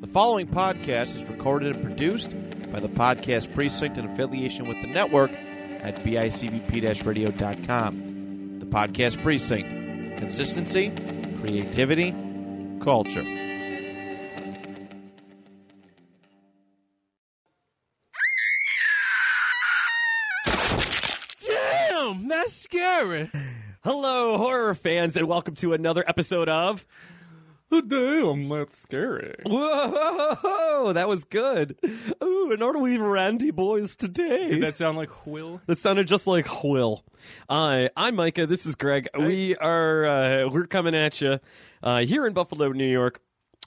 The following podcast is recorded and produced by the Podcast Precinct in affiliation with the network at bicbp radio.com. The Podcast Precinct consistency, creativity, culture. Damn, that's scary. Hello, horror fans, and welcome to another episode of. Damn, that's scary. Whoa, that was good. Ooh, and aren't we Randy boys today? Did that sound like Will? that sounded just like Will. Uh, I'm Micah. This is Greg. We are uh, we're coming at you uh, here in Buffalo, New York.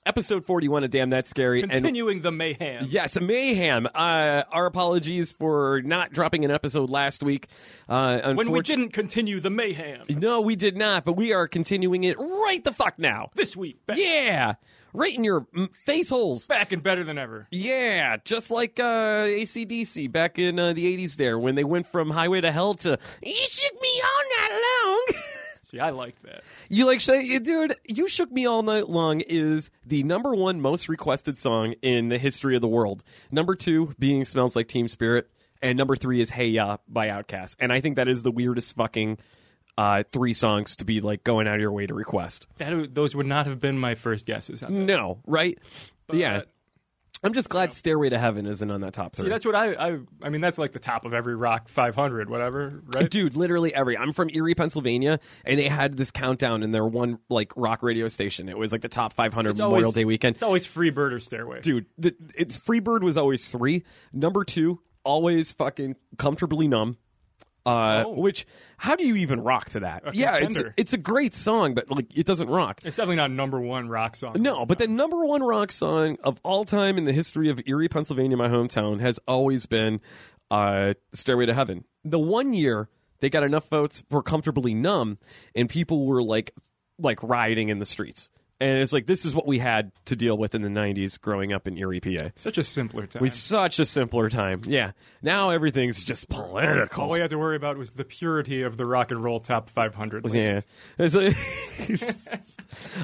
Episode 41 of Damn That's Scary. and Continuing the mayhem. Yes, mayhem. Uh, our apologies for not dropping an episode last week. Uh, When we unfortunately- didn't continue the mayhem. No, we did not, but we are continuing it right the fuck now. This week, back, Yeah, right in your mm, face holes. back and better than ever. Yeah, just like uh, ACDC back in uh, the 80s there when they went from Highway to Hell to You Shook Me All Night Long. See, I like that. you like, say, dude, You Shook Me All Night Long is the number one most requested song in the history of the world. Number two being Smells Like Team Spirit. And number three is Hey Ya by Outkast. And I think that is the weirdest fucking uh, three songs to be like going out of your way to request. that those would not have been my first guesses. on that. No, right? yeah. But- I'm just glad Stairway to Heaven isn't on that top three. See, that's what I, I. I mean, that's like the top of every rock 500, whatever, right? Dude, literally every. I'm from Erie, Pennsylvania, and they had this countdown in their one like rock radio station. It was like the top 500 It's Memorial always- Day weekend. It's always Freebird or Stairway. Dude, the, it's Freebird was always three. Number two, always fucking comfortably numb. Uh, Oh. Which, how do you even rock to that? yeah, it's contender. it's a great song, but like it doesn't rock. It's definitely not number one rock song. No, but the number one rock song of all time in the history of Erie, Pennsylvania, my hometown, has always been uh, Stairway to Heaven. The one year they got enough votes for Comfortably Numb, and people were like, like rioting in the streets. And it's like, this is what we had to deal with in the 90s growing up in Erie, PA. Such a simpler time. It was such a simpler time. Yeah. Now everything's just All political. we had to worry about was the purity of the rock and roll top 500 list. Yeah. It's like-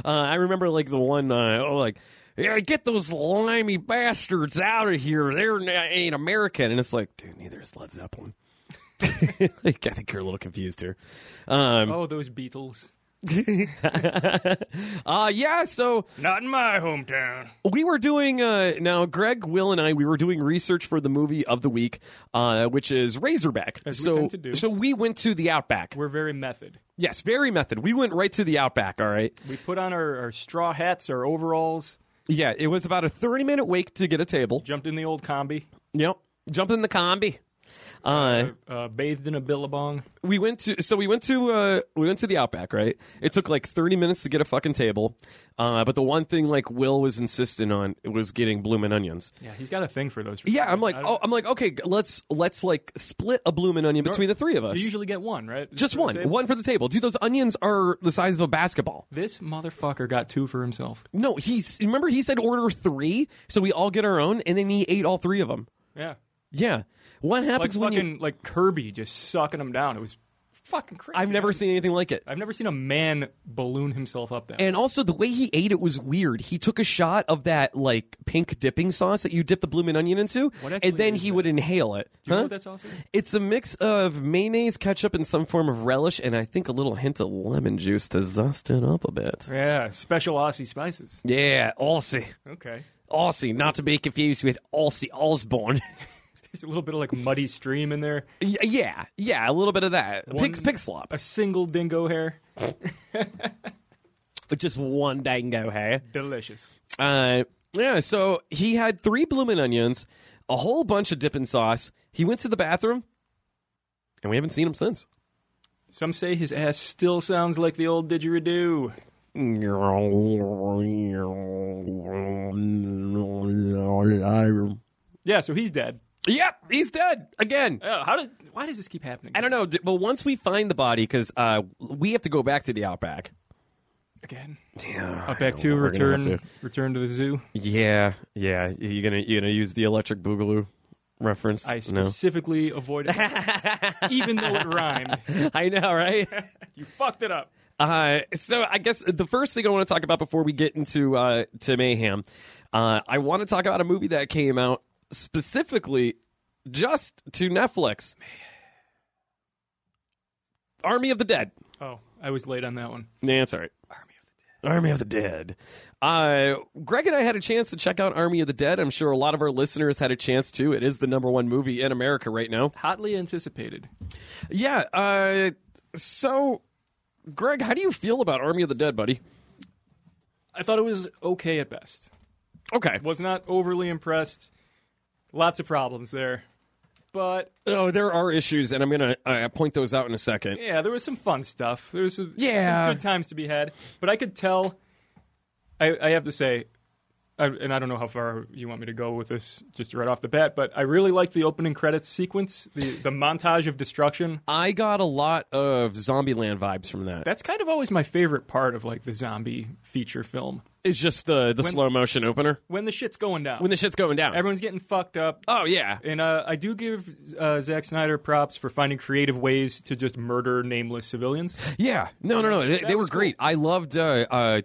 uh, I remember like the one, uh, oh, like, yeah, get those limey bastards out of here. They're not, ain't American. And it's like, dude, neither is Led Zeppelin. like, I think you're a little confused here. Um, Oh, those Beatles. uh, yeah, so Not in my hometown. we were doing, uh, now Greg, Will, and I, we were doing research for the movie of the week, uh, which is Razorback. As we so, tend to do. so we went to the Outback. We're very method. Yes, very method. We went right to the Outback, all right? We put on our, our straw hats, our overalls, Yeah, it was about a 30 minute wait to get a table. jumped in the old combi, Yep. Jump in the combi. Uh, uh, bathed in a billabong. we went to so we went to uh, we went to the Outback, right? It took like 30 minutes to get a fucking table. Uh, but the one thing like Will was insisting on was getting bloomin' onions. Yeah, he's got a thing for those. Yeah, I'm like, I don't- oh, I'm like, okay, let's let's like split a bloomin' onion between the three of us. you usually get one, right? Just For the one, table. one for the table. Dude, those onions are the size of a basketball. This motherfucker got two for himself. No, he's remember he said order three, so we all get our own, and then he ate all three of them. Yeah, Yeah. What like happens when fucking you? like Kirby just sucking him down. It was fucking crazy. I've never seen anything like it. I've never seen a man balloon himself up that. And also the way he ate it was weird. He took a shot of that like pink dipping sauce that you dip the bloomin' onion into, What actually and then is he that? would inhale it. Do you know Huh? what that's also? It's a mix of mayonnaise, ketchup, and some form of relish, and I think a little hint of lemon juice to zest it up a bit. Yeah, special Aussie spices. Yeah, Aussie, Okay, Aussie, not to be confused with Aussie Osborne. there's a little bit of like muddy stream in there. Y- yeah, yeah, a little bit of that. Pig, One- pig slop. A single dingo hair. Just one dango, hey? Delicious. Uh, yeah, so he had three bloomin' onions, a whole bunch of dipping sauce. He went to the bathroom, and we haven't seen him since. Some say his ass still sounds like the old didgeridoo. Yep, Yeah, so he's dead. he's dead again. Yeah, Uh, how does? Why does this keep happening? I don't know, d- but once we find the body, because uh, we have to go back to the outback. Again, Yeah, Up back to we're gonna return, have return to the zoo. yeah, yeah. You gonna you gonna use the electric boogaloo reference? I specifically avoided, it, even though it rhymed. I know, right? You fucked it up. Uh, so I guess the first thing I want to talk about before we get into uh, to mayhem, uh, I want to talk about a movie that came out specifically just to Netflix. Army of the Dead. Oh, I was late on that one. Yeah, it's all right. Army of the Dead. Army of the Dead. Uh, Greg and I had a chance to check out Army of the Dead. I'm sure a lot of our listeners had a chance too. It is the number one movie in America right now. Hotly anticipated. Yeah. Uh, so, Greg, how do you feel about Army of the Dead, buddy? I thought it was okay at best. Okay. Was not overly impressed. Lots of problems there. But Oh, there are issues, and I'm gonna uh, point those out in a second. yeah, there was some fun stuff. There was some, Yeah. some good times to be had. But I could tell, I, I have to say, I, and I don't know how far you want me to go with this just right off the bat, but I really liked the opening credits sequence, the, the montage of destruction. I got a lot of Zombieland vibes from that. That's kind of always my favorite part of like the zombie feature film. It's just the the slow motion opener When the shit's going down. when the shit's going down. Everyone's getting fucked up. oh yeah, And uh, I do give uh, Zack Snyder props for finding creative ways to just murder nameless civilians. Yeah, no, no, no. They, they were was cool. great. I loved uh, uh,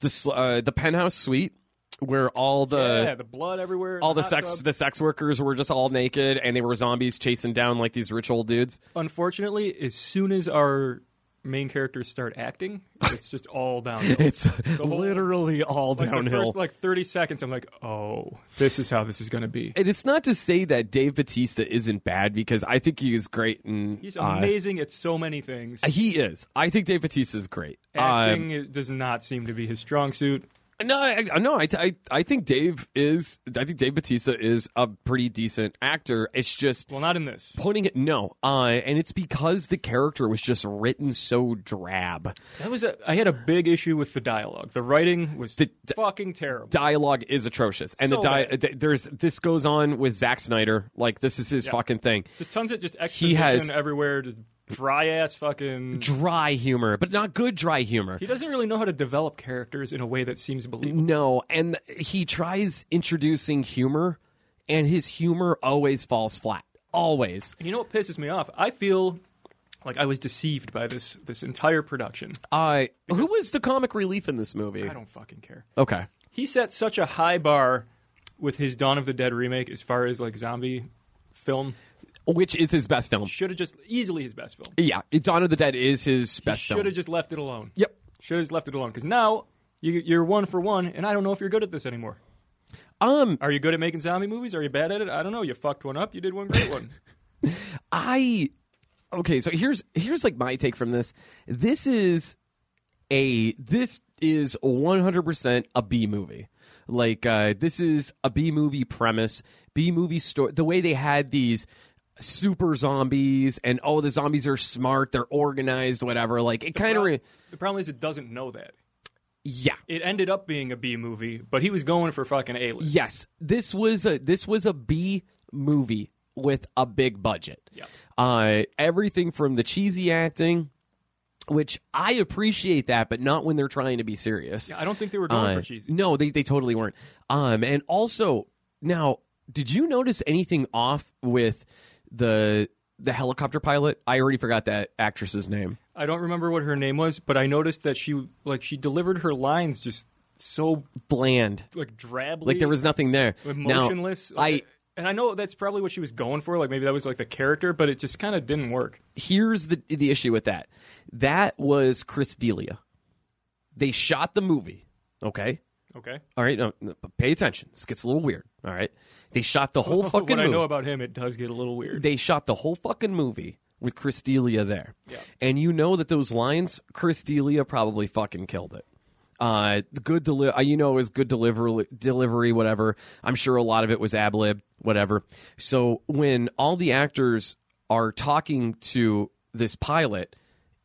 the sl- uh, the penthouse suite where all the yeah, the blood everywhere. Uh, all the hot sex tub. the sex workers were just all naked and they were zombies chasing down like these rich old dudes. Unfortunately, as soon as our main characters start acting, it's just all downhill. It's whole- literally all like the downhill. first like thirty seconds, I'm like, oh, this is how this is going to be. and it's not to say that Dave Batista isn't bad because I think he is great and He's uh, amazing at so many things. he is. I think Dave Batista is great. Um, Acting it does not seem to be his strong suit. No, I, I- no, I, I, I think Dave is. I think Dave Batista is a pretty decent actor. It's just Well, not in this. putting it no, uh, and it's because the character was just written so drab. That was a, I had a big issue with the dialogue. The writing was The- fucking terrible. Dialogue is atrocious, and So the di- bad. th- there's this goes on with Zack Snyder. Like this is his fucking thing. Just tons of just exposition has- everywhere, just dry ass fucking. Dry humor, but not good dry humor. He doesn't really know how to develop characters in a way that seems believable. No, and he tries introducing humor, and his humor always falls flat. Always. You know what pisses me off? I feel like I was deceived by this this entire production. Uh, who was the comic relief in this movie? I don't fucking care. Okay. He set such a high bar with his Dawn of the Dead remake as far as like zombie film. which is his best film. Should have just easily his best film. Yeah, Dawn of the Dead is his best Should film. have just left it alone. Yep. Should have just left it alone because now you, you're one for one, and I don't know if you're good at this anymore. Um, Are you good at making zombie movies? Are you bad at it? I don't know. You fucked one up. You did one great one. I okay. So here's here's like my take from this. This is a this is 100 percent a B movie. Like uh, this is a B movie premise, B movie story. The way they had these super zombies and oh, the zombies are smart, they're organized, whatever. Like it kind of re- The problem is it doesn't know that. yeah. It ended up being a B movie, but he was going for fucking A list. Yes, this was a this was a B movie with a big budget. Yeah. Uh, everything from the cheesy acting, which I appreciate that, but not when they're trying to be serious. I don't think they were going Uh, for cheesy. No, they they totally weren't. Um, and also now, did you notice anything off with the the helicopter pilot? I already forgot that actress's name. I don't remember what her name was, but I noticed that she like she delivered her lines just so Bland, like drably, like there was nothing there. Now, emotionless. I and I know that's probably what she was going for. Like maybe that was like the character, but it just kind of didn't work. here's the the issue with that. That was Chris Delia. They shot the movie. Okay. Okay, All right. No, no, but pay attention. This gets a little weird. All right. They shot the whole fucking what I movie. know about him, it does get a little weird. they shot the whole fucking movie with Chris Delia there. And you know that those lines, Chris Delia probably fucking killed it. Uh, the good deli- uh, you know, it was good delivery, delivery, whatever. I'm sure a lot of it was ad lib, whatever. So when all the actors are talking to this pilot,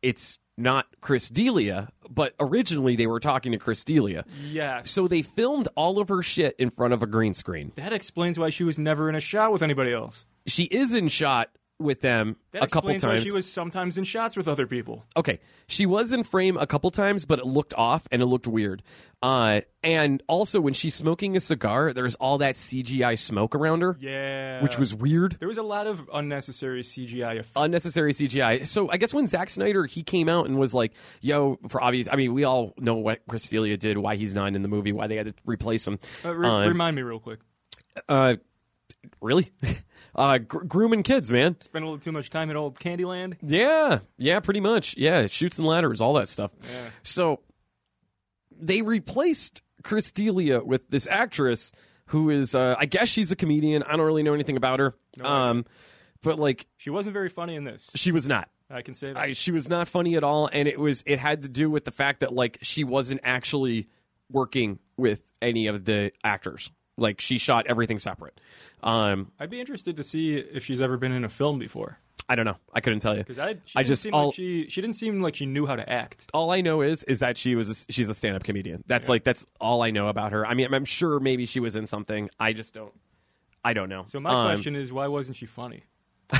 it's not Chris Delia, but originally they were talking to Chris Delia. yeah, So they filmed all of her shit in front of a green screen that explains why she was never in a shot with anybody else. she is in shot with them That a couple explains times. why she was sometimes in shots with other people. okay, she was in frame a couple times, but it looked off and it looked weird. Uh, and also when she's smoking a cigar, there's all that CGI smoke around her, Yeah, which was weird. there was a lot of unnecessary CGI. Effects. unnecessary CGI. So I guess when Zack Snyder he came out and was like, "Yo," for obvious. I mean, we all know what Chris Celia did, why he's not in the movie, why they had to replace him. Uh, re- Uh, remind me real quick. Uh, really, uh, gr- grooming kids, man. Spent a little too much time at old Candyland. Yeah, yeah, pretty much. Yeah, shoots and ladders, all that stuff. Yeah. So they replaced Chris Delia with this actress who is, uh, I guess she's a comedian. I don't really know anything about her. um, but like, She wasn't very funny in this. she was not. I can say that. I, she was not funny at all, and it was it had to do with the fact that like she wasn't actually working with any of the actors. Like she shot everything separate. Um, I'd be interested to see if she's ever been in a film before. I don't know. I couldn't tell you. Because I, she I didn't just seem all like she she didn't seem like she knew how to act. all I know is is that she was a, she's a stand up comedian. That's like that's all I know about her. I mean, I'm sure maybe she was in something. I just don't. I don't know. So my Um, question is, why wasn't she funny?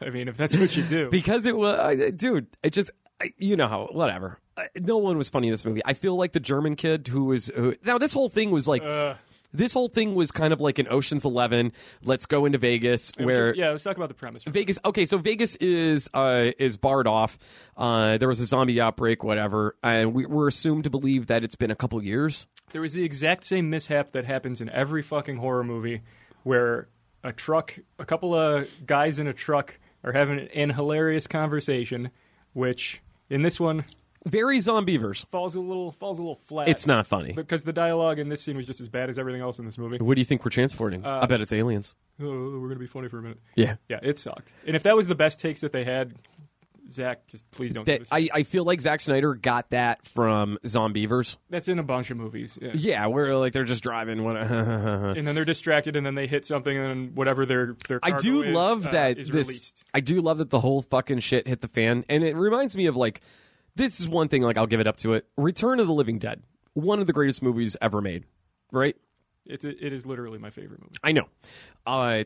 I mean, if that's what you do, because it was, I, dude. It just, I, you know how, whatever. I, no one was funny in this movie. I feel like the German kid who was who, now. This whole thing was like. uh, this whole thing was kind of like an Ocean's Eleven. Let's go into Vegas, where yeah, let's talk about the premise. Vegas. Okay, so Vegas is uh, is barred off. Uh, there was a zombie outbreak, whatever, and we were assumed to believe that it's been a couple years. There was the exact same mishap that happens in every fucking horror movie where a truck, a couple of guys in a truck are having an hilarious conversation, which in this one Very zombievers. falls a little falls a little flat. It's not funny. because the dialogue in this scene was just as bad as everything else in this movie. What do you think we're transporting? I bet it's aliens. Oh, we're gonna be funny for a minute. Uh, Yeah. Yeah, it sucked. And if that was the best takes that they had, Zach, just please don't. That give us- I, I feel like Zack Snyder got that from Zombievers. that's in a bunch of movies. Yeah. Yeah, where like they're just driving. What, And then they're distracted, and then they hit something, and then whatever their their I cargo do is, love uh, that is this. released. I do love that the whole fucking shit hit the fan, and it reminds me of like this is one thing like I'll give it up to it. Return of the Living Dead, one of the greatest movies ever made, right? It's it is literally my favorite movie. I know, uh,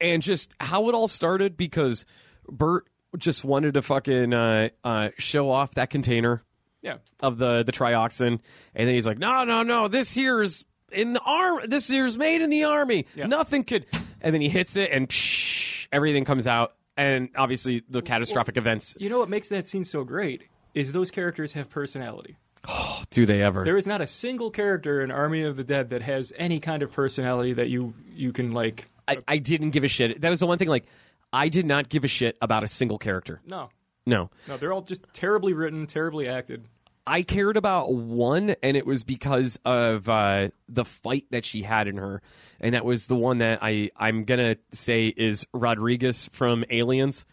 and just how it all started because Bert just wanted to fucking uh, uh, show off that container Yeah, of the the trioxin, and then he's like, no, no, no, this here is in the arm. This here is made in the army. Nothing could. And then he hits it, and psh, everything comes out. And obviously, the catastrophic events. you know what makes that scene so great is those characters have personality. oh, Do they ever? There is not a single character in Army of the Dead that has any kind of personality that you you can like. I, I didn't give a shit. That was the one thing. Like, I did not give a shit about a single character. No, No, no, they're all just terribly written, terribly acted. I cared about one, and it was because of uh, the fight that she had in her, and that was the one that I I'm gonna say is Rodriguez from Aliens.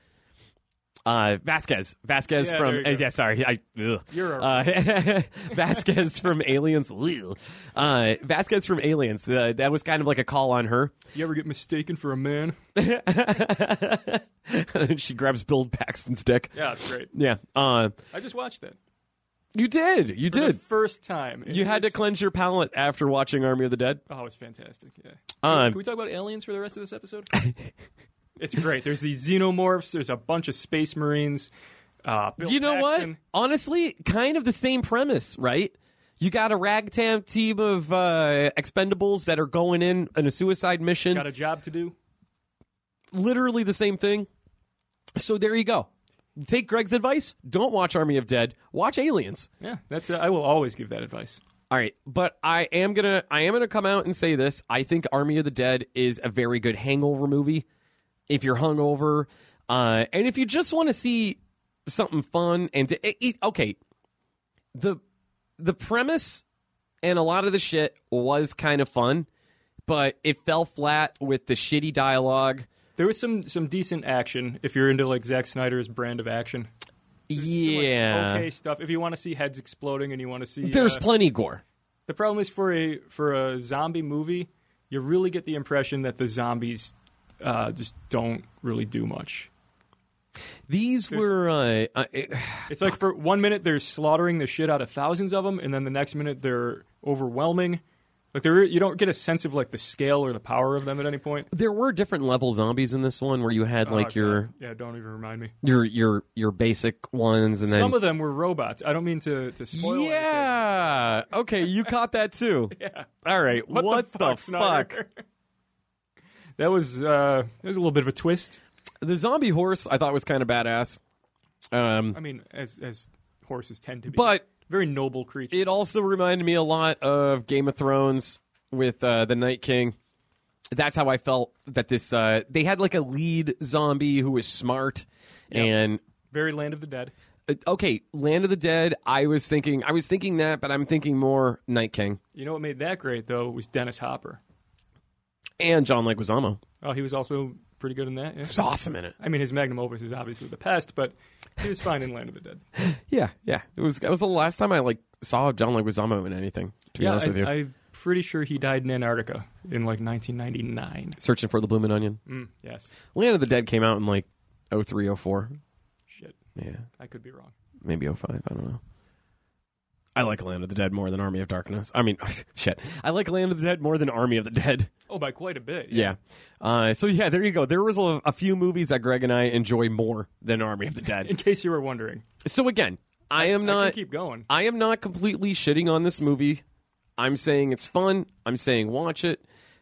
Uh, Vasquez, Vasquez Yeah, from there you uh, go. yeah, sorry, I ugh. You're uh, Vasquez from Aliens. Ugh. Uh, Vasquez from Aliens. Uh, that was kind of like a call on her. You ever get mistaken for a man? And she grabs Bill Paxton's dick. Yeah, that's great. Yeah, uh, I just watched that. you did, you For the did. first time. It You had to was- cleanse your palate after watching Army of the Dead. Oh, it's fantastic. Yeah. Um, can we talk about aliens for the rest of this episode? it's great. There's these xenomorphs. There's a bunch of space marines. Uh, Bill you know Paxton. what? Honestly, kind of the same premise, right? You got a ragtag team of uh, expendables that are going in on a suicide mission. Got a job to do. Literally the same thing. So there you go. Take Greg's advice. Don't watch Army of Dead. Watch Aliens. Yeah, that's. Uh, I will always give that advice. All right, but I am gonna I am gonna come out and say this. I think Army of the Dead is a very good hangover movie. If you're hungover, uh, and if you just want to see something fun and to, it, it- okay, the the premise and a lot of the shit was kind of fun, but it fell flat with the shitty dialogue. There was some some decent action if you're into like Zack Snyder's brand of action. Like, Yeah, okay stuff. If you want to see heads exploding and you want to see there's uh, plenty gore. the problem is for a for a zombie movie, you really get the impression that the zombies uh, just don't really do much. These were uh, uh, it- It's like for one minute they're slaughtering the shit out of thousands of them, and then the next minute they're overwhelming Like there, you don't get a sense of like the scale or the power of them at any point. There were different level zombies in this one where you had like Oh, God. your yeah, don't even remind me. your your your basic ones and then Some of them were robots. I don't mean to to spoil. anything. yeah. Okay, you caught that too. yeah. All right. What, the fuck? Snyder? that was uh, that was a little bit of a twist. The zombie horse I thought was kind of badass. Um, I mean, as as horses tend to be, but very noble creatures. it also reminded me a lot of Game of Thrones with uh, the Night King. That's how I felt that this uh, they had like a lead zombie who was smart and Very land of the dead. uh, okay, Land of the Dead. I was thinking I was thinking that, but I'm thinking more Night King You know what made that great though was Dennis Hopper. and John Leguizamo. Oh, he was also pretty good in that. Yeah. It's awesome in it. I mean, his magnum opus is obviously the pest, but he was fine in Land of the Dead. Yeah, yeah. It was that was the last time I like saw John Leguizamo in anything. To be yeah, honest I, with you, I'm pretty sure he died in Antarctica in like 1999. searching for the Bloomin' Onion. Mm, yes. Land of the Dead came out in like 03, 04. Shit, Yeah, I could be wrong. maybe 05. I don't know. I like Land of the Dead more than Army of Darkness. I mean, shit. I like Land of the Dead more than Army of the Dead. Oh, by quite a bit. Yeah. Uh, so yeah, there you go. There was a, a few movies that Greg and I enjoy more than Army of the In Dead. case you were wondering, so again, I am I not can keep going. I am not completely shitting on this movie. I'm saying it's fun. I'm saying watch it,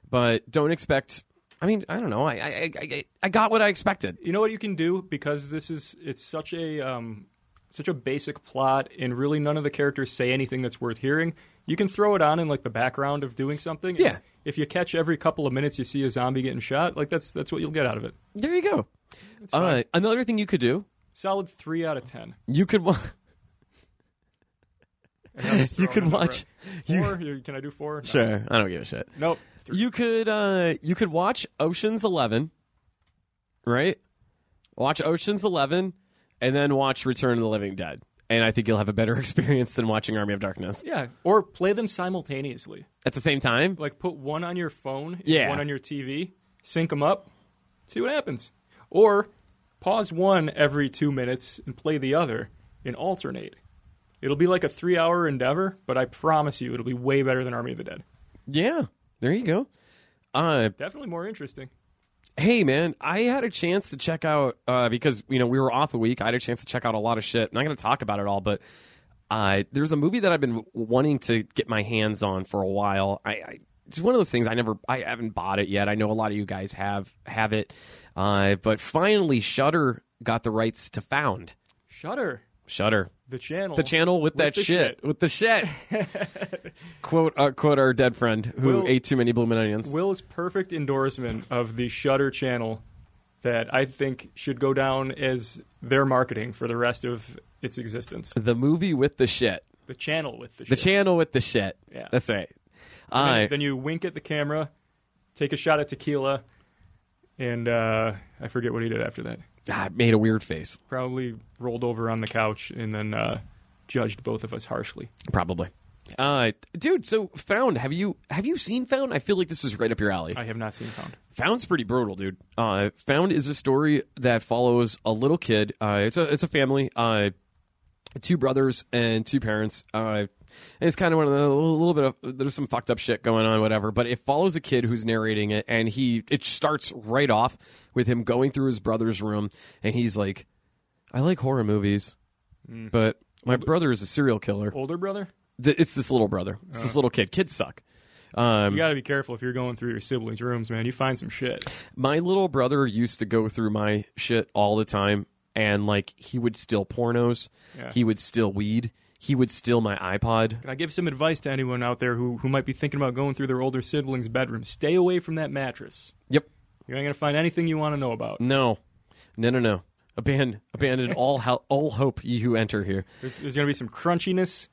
but don't expect. I mean, I don't know. I I I- I, I got what I expected. you know what you can do because this is it's such a um, such a basic plot and really none of the characters say anything that's worth hearing you can throw it on in like the background of doing something Yeah. if you catch every couple of minutes you see a zombie getting shot like that's that's what you'll get out of it There you go. Uh, another thing you could do, solid three out of ten you could wa- And I'm just you throwing could a number watch. out. you- four You- can i do four No. Oh, Sure, I don't give a shit. nope Three. You could uh you could watch Ocean's Eleven, right? Watch Ocean's Eleven, and then watch Return of the Living Dead, and I think you'll have a better experience than watching Army of Darkness yeah or play them simultaneously at the same time. like put one on your phone and Yeah. one on your tv sync them up see what happens or pause one every two minutes and play the other and alternate it'll be like a three hour endeavor but i promise you it'll be way better than army of the dead Yeah, there you go. Uh, definitely more interesting hey man i had a chance to check out uh, because you know we were off a week i had a chance to check out a lot of shit i'm not going to talk about it all but uh, there's a movie that i've been wanting to get my hands on for a while i, I it's one of those things i never i haven't bought it yet i know a lot of you guys have have it uh, but finally shutter got the rights to found shutter shutter the channel the channel with, that the shit, with the shit quote uh, quote our dead friend who Will- ate too many bloomin' onions will's perfect endorsement of the shutter channel that i think should go down as their marketing for the rest of its existence the movie with the shit the channel with the, The shit. channel with the shit. Yeah. That's right. And I then you wink at the camera, take a shot at tequila, and uh, I forget what he did after that. ah, made a weird face, Probably rolled over on the couch and then uh, judged both of us harshly. probably. Uh, dude. So found. Have you have you seen found? I feel like this is right up your alley. I have not seen Found. Found's pretty brutal, dude. Uh, Found is a story that follows a little kid. Uh, it's a it's a family. Uh, two brothers and two parents. Uh, and it's kind of one of the a little bit of there's some fucked up shit going on, whatever. But it follows a kid who's narrating it, and he it starts right off with him going through his brother's room, and he's like, "I like horror movies, but." My brother is a serial killer. Older brother? Th- It's this little brother. It's this little kid. Kids suck. Um, You got to be careful if you're going through your siblings' rooms, man. You find some shit. my little brother used to go through my shit all the time and like he would steal pornos Yeah. he would steal weed he would steal my ipod Can I give some advice to anyone out there who, who might be thinking about going through their older siblings' bedroom? Stay away from that mattress. yep You ain't going to find anything you want to know about. no no no no abandon abandon all hel- all hope ye who enter here There's, there's going to be some crunchiness.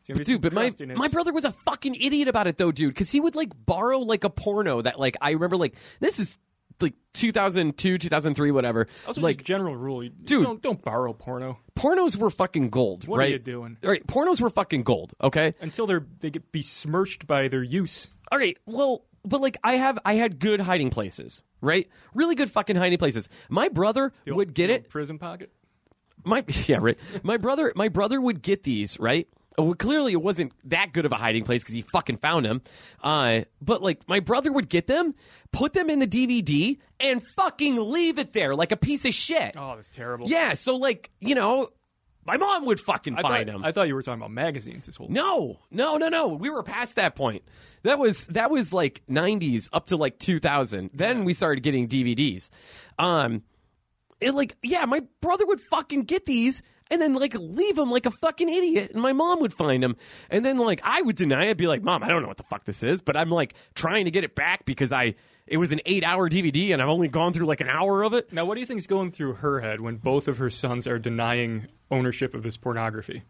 It's gonna be some dude but my crustiness. my brother was a fucking idiot about it though dude because he would like borrow like a porno that like i remember like this is like 2002 2003 whatever Also, like like general rule, you- Dude. don't don't borrow porno. pornos were fucking gold What right are you doing? right pornos were fucking gold okay until they're they get besmirched by their use. all right well but like i have i had good hiding places right really good fucking hiding places my brother would get You know, it Prison pocket. my yeah right my brother my brother would get these right Oh, well, clearly it wasn't that good of a hiding place because he fucking found them. Uh, but like my brother would get them, put them in the DVD, and fucking leave it there like a piece of shit. Oh, that's terrible. Yeah, so like you know, my mom would fucking I find thought, them. I thought you were talking about magazines this whole No, no, no, no. We were past that point. That was that was like '90s up to like 2000. Then we started getting DVDs. Um, it like yeah, my brother would fucking get these and then like leave them like a fucking idiot, and my mom would find them, and then like I would deny. it, be like, Mom, I don't know what the fuck this is, but I'm like trying to get it back because I it was an eight hour DVD and I've only gone through like an hour of it. Now, what do you think is going through her head when both of her sons are denying ownership of this pornography?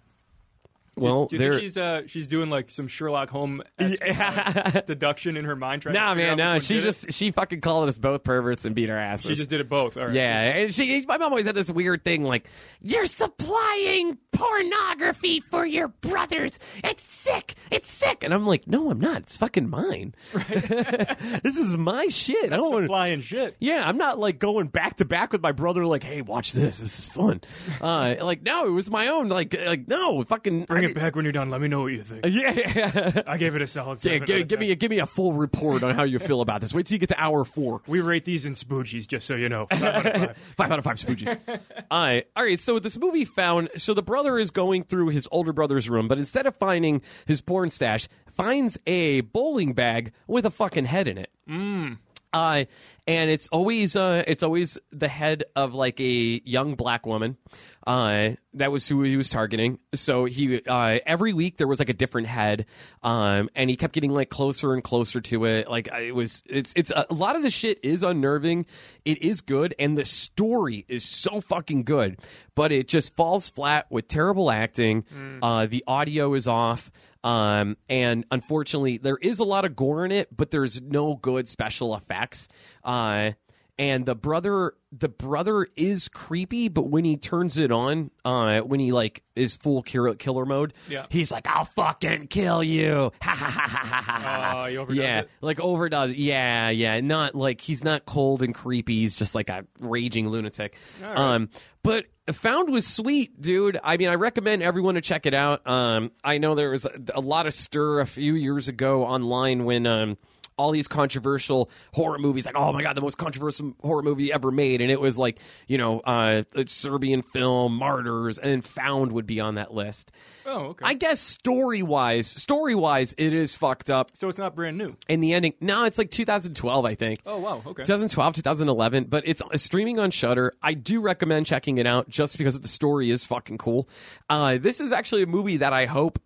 Well, Do you think there. she's uh, she's doing like some Sherlock Holmes deduction in her mind? Trying to Nah, figure man, no. out which one She did it? just she fucking called us both perverts and beat our asses. she just did it both. All right. Yeah, and she, my mom always had this weird thing like, "You're supplying pornography for your brothers. It's sick. It's sick." And I'm like, "No, I'm not. It's fucking mine. this is my shit. I don't want." to Flying shit. Yeah, I'm not like going back to back with my brother. Like, hey, watch this. This is fun. Uh, like, no, it was my own. Like, like no, fucking Bring it back when you're done. Let me know what you think. Yeah, I gave it a solid. yeah. seven out Give, of give me 10. a give me a full report on how you feel about this. Wait till you get to hour four. We rate these in spoogies, just so you know. Five out of five. Five out of five spoogies. I all right. So this movie found. So the brother is going through his older brother's room, but instead of finding his porn stash, finds a bowling bag with a fucking head in it. Mm. Uh, and it's always uh, it's always the head of like a young black woman. Uh, that was who he was targeting. So he uh, every week there was like a different head, um, and he kept getting like closer and closer to it. Like I- it was it's it's a lot of the shit is unnerving. It is good, and the story is so fucking good, but it just falls flat with terrible acting. Mm. Uh, the audio is off. Um, and unfortunately, there is a lot of gore in it, but there's no good special effects. Uh, and the brother the brother is creepy but when he turns it on uh when he like is full killer, killer mode Yeah. he's like i'll fucking kill you ha ha ha ha ha ha Oh, he overdoes yeah it. like overdoes Ah, it. yeah yeah not like he's not cold and creepy he's just like a raging lunatic um but found was sweet dude i mean i recommend everyone to check it out um i know there was a, a lot of stir a few years ago online when um all these controversial horror movies like oh my god the most controversial horror movie ever made and it was like you know uh a serbian film martyrs and found would be on that list Oh, okay. i guess story wise story wise it is fucked up so it's not brand new. in the ending no it's like 2012 i think Oh wow. Okay. 2012 2011 but it's streaming on shutter i do recommend checking it out just because the story is fucking cool uh, this is actually a movie that i hope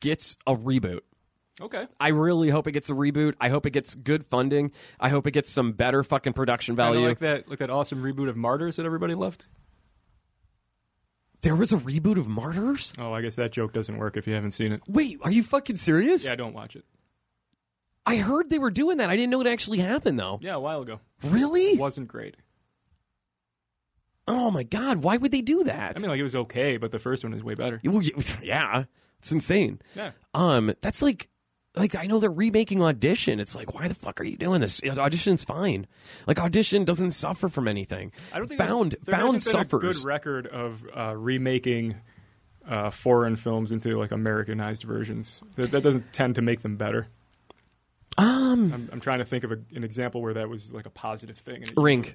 gets a reboot Okay. I really hope it gets a reboot. I hope it gets good funding. I hope it gets some better fucking production Kinda value. like that, like that awesome reboot of Martyrs that everybody loved. there was a reboot of Martyrs? Oh, I guess that joke doesn't work if you haven't seen it. Wait, are you fucking serious? Yeah, don't watch it. I heard they were doing that. I didn't know it actually happened though. Yeah, a while ago. Really? Wasn't great. Oh my god, why would they do that? I mean, like it was okay, but the first one is way better. Well, y- yeah, it's insane. Yeah. Um, that's like, like I know they're remaking Audition. It's like, why the fuck are you doing this? You know, Audition's fine. Like Audition doesn't suffer from anything. I don't think there's- Found there Found hasn't been a suffers. good record of uh, remaking uh, foreign films into like Americanized versions. That, that doesn't tend to make them better. um, I'm, I'm trying to think of a, an example where that was like a positive thing. And you, Ring.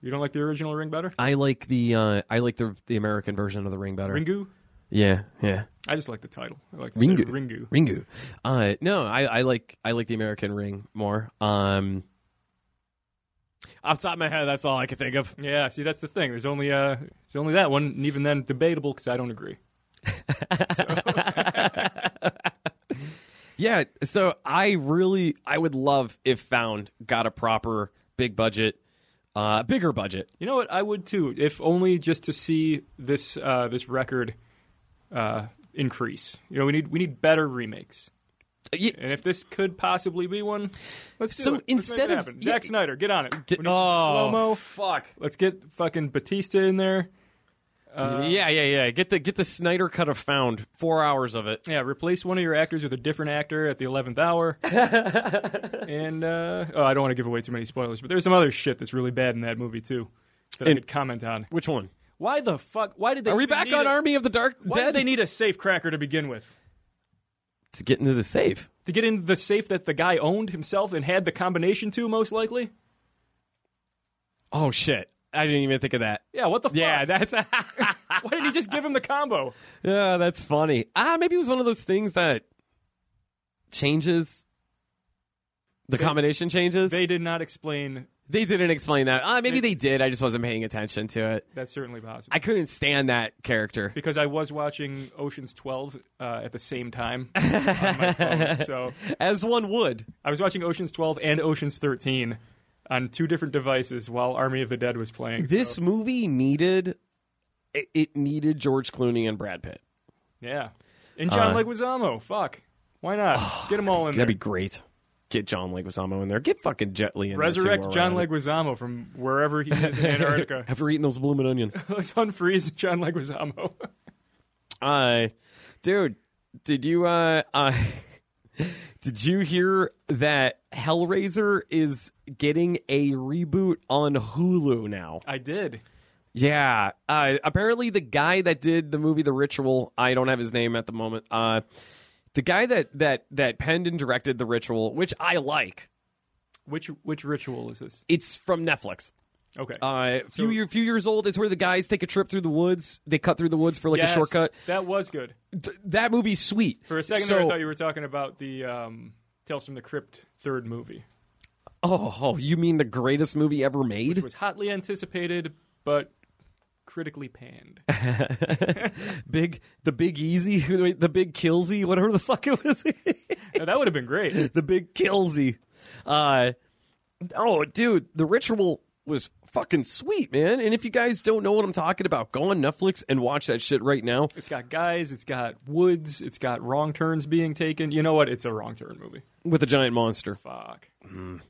you don't like the original Ring better? I like the uh, I like the the American version of the ring better. Ringu? Yeah, yeah. I just like the title. I like to say Ringu. Ringu. Ringu. Uh, no, I, I like I like the American ring more. Um, off the top of my head, that's all I could think of. Yeah, see, that's the thing. There's only uh, there's only that one, and even then, debatable because I don't agree. Yeah, so I really I would love if Found got a proper big budget, uh, bigger budget. You know what? I would too, if only just to see this uh, this record uh, increase. You know, we need we need better remakes. Uh, ye- And if this could possibly be one, let's do So it. Let's make instead it of- happen. yeah. Zack Snyder, get on it. Get- We need some oh, slow-mo. Let's get fucking Batista in there. Uh, yeah, yeah, yeah. Get the get the Snyder cut of Found. Four hours of it. Yeah, replace one of your actors with a different actor at the eleventh hour. and uh, oh, I don't want to give away too many spoilers, but there's some other shit that's really bad in that movie too that I And- could comment on. Which one? Why the fuck? Why did they? Are we even back need on a- Army of the Dark Why Dead? did they need a safe cracker to begin with? to get into the safe. To get into the safe that the guy owned himself and had the combination to, most likely. Oh shit! I didn't even think of that. Yeah, what the Yeah, fuck? that's Why did he just give him the combo? yeah, that's funny. Ah, maybe it was one of those things that changes. The combination changes. They did not explain. They didn't explain that. Ah, maybe they did. I just wasn't paying attention to it. That's certainly possible. I couldn't stand that character. because I was watching Ocean's 12 uh, at the same time on my phone. So As one would. I was watching Ocean's 12 and Ocean's 13 on two different devices while Army of the Dead was playing. So, This movie needed it, it needed George Clooney and Brad Pitt. yeah, and John Uh, oh, Leguizamo. Fuck, why not? Get them all in there. That'd be great. Get John Leguizamo in there. Get fucking Jet Li in Resurrect there. too, while we're John at it. Leguizamo from wherever he is in Antarctica. After eating those bloomin' onions. Let's unfreeze John Leguizamo. Uh, dude, did you uh, uh did you hear that Hellraiser is getting a reboot on Hulu now? I did. Yeah. Uh, apparently, the guy that did the movie The Ritual, I don't have his name at the moment. Uh, the guy that that that penned and directed The Ritual, which I like. Which which ritual is this? It's from Netflix. Okay. Uh, few So- year, few years old. It's where the guys take a trip through the woods. They cut through the woods for like Yes, a shortcut. That was good. Th- that movie's sweet. For a second so, there, I thought you were talking about the um, Tales from the Crypt third movie. oh, oh, you mean the greatest movie ever made? It was hotly anticipated, but critically panned. big, the Big Easy, the Big Killsy, whatever the fuck it was. Now, that would have been great. the big killsy. Uh, oh, dude, the ritual was fucking sweet, man. And if you guys don't know what I'm talking about, go on Netflix and watch that shit right now. It's got guys, it's got woods, it's got wrong turns being taken. You know what? It's a wrong turn movie. With a giant monster, Fuck. Mm.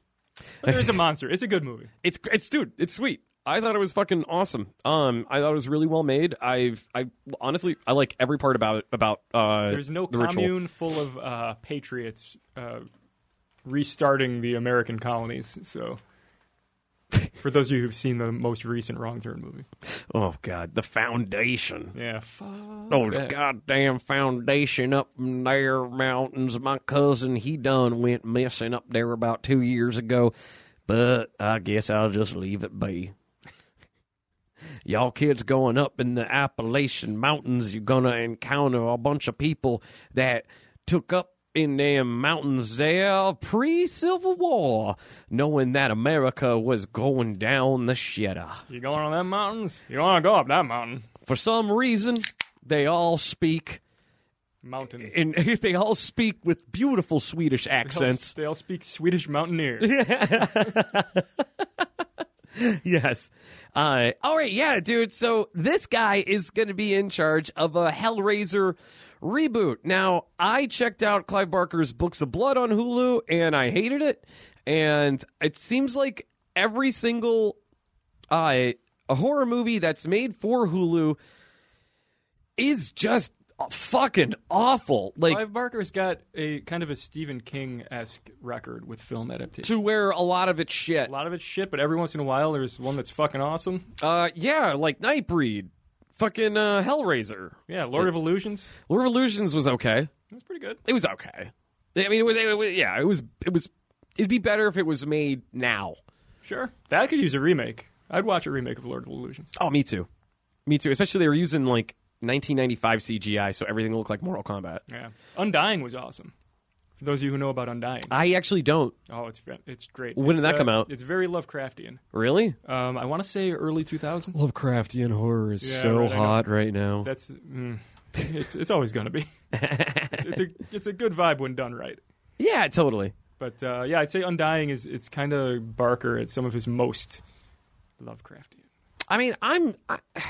But there's a monster. It's a good movie. it's it's dude, it's sweet. I thought it was fucking awesome. Um, I thought it was really well made. I I honestly I like every part about it about uh. There's no the ritual. commune full of uh, patriots uh, restarting the American colonies. So, for those of you who've seen the most recent wrong turn movie, Oh god, the foundation. yeah, fuck. Oh, the that. goddamn foundation up in there mountains. My cousin, he done went missing up there about two years ago, but I guess I'll just leave it be. Y'all kids going up in the Appalachian Mountains, you're gonna encounter a bunch of people that took up in them mountains there pre Civil War, knowing that America was going down the shitter You going on them mountains? You want to go up that mountain? for some reason they all speak Mountain. and they all speak with beautiful swedish They all- accents They all speak Swedish mountaineer. yes uh, all right yeah dude so this guy is going to be in charge of a hellraiser reboot now i checked out clive barker's books of blood on hulu and i hated it and it seems like every single uh, a horror movie that's made for hulu is just fucking awful like Clive Barker's got a kind of a Stephen King esque record with film adaptation. to where a lot of it's shit. A lot of it's shit, but every once in a while there's one that's fucking awesome. Uh, yeah, like Nightbreed, fucking uh, Hellraiser. Yeah, Lord of Illusions. Lord of Illusions was okay. That's pretty good. It was okay. I mean, it was, it was- yeah, it was it was it'd be better if it was made now. Sure. That could use a remake. I'd watch a remake of Lord of Illusions. Oh, me too, me too. Especially they were using like 1995 CGI, so everything looked like Mortal Kombat. Yeah. Undying was awesome. For those of you who know about Undying, I actually don't oh, it's fa- it's great. When did It's, that come out? It's very Lovecraftian. really. Um, I want to say early 2000s. Lovecraftian horror is Yeah, so right, I know. hot right now. That's mm, it's it's always gonna be. It's, it's a it's a good vibe when done right. yeah, totally. But uh, yeah, I'd say Undying is it's kind of Barker at some of his most Lovecraftian. I mean, I'm, I,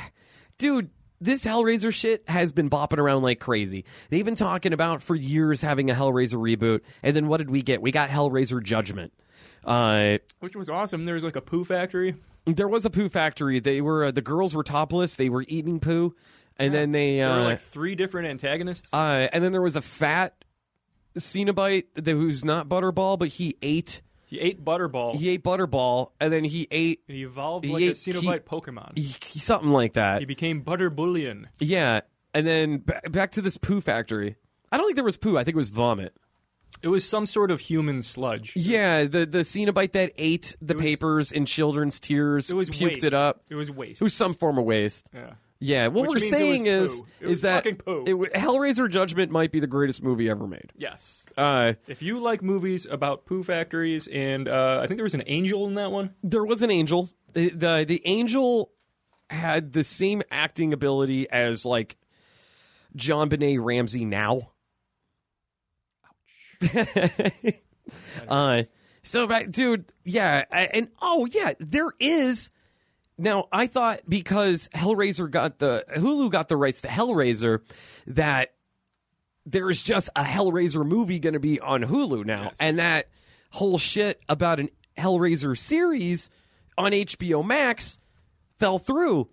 dude. This Hellraiser shit has been bopping around like crazy. They've been talking about for years having a Hellraiser reboot, and then what did we get? We got Hellraiser Judgment. Uh, Which was awesome. There was like a poo factory. there was a poo factory. They were uh, the girls were topless. They were eating poo, and then they, There uh, were like three different antagonists. uh, and then there was a fat Cenobite that- who's not Butterball, but he ate He ate Butterball. He ate Butterball, and then he ate and he evolved He like a ate- he- Cenobite Pokemon. he- he- something like that. he became Butter Bullion. Yeah, and then ba- back to this poo factory. I don't think there was poo. I think it was vomit. It was some sort of human sludge. Yeah, the the Cenobite that ate the was- papers in children's tears It was puked waste. it up. It was waste. It was some form of waste. yeah. Yeah, what Which we're means it was saying is poo. It is was that fucking poo. it w- Hellraiser Judgment might be the greatest movie ever made. Yes. Uh, If you like movies about poo factories, and uh, I think there was an angel in that one. there was an angel. The, the the angel had the same acting ability as like John Benet Ramsey now. Ouch. uh, so, but, dude, yeah, I, and oh yeah, there is. Now I thought because Hellraiser got the Hulu got the rights to Hellraiser that there is just a Hellraiser movie going to be on Hulu now, Yes. and that whole shit about an Hellraiser series on HBO Max fell through.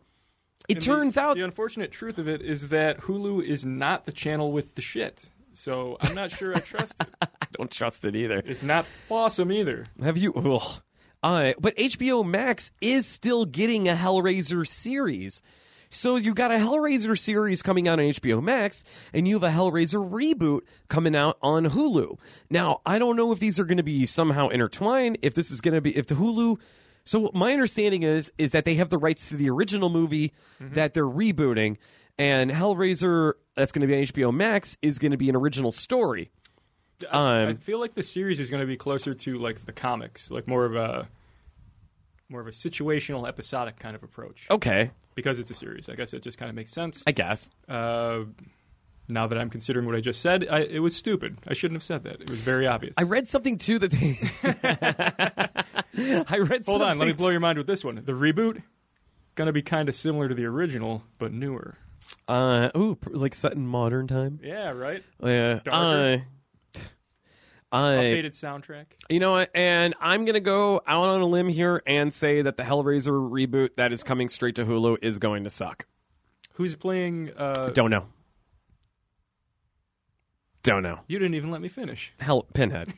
It And the- turns out the unfortunate truth of it is that Hulu is not the channel with the shit. So I'm not sure I trust it. I don't trust it either. It's not Fossum either. Have you? Ugh. Uh, but HBO Max is still getting a Hellraiser series. So you got a Hellraiser series coming out on HBO Max, and you have a Hellraiser reboot coming out on Hulu. Now, I don't know if these are going to be somehow intertwined. If this is going to be if the Hulu. So my understanding is is that they have the rights to the original movie that they're rebooting, and Hellraiser that's going to be on HBO Max is going to be an original story. I, Um, I feel like the series is going to be closer to like the comics, like more of a more of a situational episodic kind of approach Okay, because it's a series. I guess it just kind of makes sense. Oh. I guess. uh, now that I'm considering what I just said, I, it was stupid. I shouldn't have said that. It was very obvious. I read something too that they. I read. Hold on, let me something- blow your mind with this one. The reboot going to be kind of similar to the original, but newer. Uh, ooh, pr- like set in modern time. Yeah, right. Yeah. Uh, Darker. I, Updated soundtrack. you know what? And I'm gonna go out on a limb here and say that the Hellraiser reboot that is coming straight to Hulu is going to suck. Who's playing? Uh, Don't know. Don't know. you didn't even let me finish. Hell, Pinhead.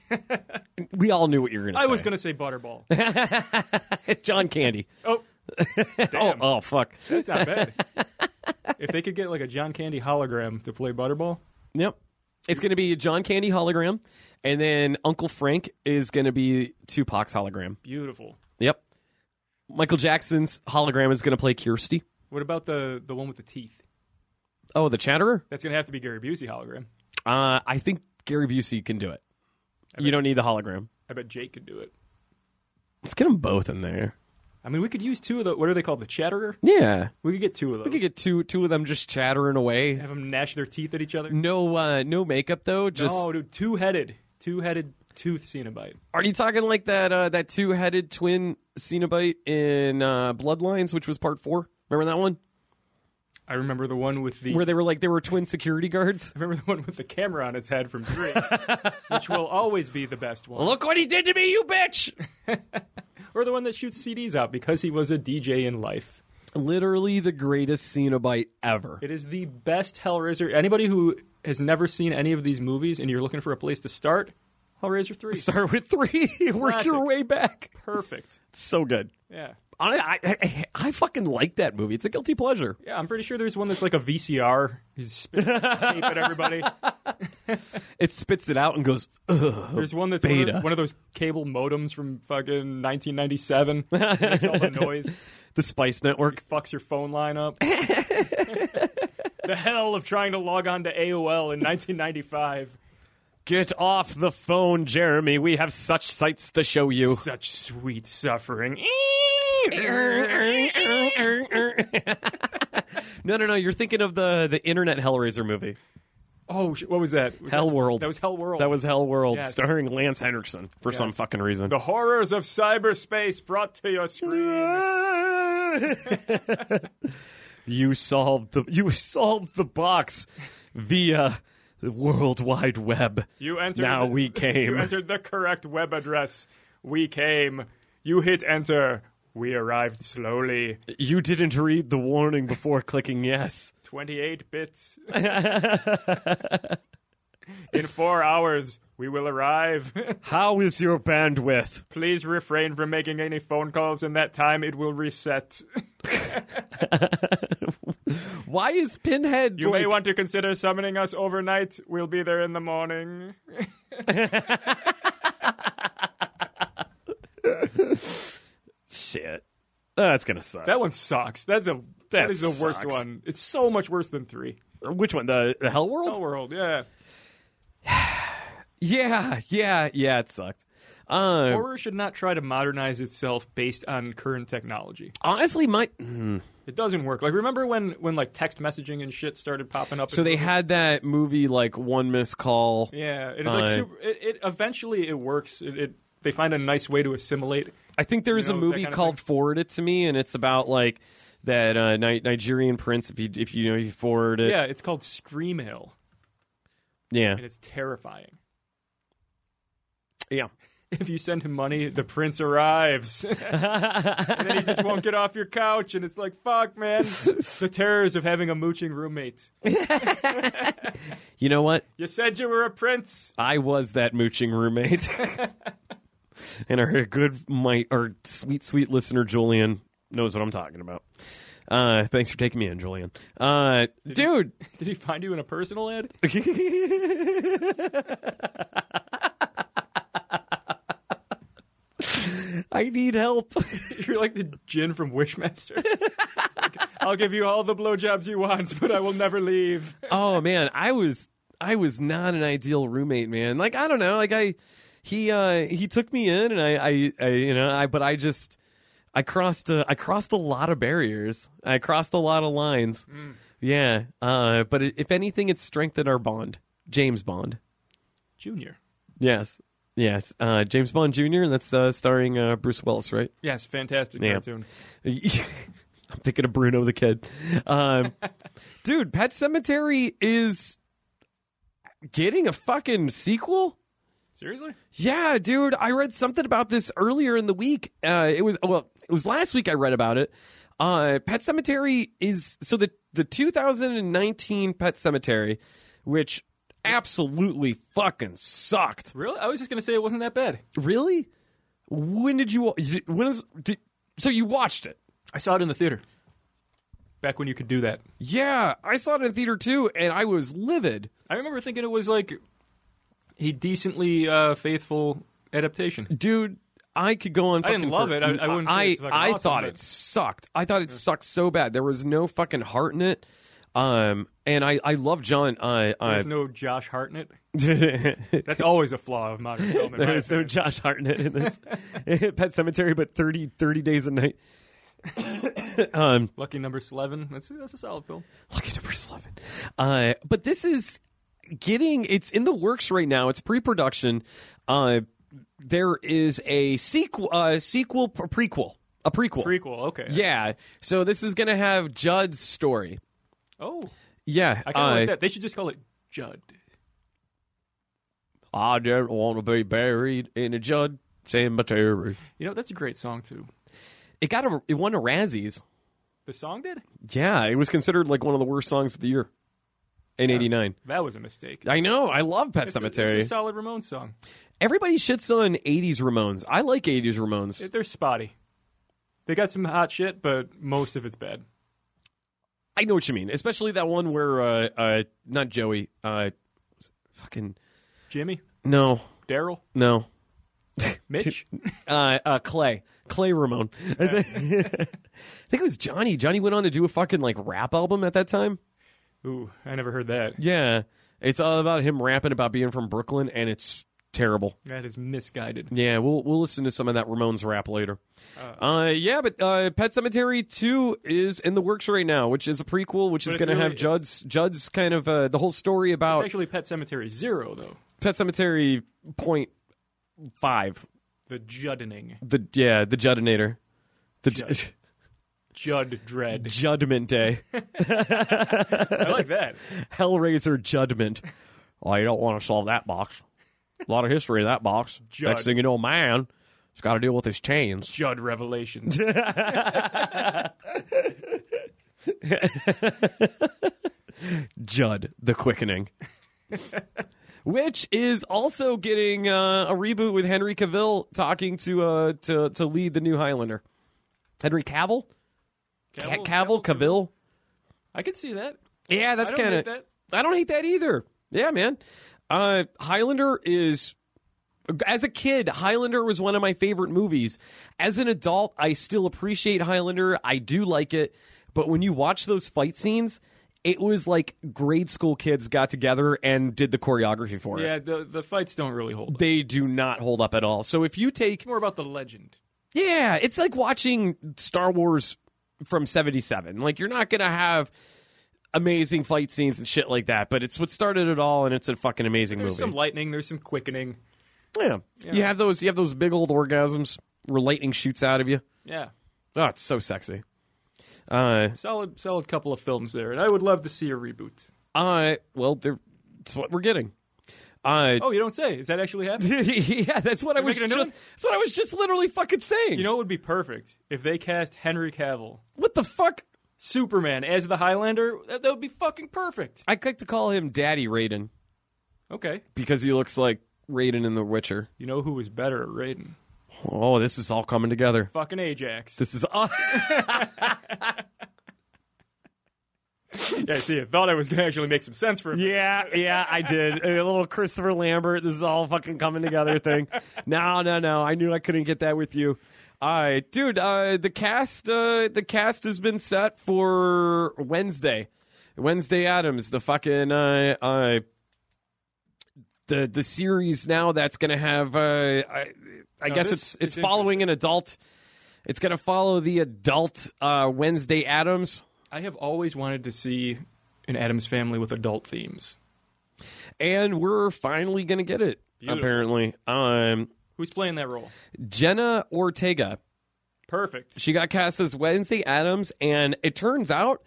we all knew what you were gonna say. I was going to say Butterball. gonna. John Candy. oh, Oh, oh, fuck. that's not bad. if they could get like a John Candy hologram to play Butterball, Yep. It's going to be a John Candy hologram, and then Uncle Frank is going to be Tupac's hologram. beautiful. Yep. Michael Jackson's hologram is going to play Kirsty. What about the the one with the teeth? Oh, the Chatterer. That's going to have to be Gary Busey hologram. Uh, I think Gary Busey can do it. You don't need the hologram. I bet Jake could do it. Let's get them both in there. I mean, we could use two of the. What are they called? The chatterer. Yeah, We could get two of those. we could get two two of them just chattering away. have them gnash their teeth at each other. No, uh, no makeup though. Just oh, dude, two headed, two headed tooth Cenobite. are you talking like that uh, that two headed twin Cenobite in uh, Bloodlines, which was part four? Remember that one I remember the one with the. where they were like they were twin security guards. I remember the one with the camera on its head from three, which will always be the best one, Look what he did to me, you bitch! or the one that shoots CDs out because he was a DJ in life. Literally the greatest Cenobite ever. It is the best Hellraiser. Anybody who has never seen any of these movies and you're looking for a place to start, Hellraiser three, Start with three, work Classic. your way back. perfect. So good. Yeah, I, I I I fucking like that movie. It's a guilty pleasure. yeah. I'm pretty sure there's one that's like a VCR. He's spit tape at everybody. It spits it out and goes. Ugh. There's one that's One, Beta. of, one of those cable modems from fucking 1997. It makes all the noise. The Spice Network. Fucks your phone line up. the hell of trying to log on to AOL in 1995. Get off the phone, Jeremy. We have such sights to show you. Such sweet suffering. no, no, no. You're thinking of the the Internet Hellraiser movie. Oh, sh- what was that? Was Hell that- World. That was Hell World. That was Hell World, Yes. starring Lance Henriksen for some Yes. fucking reason. the horrors of cyberspace brought to your screen. you solved the you solved the box via the World Wide Web. You entered. now we came. You entered the correct web address. We came. You hit enter. We arrived slowly. You didn't read the warning before clicking yes. 28 bits. In four hours, we will arrive. How is your bandwidth? Please refrain from making any phone calls in that time. It will reset. Why is Pinhead? You may like- want to consider summoning us overnight. We'll be there in the morning. shit. That's gonna suck. That one sucks. That's a That that is the worst sucks. one. It's so much worse than three. Which one? The, the Hell World? Hell world, yeah. Yeah, yeah, yeah. It sucked. Um, Horror should not try to modernize itself based on current technology. honestly, my mm. It doesn't work. Like remember when when like text messaging and shit started popping up. so in they movies? had that movie like one miss call. yeah. It is like Fine. super, it, it eventually it works. It, it they find a nice way to assimilate. I think there is know, a that movie kind of called Forward It to Me, and it's about like that uh, Ni- Nigerian prince. If you if you know you forward it, Yeah, it's called Scream Hill, yeah, and it's terrifying. yeah. If you send him money, the prince arrives. and then he just won't get off your couch, and it's like, fuck, man. the terrors of having a mooching roommate. You know what? You said you were a prince. I was that mooching roommate, and our good my our sweet sweet listener Julian knows what I'm talking about. Uh, thanks for taking me in, Julian. Uh, dude, Did he find you in a personal ad? I need help. You're like the gin from Wishmaster. I'll give you all the blowjobs you want, but I will never leave. oh man, I was I was not an ideal roommate, man. Like I don't know, like I he uh he took me in and I I, I you know, I but I just I crossed a, I crossed a lot of barriers. I crossed a lot of lines. Yeah. Uh but i if anything it's strengthened our bond. James Bond. Junior. Yes. Yes. Uh James Bond Jr. and that's uh starring uh Bruce Willis, right? Yes, fantastic Yeah. cartoon. I'm thinking of Bruno the Kid. Um, dude, Pet Cemetery is getting a fucking sequel? Seriously? Yeah, dude, I read something about this earlier in the week. Uh, it was well, it was last week I read about it. Uh, Pet Cemetery is so the the 2019 Pet Cemetery, which absolutely fucking sucked. Really? I was just gonna say it wasn't that bad. Really? When did you wa- is it- when is did, so you watched it? I saw it in the theater. Back when you could do that. Yeah, I saw it in theater too, and I was livid. I remember thinking it was like a decently uh, faithful adaptation. Dude, I could go on. I didn't fucking love for- it. I- I wouldn't say it's fucking I awesome, thought but- it sucked. I thought it sucked so bad. There was no fucking heart in it. Um, and I I love John. Uh, uh, There's no Josh Hartnett. there's That's always a flaw of modern film. in my no opinion. Josh Hartnett in this Pet Cemetery, but 30, 30 days a night. um, Lucky number eleven. That's that's a solid film. Lucky number eleven. Uh, but this is getting. It's in the works right now. It's pre-production. Uh, there is a sequel, uh, sequel, a prequel, a prequel. Prequel. Okay. yeah. So this is gonna have Judd's story. Oh, Yeah. uh, I kind of like that. They should just call it Judd. I don't want to be buried in a Judd cemetery. You know, that's a great song too. It got a. It won a Razzies. The song did. Yeah. It was considered like one of the worst songs of the year in '89. That was a mistake. I know. I love Pet It's a- Cemetery. it's a solid Ramones song. Everybody shits on 80s Ramones. I like 80s Ramones. They're spotty. They got some hot shit, but most of it's bad. I know what you mean, especially that one where uh, uh not Joey, uh fucking Jimmy, no, Daryl, no. Mitch. Uh, uh Clay, Clay Ramone. I said- I think it was Johnny. Johnny went on to do a fucking like rap album at that time. Ooh, I never heard that. Yeah. It's all about him rapping about being from Brooklyn and it's terrible. That is misguided. Yeah, we'll we'll listen to some of that Ramones rap later. Uh, yeah, but uh, Pet Cemetery Two is in the works right now, which is a prequel, which is it's going to really- have Judd's Judd's kind of uh, the whole story It's about actually Pet Cemetery Zero, though. Pet Cemetery Point Five. The Juddening. The yeah, the Juddinator, the Judd. Judd Dread. Judgment Day, I like that. Hellraiser Judgment. Oh, you don't want to solve that box. A lot of history in that box. Judd. Next thing you know, man, it's got to deal with his chains. Judd Revelations. Judd the Quickening. which is also getting uh, a reboot with Henry Cavill talking to uh, to to lead the new Highlander. Henry Cavill, Ca- Cavill, Cavill. I could see that. Yeah, that's I don't kind hate of. that. I don't hate that either. Yeah, man. Uh, Highlander is. As a kid, Highlander was one of my favorite movies. As an adult, I still appreciate Highlander. I do like it. But when you watch those fight scenes, it was like grade school kids got together and did the choreography for it. Yeah, the the fights don't really hold. up. They do not hold up at all. So if you take It's more about the legend. yeah, it's like watching Star Wars from 77. Like, you're not going to have amazing fight scenes and shit like that, but it's what started it all, and it's a fucking amazing There's movie. some lightning. There's some quickening. yeah. You have those You have those big old orgasms where lightning shoots out of you. Yeah, Oh, it's so sexy. Uh, solid solid couple of films there, and I would love to see a reboot. I, well, they're- it's what we're getting. Uh, Oh, you don't say? Is that actually happening? yeah, that's what I was making a new just, one? that's what I was just literally fucking saying. You know, it would be perfect if they cast Henry Cavill, what the fuck? Superman, as the Highlander. That, that would be fucking perfect. I like to call him Daddy Raiden Okay. because he looks like Raiden in The Witcher. You know who was better at Raiden? Oh, this is all coming together. Fucking Ajax. This is all. yeah, see, I thought I was going to actually make some sense for a minute. yeah, yeah, I did. A little Christopher Lambert. This is all fucking coming together thing. No, no, no. I knew I couldn't get that with you. All right, dude. Uh, the cast, uh, the cast has been set for Wednesday. Wednesday Adams, the fucking uh, uh, the the series now that's gonna have. Uh, I, I Now guess this it's it's is following an adult. It's gonna follow the adult uh, Wednesday Adams. I have always wanted to see an Adams family with adult themes. and we're finally gonna get it Beautiful. apparently um Who's playing that role? jenna ortega Perfect. she got cast as wednesday adams and it turns out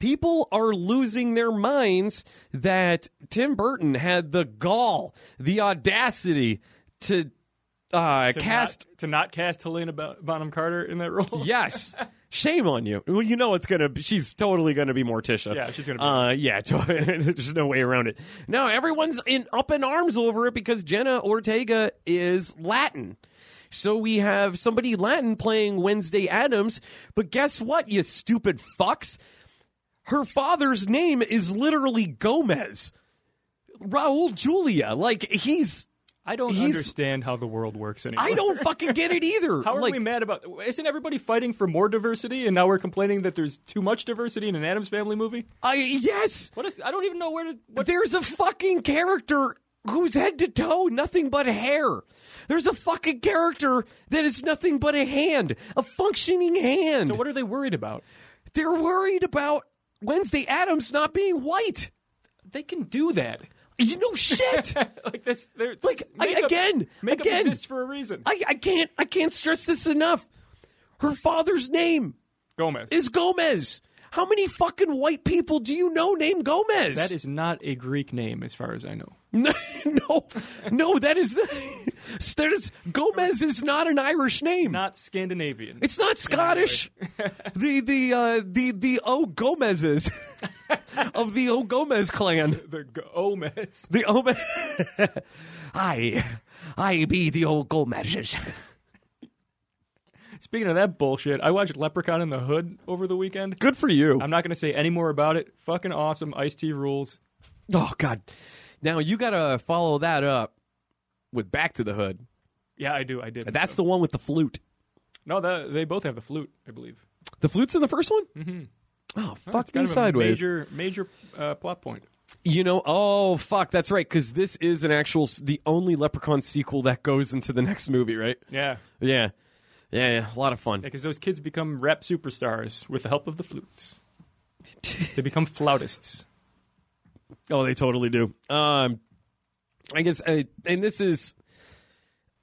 people are losing their minds that tim burton had the gall the audacity to uh To cast not, to not cast Helena Bo- Bonham Carter in that role. yes shame on you well you know it's gonna be, she's totally gonna be morticia Yeah, she's gonna be- uh yeah to- there's no way around it no everyone's in up in arms over it because jenna ortega is latin so we have somebody latin playing wednesday adams but guess what you stupid fucks her father's name is literally gomez raul julia like he's I don't He's- understand how the world works anymore. i don't fucking get it either How are like we mad about? Isn't everybody fighting for more diversity, and now we're complaining that there's too much diversity in an Adams Family movie? i yes What is? I don't even know where to. What, There's a fucking character who's head to toe nothing but hair. There's a fucking character that is nothing but a hand, a functioning hand. what are they worried about? They're worried about Wednesday Adams not being white. They can do that. You know shit. like this. they're- Like, I- makeup- again, makeup again. exists for a reason. I, I can't I can't stress this enough. Her father's name Gomez. is Gomez. How many fucking white people do you know named Gomez? that is not a Greek name, as far as I know. No, no, no, that is that is Gomez is not an Irish name. Not Scandinavian. It's not Scottish. the the uh, the the O Gomezes of the O Gomez clan. the Gomez. The O. I I be the O Gomezes. Speaking of that bullshit, I watched Leprechaun in the Hood over the weekend. Good for you. I'm not going to say any more about it. Fucking awesome. Ice T rules. oh God. Now you gotta follow that up with Back to the Hood. Yeah, I do. I did. That's the one with the flute. no, that, they both have the flute, I believe. The flute's in the first one. Mm-hmm. Oh fuck It's kind me of a sideways. Major, major uh, plot point. You know, oh fuck, that's right, because this is an actual, the only Leprechaun sequel that goes into the next movie, right? Yeah, Yeah, yeah, yeah. a lot of fun. because those kids become rap superstars with the help of the flute. they become flautists. Oh, they totally do. Um, I guess, uh and this is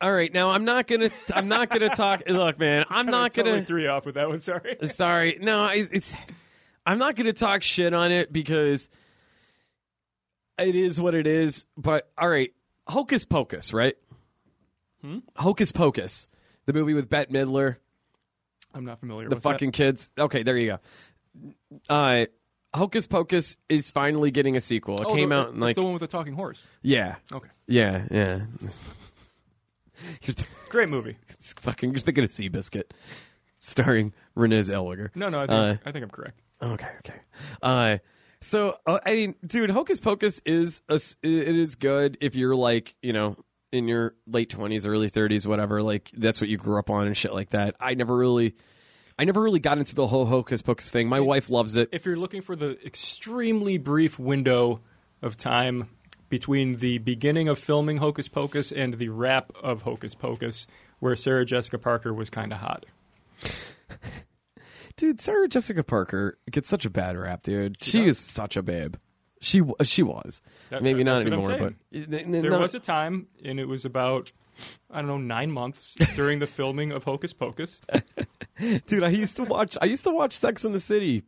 all right. Now, I'm not gonna, I'm not gonna talk. Look, man, I'm not totally gonna. three off with that one. Sorry. Sorry, no, I- it's. I'm not gonna talk shit on it because it is what it is. But all right, Hocus Pocus, right? Hmm? Hocus Pocus, the movie with Bette Midler. I'm not familiar. the with fucking kids. Okay, there you go. Uh, Hocus Pocus is finally getting a sequel. It Oh, came the- out in that's like the one with the talking horse. yeah, Okay, yeah, yeah. you're, th- great movie. it's fucking, you're thinking of Seabiscuit, starring Renee Zellweger. No, no, I Uh, think, I think I'm correct. Okay, okay. Uh, so uh, I mean, dude, Hocus Pocus is a, s- it is good if you're like you know in your late twenties, early thirties, whatever. Like that's what you grew up on and shit like that. I never really, I never really got into the whole Hocus Pocus thing. My wife loves it. If you're looking for the extremely brief window of time between the beginning of filming Hocus Pocus and the wrap of Hocus Pocus, where Sarah Jessica Parker was kind of hot. Dude, Sarah Jessica Parker gets such a bad rap, dude. She, does. is such a babe. She w- she was That- maybe not that's what I'm anymore, but saying. There was a time, and it was about I don't know nine months during the filming of Hocus Pocus. dude. I used to watch. I used to watch Sex in the City,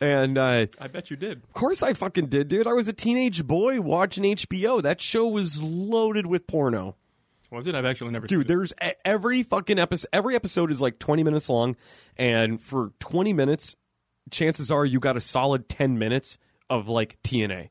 and uh, I bet you did. Of course I fucking did, dude. I was a teenage boy watching HBO. That show was loaded with porno. Was it? I've actually never Dude, seen there's e- every fucking episode every episode is like 20 minutes long and for 20 minutes chances are you got a solid 10 minutes of like TNA. it.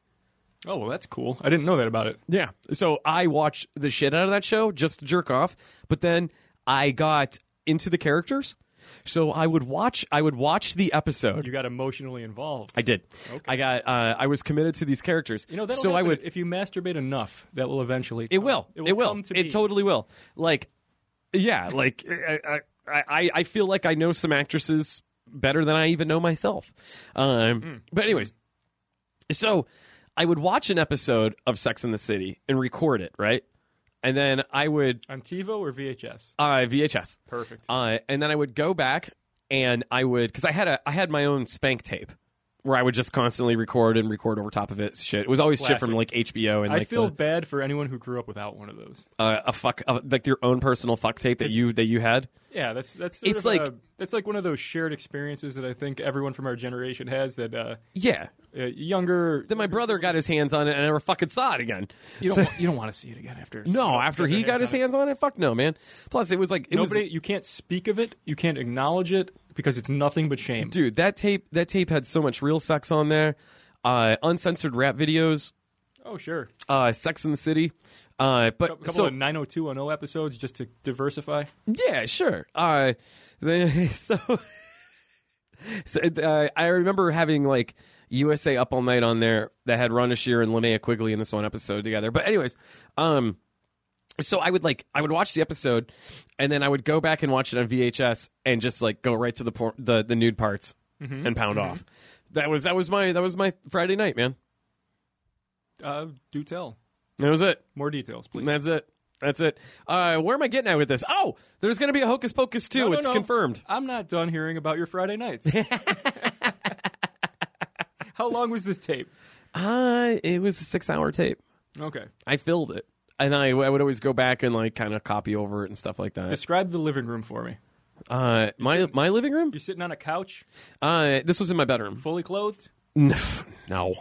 Oh well, that's cool. I didn't know that about it. Yeah. So I watched the shit out of that show just to jerk off, but then I got into the characters. So I would watch I would watch the episode. You got emotionally involved. I did. I got uh, I was committed to these characters. You know that. so I would if you masturbate enough, that will eventually. It will. It will. It, come to be. totally will. Like, yeah. Like, I, I, I, I feel like I know some actresses better than I even know myself. Um, Hmm. But anyways, so I would watch an episode of Sex in the City and record it, right? And then I would on TiVo or VHS. uh, VHS. Perfect. Uh, and then I would go back and I would because I had a I had my own spank tape where I would just constantly record and record over top of it. Shit, it was always shit from like HBO and I like feel the- bad for anyone who grew up without one of those. uh, a fuck uh, like your own personal fuck tape that you that you had. Yeah, that's that's sort It's of like- a, that's like one of those shared experiences that I think everyone from our generation has. That uh, Yeah. uh, younger, Then my brother got his hands on it and I never fucking saw it again. you don't wa- you don't want to see it again after. someone No, else after got he their got his on it. hands on it, fuck no, man. Plus it was like it nobody. was You can't speak of it. You can't acknowledge it because it's nothing but shame. dude, that tape that tape had so much real sex on there. Uh uncensored rap videos, Oh sure, uh Sex in the City. Uh a but couple so of 90210 episodes just to diversify. Yeah, sure. Uh, the, so, so uh, I remember having like USA Up All Night on there that had Ron Shear and Linnea Quigley in this one episode together. But anyways, um, so I would like I would watch the episode, and then I would go back and watch it on VHS and just like go right to the por- the the nude parts Mm-hmm. and pound off. That was that was my that was my Friday night, man. Uh, do tell That was it. more details, please. That's it. That's it. Uh, where am I getting at with this? Oh, there's gonna be a Hocus Pocus too. No, no, it's no. confirmed. I'm not done hearing about your Friday nights. How long was this tape? Uh, it was a six hour tape. Okay. I filled it. And I, I would always go back and like kind of copy over it and stuff like that. Describe the living room for me. Uh, my my living room. You're sitting on a couch, Uh, this was in my bedroom. fully clothed. No,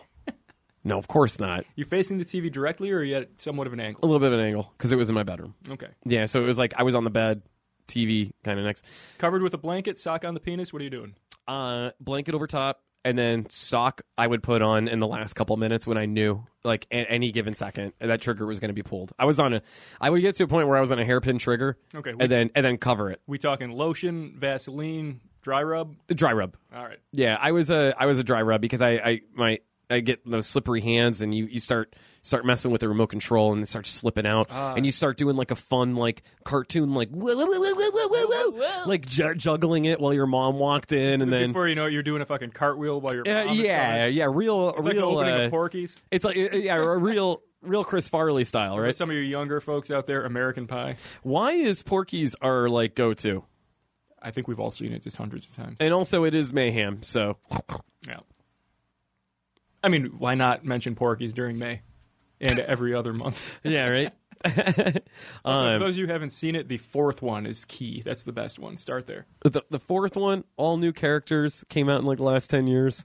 no, of course not. You're facing the TV directly, or are you at somewhat of an A angle? little bit of an angle because it was in my bedroom. Okay. Yeah, so it was like I was on the bed, TV kind of next, Covered with a blanket, sock on the penis. What are you doing? uh, blanket over top, and then sock I would put on in the last couple minutes when I knew like at any given second uh, that trigger was going to be pulled. I was on a, I would get to a point where I was on a hairpin trigger, Okay, we- and then and then cover it, We talking lotion, Vaseline, dry rub? dry rub. All right. Yeah, I was a I was a dry rub because I I my I get those slippery hands and you you start start messing with the remote control and it starts slipping out Ah. and you start doing like a fun like cartoon like whoa, whoa, whoa, whoa, whoa, whoa, whoa, like ju- juggling it while your mom walked in and then Before you know it, you're doing a fucking cartwheel while you're. Uh, yeah yeah real It's like the real opening uh, of Porky's. it's like uh, yeah a real real Chris Farley style For right some of you younger folks out there, American Pie. why is Porky's our like go to I think we've all seen it just hundreds of times. and also it is mayhem so Yeah. I mean, why not mention Porky's during May and every other month? yeah right So for um, those of you who haven't seen it, the fourth one is key. That's the best one. Start there. the, the fourth one all new characters came out in like the last 10 years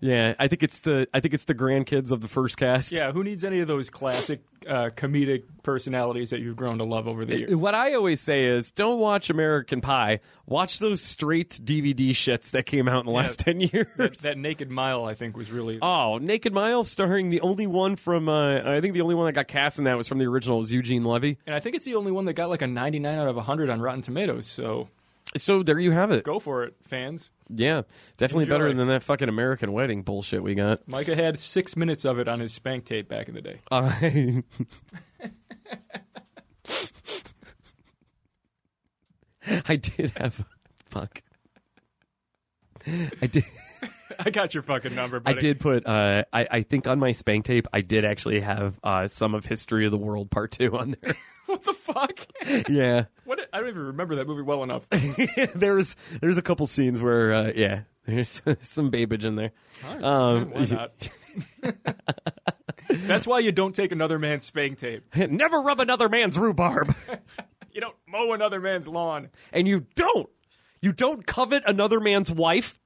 yeah i think it's the i think it's the grandkids of the first cast Yeah, who needs any of those classic uh, comedic personalities that you've grown to love over the years. What I always say is don't watch American Pie. Watch those straight DVD shits that came out in the last 10 That, years. that Naked Mile, I think, was really. Oh, Naked Mile starring the only one from, uh, I think the only one that got cast in that was from the original was Eugene Levy. and I think it's the only one that got like a 99 out of 100 on Rotten Tomatoes. So So there you have it. go for it, fans. Yeah, definitely Enjoy. better than that fucking American Wedding bullshit we got. Micah had six minutes of it on his spank tape back in the day. Uh, I did have, fuck. I did. I got your fucking number. I Buddy. did put. Uh, I, I think on my spank tape, I did actually have uh, some of History of the World Part Two on there. What the fuck? yeah, What? I don't even remember that movie well enough. there's there's a couple scenes where uh, yeah, there's some babbage in there. Um, Why not? That's why you don't take another man's spank tape. Never rub another man's rhubarb, You don't mow another man's lawn. and you don't you don't covet another man's wife,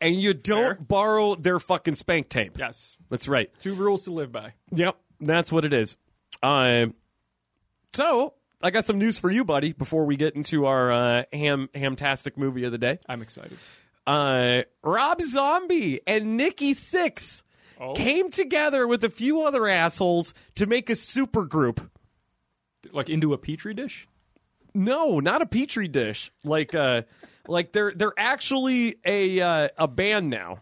and you don't Fair. borrow their fucking spank tape. Yes. That's right. Two rules to live by. Yep, that's what it is. Um, so I got some news for you, buddy. Before we get into our uh, ham hamtastic movie of the day, I'm excited. uh, Rob Zombie and Nikki Six Oh. came together with a few other assholes to make a super group. Like into a petri dish? No, not a petri dish. Like uh, like they're they're actually a uh, a band now.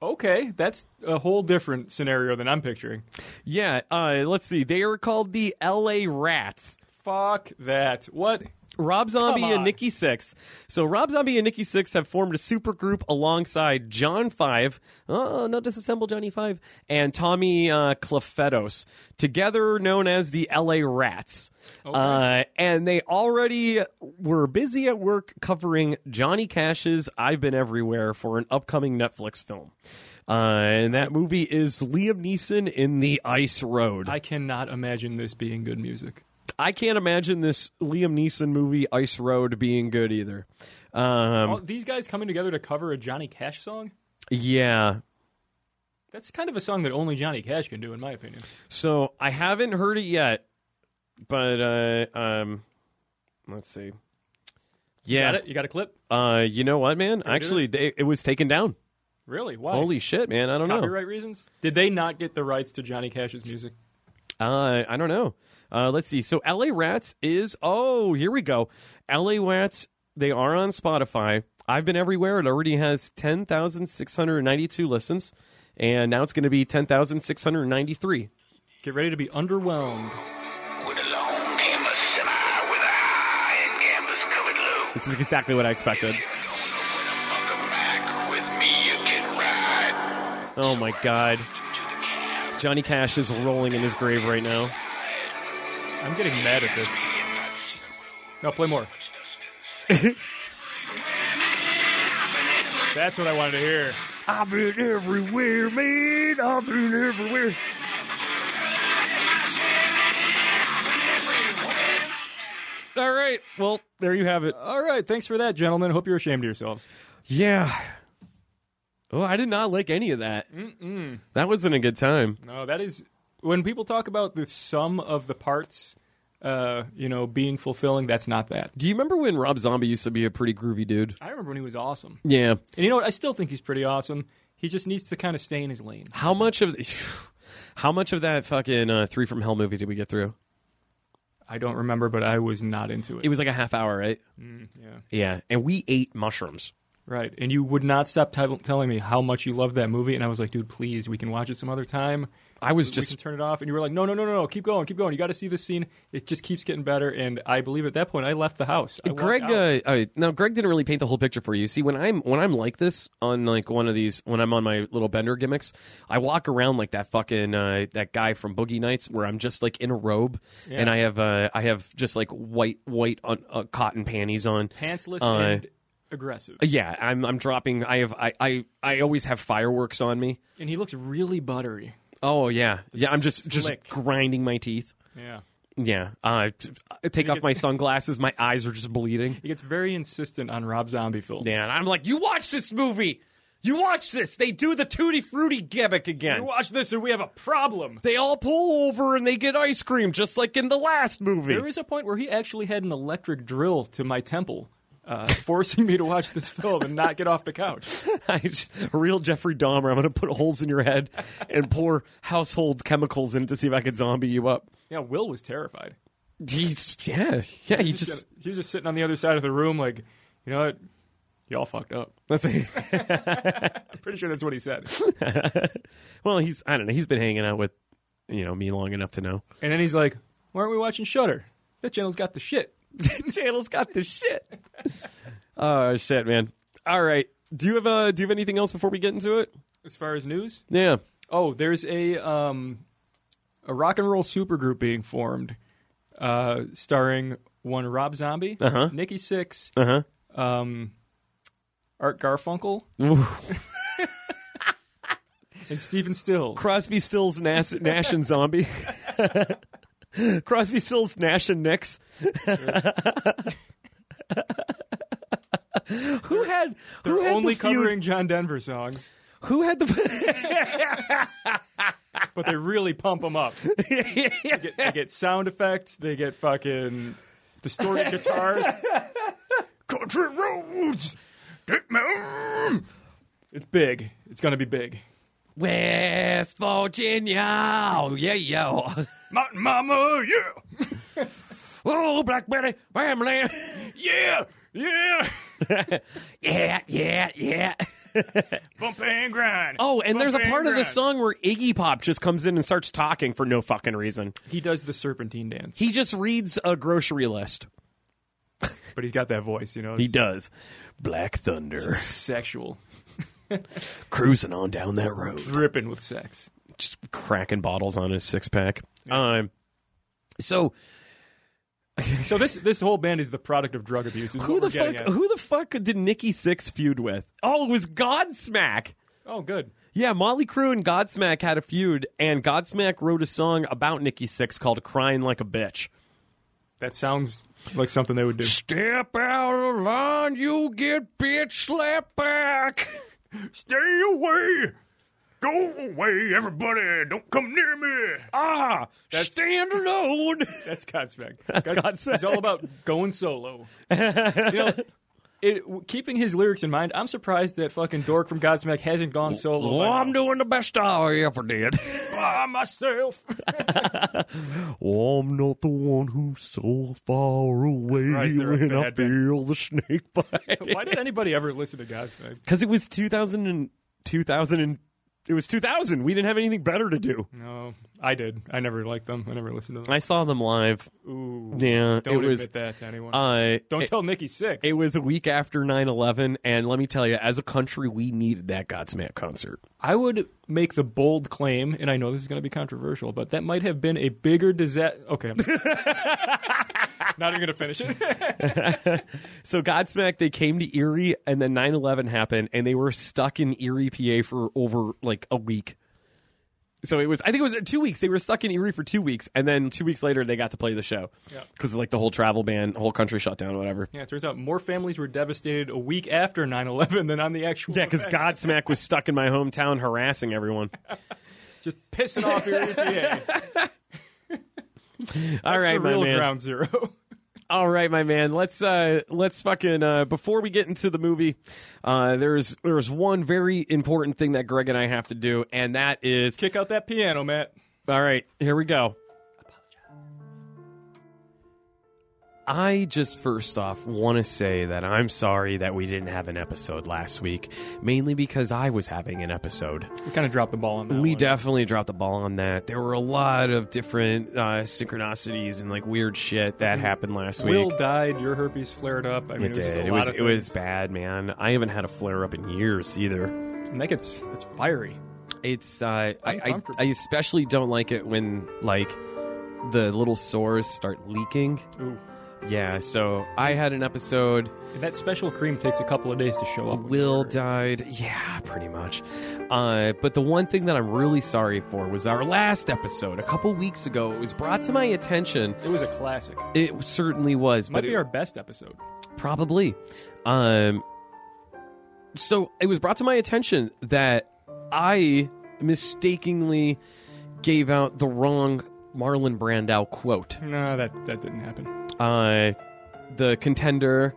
Okay, that's a whole different scenario than I'm picturing. Yeah, uh, let's see. They are called the L.A. Rats. Fuck that. What? Rob Zombie Come and on. Nikki Six. So Rob Zombie and Nikki Six have formed a supergroup alongside John Five, oh no, disassemble Johnny Five, and Tommy uh, Clefetos, together known as the L.A. Rats. Uh, and they already were busy at work covering Johnny Cash's "I've Been Everywhere" for an upcoming Netflix film. Uh, and that movie is Liam Neeson in The Ice Road. I cannot imagine this being good music. I can't imagine this Liam Neeson movie Ice Road being good either. Um, All, these guys coming together to cover a Johnny Cash song? yeah. That's kind of a song that only Johnny Cash can do, in my opinion. So I haven't heard it yet, but uh, um, let's see. Got Yeah. it? You got a clip? Uh, you know what, man? it Actually, is. they, it was taken down. Really? Why? Holy shit, man! I don't know. Copyright reasons? Did they not get the rights to Johnny Cash's music? Uh, I don't know. Uh, let's see. So LA Rats is oh, here we go. LA Rats, they are on Spotify. I've been everywhere. It already has 10,692 listens. And now it's going to be 10,693. Get ready to be underwhelmed. With a long canvas semi with a high and canvas covered low. This is exactly what I expected. You don't know when I'm on the Mac. With me, you can ride Oh my god. to the camp. Johnny Cash is rolling in his grave right now. I'm getting mad at this. No, play more. That's what I wanted to hear. I've been everywhere, man. I've been everywhere. All right. Well, there you have it. All right, thanks for that, gentlemen. Hope you're ashamed of yourselves. Yeah. Oh, I did not like any of that. That wasn't a good time. No, that is when people talk about the sum of the parts, uh, you know, being fulfilling. That's not that. Do you remember when Rob Zombie used to be a pretty groovy dude? I remember when he was awesome, Yeah. and you know what? I still think he's pretty awesome. He just needs to kind of stay in his lane. How much of how much of that fucking uh, Three from Hell movie did we get through? I don't remember, but I was not into it. It was like a half hour, right? Mm, yeah. Yeah, and we ate mushrooms. Right, and you would not stop t- telling me how much you loved that movie, and I was like, dude, please, we can watch it some other time. I was we just can turn it off. And you were like, no, no, no, no, no, keep going, keep going. You got to see this scene. It just keeps getting better. And I believe at that point, I left the house. I walked Greg. out. Uh, uh, now, Greg didn't really paint the whole picture for you. See, when I'm when I'm like this on like one of these, when I'm on my little bender gimmicks, I walk around like that fucking uh, that guy from Boogie Nights, where I'm just like in a robe and I have uh, I have just like white white uh, uh, cotton panties on. pantsless uh, and aggressive. Yeah, I'm I'm dropping. I have I I, I always have fireworks on me. And he looks really buttery. Oh yeah, yeah. I'm just just Slick. grinding my teeth. Yeah. Yeah, uh, t- I take off my sunglasses. My eyes are just bleeding. He gets very insistent on Rob Zombie films. Yeah, and I'm like, you watch this movie. You watch this. They do the tutti frutti gimmick You again. watch this, or we have a problem. They all pull over and they get ice cream, just like in the last movie. There is a point where he actually had an electric drill to my temple, uh, forcing me to watch this film and not get off the couch. I just, real Jeffrey Dahmer. I'm going to put holes in your head and pour household chemicals in to see if I could zombie you up. Yeah, Will was terrified. He's, yeah, yeah. He He's just just, he was just sitting on the other side of the room, like, you know what? Y'all fucked up. let's see. I'm pretty sure that's what he said. well, he's I don't know. He's been hanging out with you know me long enough to know. And then he's like, why aren't we watching Shudder? That channel's got the shit. Channel's got the shit. Oh shit, man. All right. Do you have uh Do you have anything else before we get into it? As far as news, Yeah. oh, there's a um, a rock and roll supergroup being formed, uh, starring one Rob Zombie, Uh-huh. Nikki Six, Uh um, Art Garfunkel, huh. and Stephen Stills. Crosby, Stills, Nas- Nash, and Zombie. Crosby, Stills, Nash, and Nix. who had They're who had only the feud? covering John Denver songs, Who had the? but they really pump them up. they, get, they get sound effects. They get fucking distorted guitars. Country roads. Get me on. It's big. It's gonna be big. West Virginia, oh, yeah, yeah. Mountain Mama, yeah, Oh, Blackberry family, yeah, yeah. yeah, yeah, yeah. Bump and grind. Oh, and there's a Bump part of the grind. song where Iggy Pop just comes in and starts talking for no fucking reason. He does the serpentine dance, He just reads a grocery list. but he's got that voice, you know. He it's does. Black Thunder. Sexual, cruising on down that road, dripping with sex. just cracking bottles on his six pack. Um, so So this this whole band is the product of drug abuse. Is who what the we're getting fuck? At. Who the fuck did Nikki Six feud with? Oh, it was Godsmack. Oh, good. Yeah, Motley Crue and Godsmack had a feud, and Godsmack wrote a song about Nikki Six called "Crying Like a Bitch." That sounds like something they would do. Step out of line, you get bitch slapped back. Stay away. Go away, everybody. Don't come near me. Ah, stand alone. That's Godsmack. That's Godsmack. He's all about going solo. you know, it, w- keeping his lyrics in mind, I'm surprised that fucking dork from Godsmack hasn't gone solo. by Well, now. Oh, I'm doing the best I ever did. by myself. I'm not the one who's so far away Christ, they're up when to I head back. feel the snake bite. Why did anybody ever listen to Godsmack? Because it was 2000 and 2000 and it was 2000. We didn't have anything better to do. No, I did. I never liked them. I never listened to them. I saw them live. Ooh, Yeah, don't it admit was. that to anyone. Uh, don't it, tell Nikki Six. it was a week after 9/11, and let me tell you, as a country, we needed that Godsmack concert. I would make the bold claim, and I know this is going to be controversial, but that might have been a bigger disaster. Okay, I'm not even going to finish it. So Godsmack, they came to Erie, and then 9/11 happened, and they were stuck in Erie, PA, for over like a week. So it was, I think it was two weeks. They were stuck in Erie for two weeks, and then two weeks later they got to play the show Yeah. because like the whole travel ban, whole country shut down, whatever. yeah, it turns out more families were devastated a week after 9/11 than on the actual. Yeah, because event. Godsmack was stuck in my hometown harassing everyone. just pissing off your EPA. All right, the my real man. ground zero. All right, my man. Let's uh let's fucking uh before we get into the movie, uh there's there's one very important thing that Greg and I have to do, and that is Kick out that piano, Matt. All right, here we go. I just first off want to say that I'm sorry that we didn't have an episode last week, mainly because I was having an episode. We kind of dropped the ball on that. we one. definitely dropped the ball on that. There were a lot of different uh, synchronicities and like weird shit that happened last Will week. died. Your herpes flared up. Mm-hmm. I mean, It it, was just did. a It lot was of it was things. bad, man. I haven't had a flare up in years either. And that gets that's fiery. It's uh, I, I Uncomfortable. I especially don't like it when like the little sores start leaking. Ooh. Yeah, so I had an episode. And that special cream takes a couple of days to show up. when Will you're- died. Yeah, pretty much. Uh, but the one thing that I'm really sorry for was our last episode a couple weeks ago. It was brought to my attention. It was a classic. Might It certainly was, but be it- our best episode. probably. Um, so it was brought to my attention that I mistakenly gave out the wrong Marlon Brandau quote. No, that that didn't happen. Uh, the contender.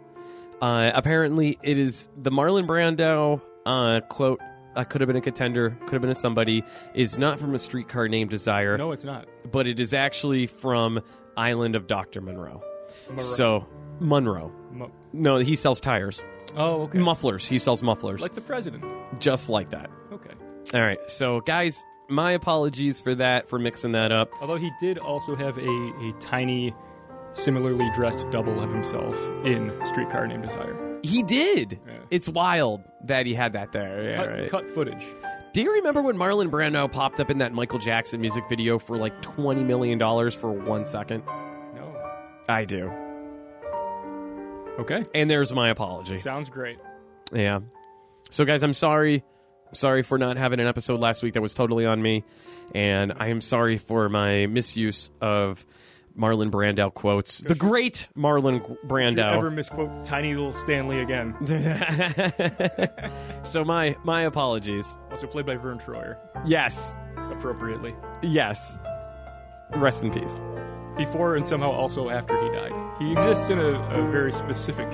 Uh, apparently, it is the Marlon Brando uh, quote. I could have been a contender, could have been a somebody. Is not from a streetcar named Desire, No, it's not. but it is actually from Island of Doctor Monroe. Monroe. So Monroe. Mo- No, he sells tires, oh, okay. mufflers. He sells mufflers, like the president. just like that. Okay. All right, so guys, my apologies for that for mixing that up. Although he did also have a, a tiny, similarly dressed double of himself in Streetcar Named Desire. He did. Yeah. It's wild that he had that there. Yeah, Cut, right. cut footage. Do you remember when Marlon Brando popped up in that Michael Jackson music video for like twenty million dollars for one second? No. I do. Okay. And there's my apology. Sounds great. Yeah. So guys, I'm sorry. I'm sorry for not having an episode last week that was totally on me. And I am sorry for my misuse of Marlon Brando quotes. The great Marlon If you Brando. ever misquote Tiny Little Stanley again. so my my apologies. Also played by Vern Troyer, Yes. appropriately. Yes. Rest in peace. Before and somehow also after he died. He exists in a, a very specific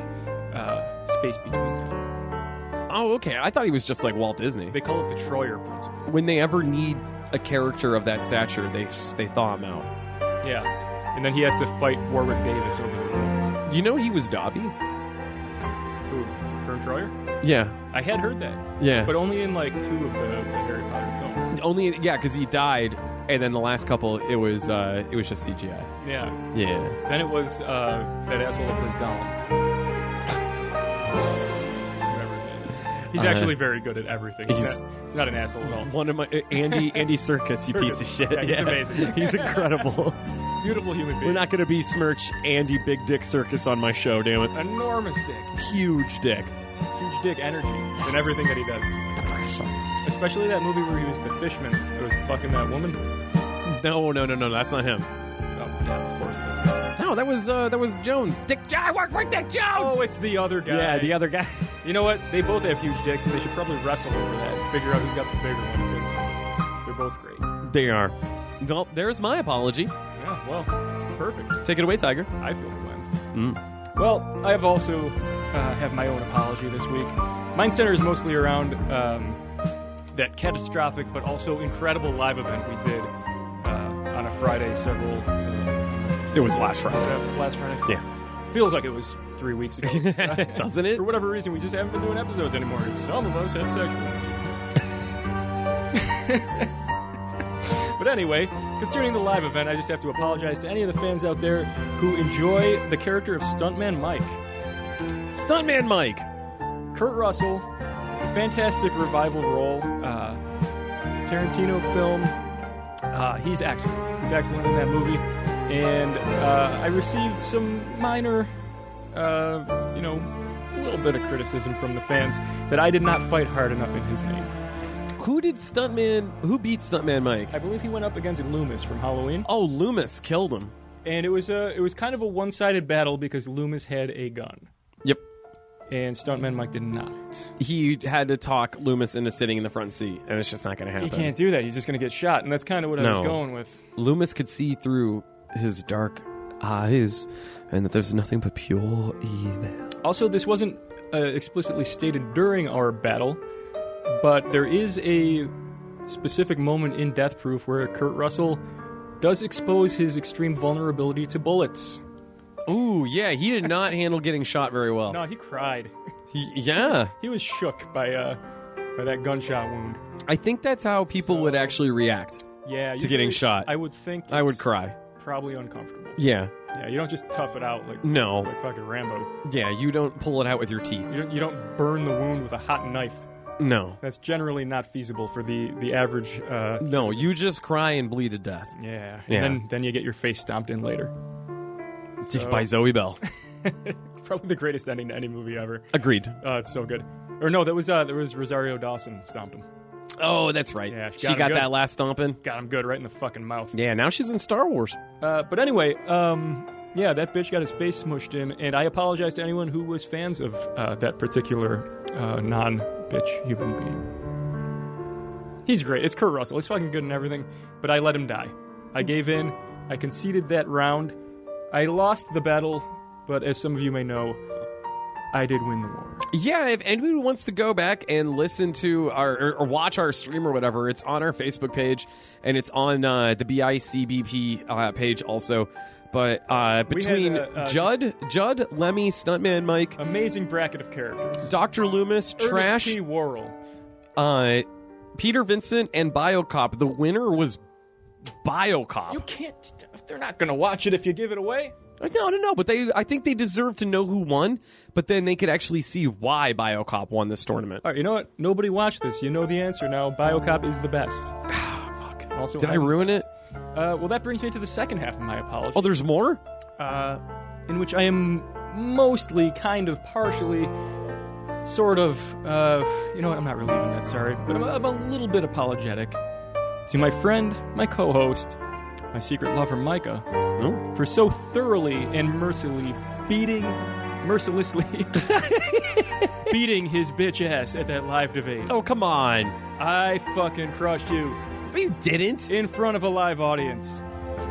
uh, space between time. Oh, okay. I thought he was just like Walt Disney. They call it the Troyer principle. When they ever need a character of that stature, they they thaw him out. Yeah. And then he has to fight Warwick Davis over the world. You know he was Dobby. Who? Vern Troyer? Yeah. I had heard that. Yeah. But only in like two of the Harry Potter films. Only yeah, because he died, and then the last couple it was uh it was just CGI. Yeah. Yeah. Then it was uh, that asshole that plays Gollum. Whatever his name is. He's Uh, actually very good at everything. He's, he's- not, he's not an asshole at all. One of my uh, Andy Andy Circus, you piece of Serkis. shit. Yeah, he's amazing. he's incredible. Beautiful human being. We're not gonna besmirch Andy Big Dick Circus on my show, damn it. enormous dick, Huge dick. huge dick energy in everything that he does. Especially that movie where he was the fishman who was fucking that woman. Oh No, no, no, no, that's not him. yeah, of course it is. No, that was uh that was Jones. Dick Jones. Work for Dick Jones. Oh, it's the other guy. yeah, the other guy. You know what? They both have huge dicks, and they should probably wrestle over that and figure out who's got the bigger one because they're both great. They are. Well, there's my apology. Yeah, well, perfect. Take it away, Tiger. I feel cleansed. Well, I've also uh, have my own apology this week. Mine centers mostly around um, that catastrophic but also incredible live event we did uh, on a Friday. Several uh, It was last was Friday. that last Friday. Yeah. feels like it was three weeks ago. Doesn't it? For whatever reason, we just haven't been doing episodes anymore. Some of us have sexual issues. but anyway, concerning the live event, I just have to apologize to any of the fans out there who enjoy the character of Stuntman Mike. Stuntman Mike. Kurt Russell, fantastic revival role, uh, Tarantino film. Uh, he's excellent. He's excellent in that movie. And uh, I received some minor, uh, you know, a little bit of criticism from the fans that I did not fight hard enough in his name. Who did Stuntman? Who beat Stuntman Mike? I believe he went up against Loomis from Halloween, Oh, Loomis killed him. and it was a it was kind of a one sided battle because Loomis had a gun Yep. and Stuntman Mike did not. He had to talk Loomis into sitting in the front seat, and it's just not going to He happen. can't do that. He's just going to get shot, and that's kind of what I was No. going with. Loomis could see through his dark eyes, and that there's nothing but pure evil. Also, this wasn't uh, explicitly stated during our battle, but there is a specific moment in Death Proof where Kurt Russell does expose his extreme vulnerability to bullets. Ooh, yeah, he did not handle getting shot very well. No, he cried. He- yeah, He was shook by uh, by that gunshot wound. I think that's how people would actually react. Yeah, To getting usually shot. I would think I would it's cry. Probably uncomfortable. Yeah, Yeah, you don't just tough it out like no, like fucking Rambo. yeah, you don't pull it out with your teeth. You don't, you don't burn the wound with a hot knife. No, That's generally not feasible for the the average uh, no, you just cry and bleed to death Yeah. Yeah. And then, then you get your face stomped in later. by Zoe Bell. Probably the greatest ending to any movie ever. Agreed. Oh, it's so good. Or no, that was uh, that was Rosario Dawson stomped him. Oh, that's right. Yeah, she she got got, him good. that last stomping. Got him good right in the fucking mouth. Yeah, now she's in Star Wars. Uh, but anyway, um, yeah, that bitch got his face smushed in, and I apologize to anyone who was fans of uh, that particular uh, non bitch human being. He's great. It's Kurt Russell. He's fucking good and everything, but I let him die. I gave in. I conceded that round. I lost the battle, but as some of you may know, I did win the war. Yeah, if anybody wants to go back and listen to our or, or watch our stream or whatever, it's on our Facebook page and it's on uh, the BICBP uh, page also. But uh, between uh, uh, Judd, Judd, Lemmy, Stuntman Mike, Amazing bracket of characters. Doctor Loomis, Trash, Ernest P. Worrell. uh, Peter Vincent, and BioCop, the winner was BioCop. Uh, You can't. They're not gonna watch it if you give it away. No, no, no. But they, I think they deserve to know who won. But then they could actually see why BioCop won this tournament. All right, you know what? Nobody watched this. You know the answer now. BioCop is the best. Also, Did I ruin it? Uh, well, that brings me to the second half of my apology, Oh, there's more. uh, in which I am mostly, kind of, partially, sort of, uh, you know what? I'm not really even that sorry, but I'm, I'm a little bit apologetic to my friend, my co-host, my secret lover, Micah, Oh. for so thoroughly and mercilessly beating, mercilessly beating his bitch ass at that live debate. Oh, come on. I fucking crushed you But you didn't. in front of a live audience,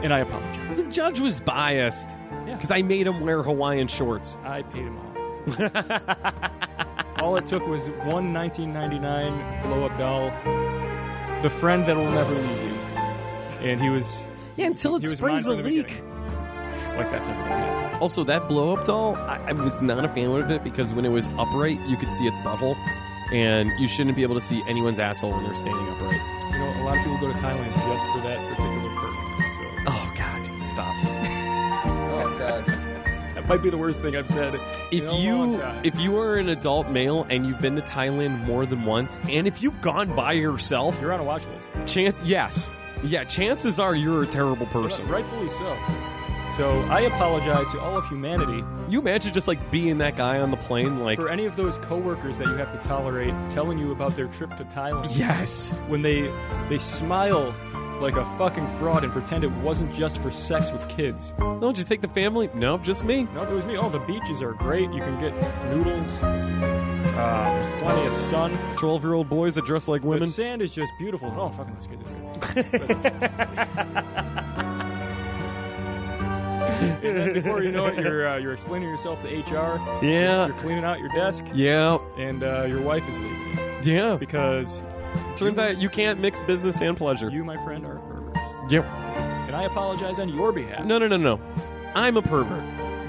and I apologize. The judge was biased Yeah. because I made him wear Hawaiian shorts. I paid him off. All it took was one 1999 blow up doll, the friend that will never leave you. And he was Yeah, until it He was springs a mine from the leak. beginning. like, that's everything. Also, that blow up doll, I, I was not a fan of it because when it was upright, you could see its butthole, and you shouldn't be able to see anyone's asshole when they're standing upright. You know, a lot of people go to Thailand just for that particular perk. Oh God, stop! Oh, God. So that might be the worst thing I've said. in a If long you time. if you are an adult male and you've been to Thailand more than once, and if you've gone by yourself, you're on a watch list, chance yes, yeah, chances are you're a terrible person. rightfully so. So I apologize to all of humanity You imagine just like being that guy on the plane, like For any of those coworkers that you have to tolerate telling you about their trip to Thailand, yes, when they they smile like a fucking fraud and pretend it wasn't just for sex with kids. don't you take the family? Nope, just me. No, it was me. Oh, the beaches are great. You can get noodles. Uh, there's plenty of sun. Twelve year old boys that dress like The women. sand is just beautiful. Oh, fucking those kids are great. and then before you know it, you're uh, you're explaining yourself to HR. Yeah, You're cleaning out your desk, yeah, and uh, your wife is leaving you yeah. because Turns out you can't mix business and pleasure. You, my friend, are perverts. Yeah. And I apologize on your behalf. No, no, no, no. I'm a pervert.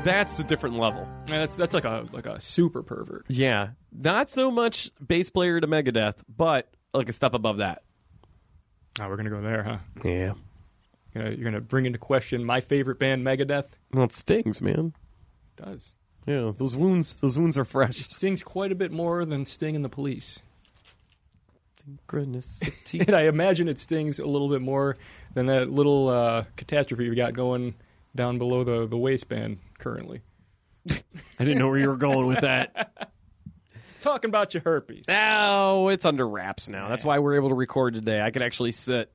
That's a different level. That's that's like a like a super pervert. Yeah. Not so much bass player to Megadeth, but like a step above that. Oh, we're gonna go there, huh? Yeah. You're gonna, you're gonna bring into question my favorite band, Megadeth. Well, it stings, man. It does Yeah, those wounds, those wounds are it fresh. stings quite a bit more than Sting and the Police, Synchronicity. and I imagine it stings a little bit more than that little uh, catastrophe we got going down below the the waistband currently. I didn't know where you were going with that. Talking about your herpes. Oh, it's under wraps now. That's why we're able to record today. I could actually sit.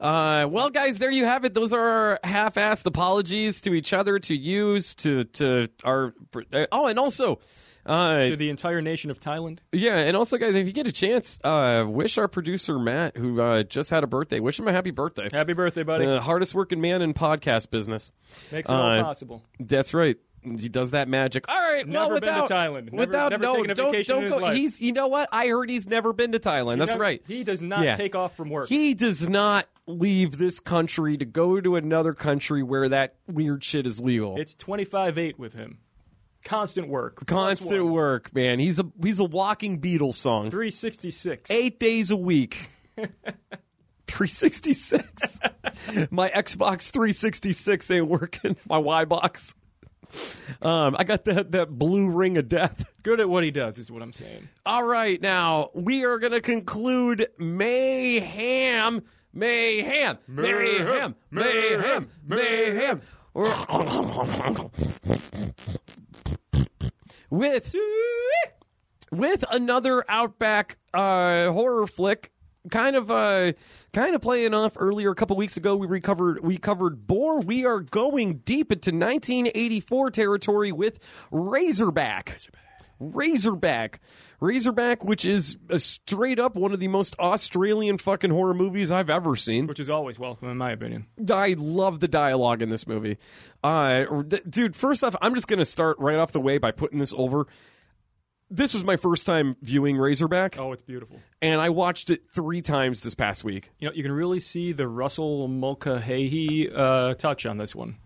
Uh, well, guys, there you have it. Those are our half-assed apologies to each other, to yous, to to our. Oh, and also, uh, to the entire nation of Thailand. Yeah, and also, guys, if you get a chance, uh, wish our producer Matt, who uh, just had a birthday, wish him a happy birthday. Happy birthday, buddy! The hardest working man in podcast business. Makes it all uh, possible. That's right. He does that magic. All right. well, Never been to without, Thailand. Never- without never no, taken a don't, vacation don't in go. his life. He's. You know what? I heard he's never been to Thailand. That's Never- right. He does not Yeah. take off from work. He does not leave this country to go to another country where that weird shit is legal. It's 25 8 with him. Constant work. constant work. work, man. He's a he's a walking Beatles song. 366. eight days a week. 366. My Xbox 366 ain't working. My Y box. Um, I got that that blue ring of death. Good at what he does, is what I'm saying. All right, now we are gonna conclude mayhem, mayhem, mayhem, mayhem, mayhem. With with another Outback uh, horror flick kind of uh kind of playing off earlier a couple weeks ago we recovered we covered Boar. We are going deep into 1984 territory with Razorback. Razorback. Razorback, which is a straight up one of the most Australian fucking horror movies I've ever seen. which is always welcome in my opinion. I love the dialogue in this movie. Uh, or th- dude, first off, I'm just going to start right off the way by putting this over. This was my first time viewing Razorback, Oh, it's beautiful. and I watched it three times this past week. You know, you can really see the Russell Mulcahy uh, touch on this one.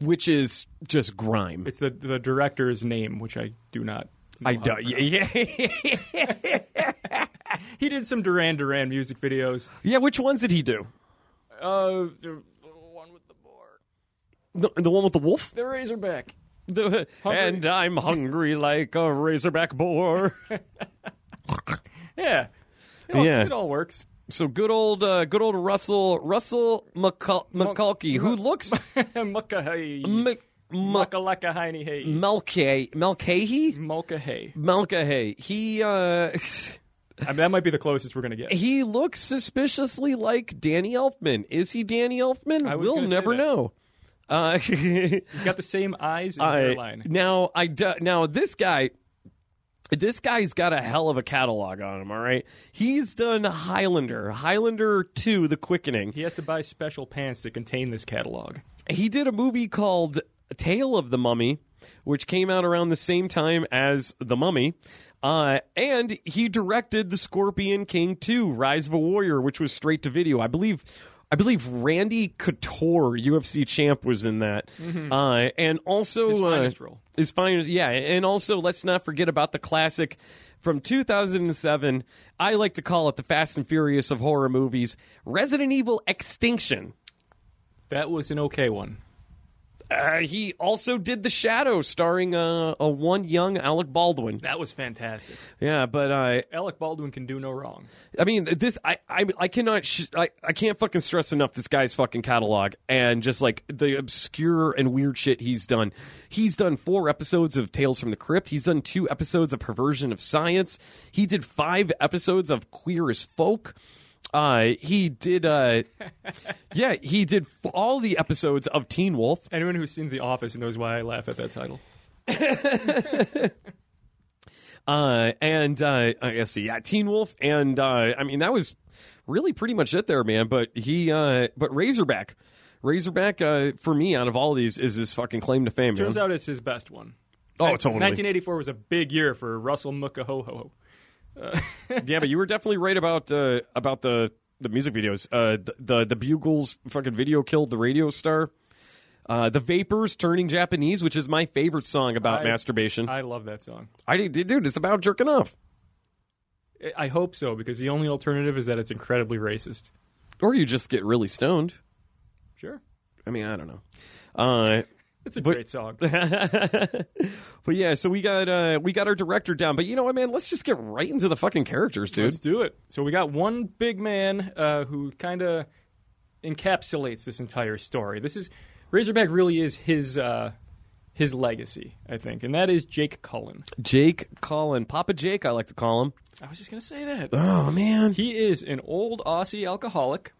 which is just grime. It's the the director's name, which I do not. know I how to do, pronounce. yeah, yeah, He did some Duran Duran music videos. yeah. Which ones did he do? Uh, the the one with the boar, The, the one with the wolf, the Razorback. the, and I'm hungry like a razorback boar. Yeah, it all, Yeah. it all works. so good old, uh, good old Russell Russell McCul- McCulkey, who looks Mulcahy, M- M- Muckalaka Heiny Hey, Melcahy Melcahy Mulcahy. Melcahy. He uh, I mean, that might be the closest we're gonna get. he looks suspiciously like Danny Elfman. Is he Danny Elfman? I was we'll gonna say never that. know. Uh, He's got the same eyes and I- hairline. Now I do- now this guy this guy's got a hell of a catalog on him, all right? He's done Highlander, Highlander 2, The Quickening. He has to buy special pants that contain this catalog. He did a movie called Tale of the Mummy, which came out around the same time as The Mummy. Uh, and he directed The Scorpion King 2, Rise of a Warrior, which was straight to video. I believe I believe Randy Couture, UFC champ, was in that. Uh, and also Mm-hmm. His uh, finest role. is fine. Yeah, and also let's not forget about the classic from 2007. I like to call it the Fast and Furious of horror movies, Resident Evil Extinction. That was an okay one. Uh, he also did The Shadow, starring uh, a one young Alec Baldwin. That was fantastic. Yeah, but uh, Alec Baldwin can do no wrong. I mean, this I I, I cannot sh- I, I can't fucking stress enough this guy's fucking catalog and just like the obscure and weird shit he's done. He's done four episodes of Tales from the Crypt. He's done two episodes of Perversion of Science. He did five episodes of Queer as Folk. Uh, he did uh, yeah, he did f- all the episodes of Teen Wolf. Anyone who's seen The Office knows why I laugh at that title. Uh, and uh, I guess yeah, Teen Wolf, and uh, I mean that was really pretty much it there, man. But he, uh, but Razorback, Razorback, uh, for me out of all these is his fucking claim to fame. Turns man. out it's his best one. oh, Nin- totally. 1984 was a big year for Russell Mukahoho. yeah, but you were definitely right about uh, about the the music videos. Uh, the, the the bugles fucking video killed the radio star. Uh, the vapors turning Japanese, which is my favorite song about I- masturbation. I, I love that song. did- dude, it's about jerking off, I- I hope so because the only alternative is that it's incredibly racist. or you just get really stoned. Sure, I mean, I don't know. Uh, it's a great song. but yeah, so we got uh we got our director down. But you know what, man? Let's just get right into the fucking characters, dude. Let's do it. So we got one big man uh, who kind of encapsulates this entire story. This is Razorback really is his uh, his legacy, I think, and that is Jake Cullen. Jake Collin, Papa Jake, I like to call him. I was just gonna say that Oh man. he is an old Aussie alcoholic,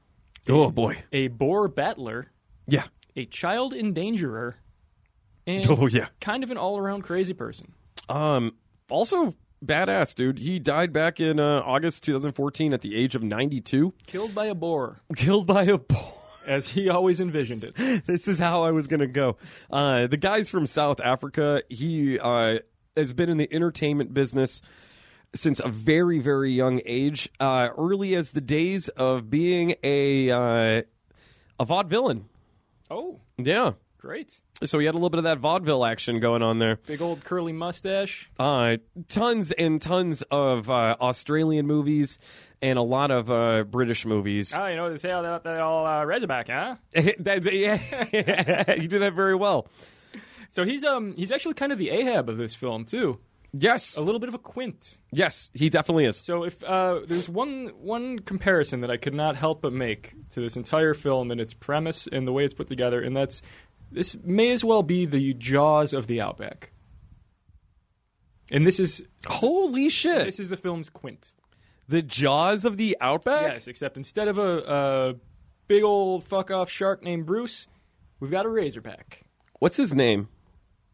Oh boy. a Boer battler, Yeah. a child endangerer, and Oh yeah. kind of an all around crazy person. Um. Also, badass dude. He died back in uh, August 2014 at the age of 92, Killed by a Boer, killed by a boy. as he always envisioned it. this is how I was gonna go. Uh, the guy's from South Africa. He uh, has been in the entertainment business since a very, very young age. Uh, early as the days of being a uh, a vaudevillain. Oh, Yeah. great. So he had a little bit of that vaudeville action going on there. Big old curly mustache. Uh, tons and tons of uh, Australian movies and a lot of uh, British movies. Oh, you know, they say all that, that all uh, Razorback, huh? That's- yeah, you do that very well. So he's um he's actually kind of the Ahab of this film too. Yes, A little bit of a Quint. yes, he definitely is. So if uh, there's one one comparison that I could not help but make to this entire film and its premise and the way it's put together, and that's this may as well be the Jaws of the Outback. And this is Holy shit! this is the film's Quint. The Jaws of the Outback? Yes, except instead of a, a big old fuck off shark named Bruce, we've got a Razorback. What's his name?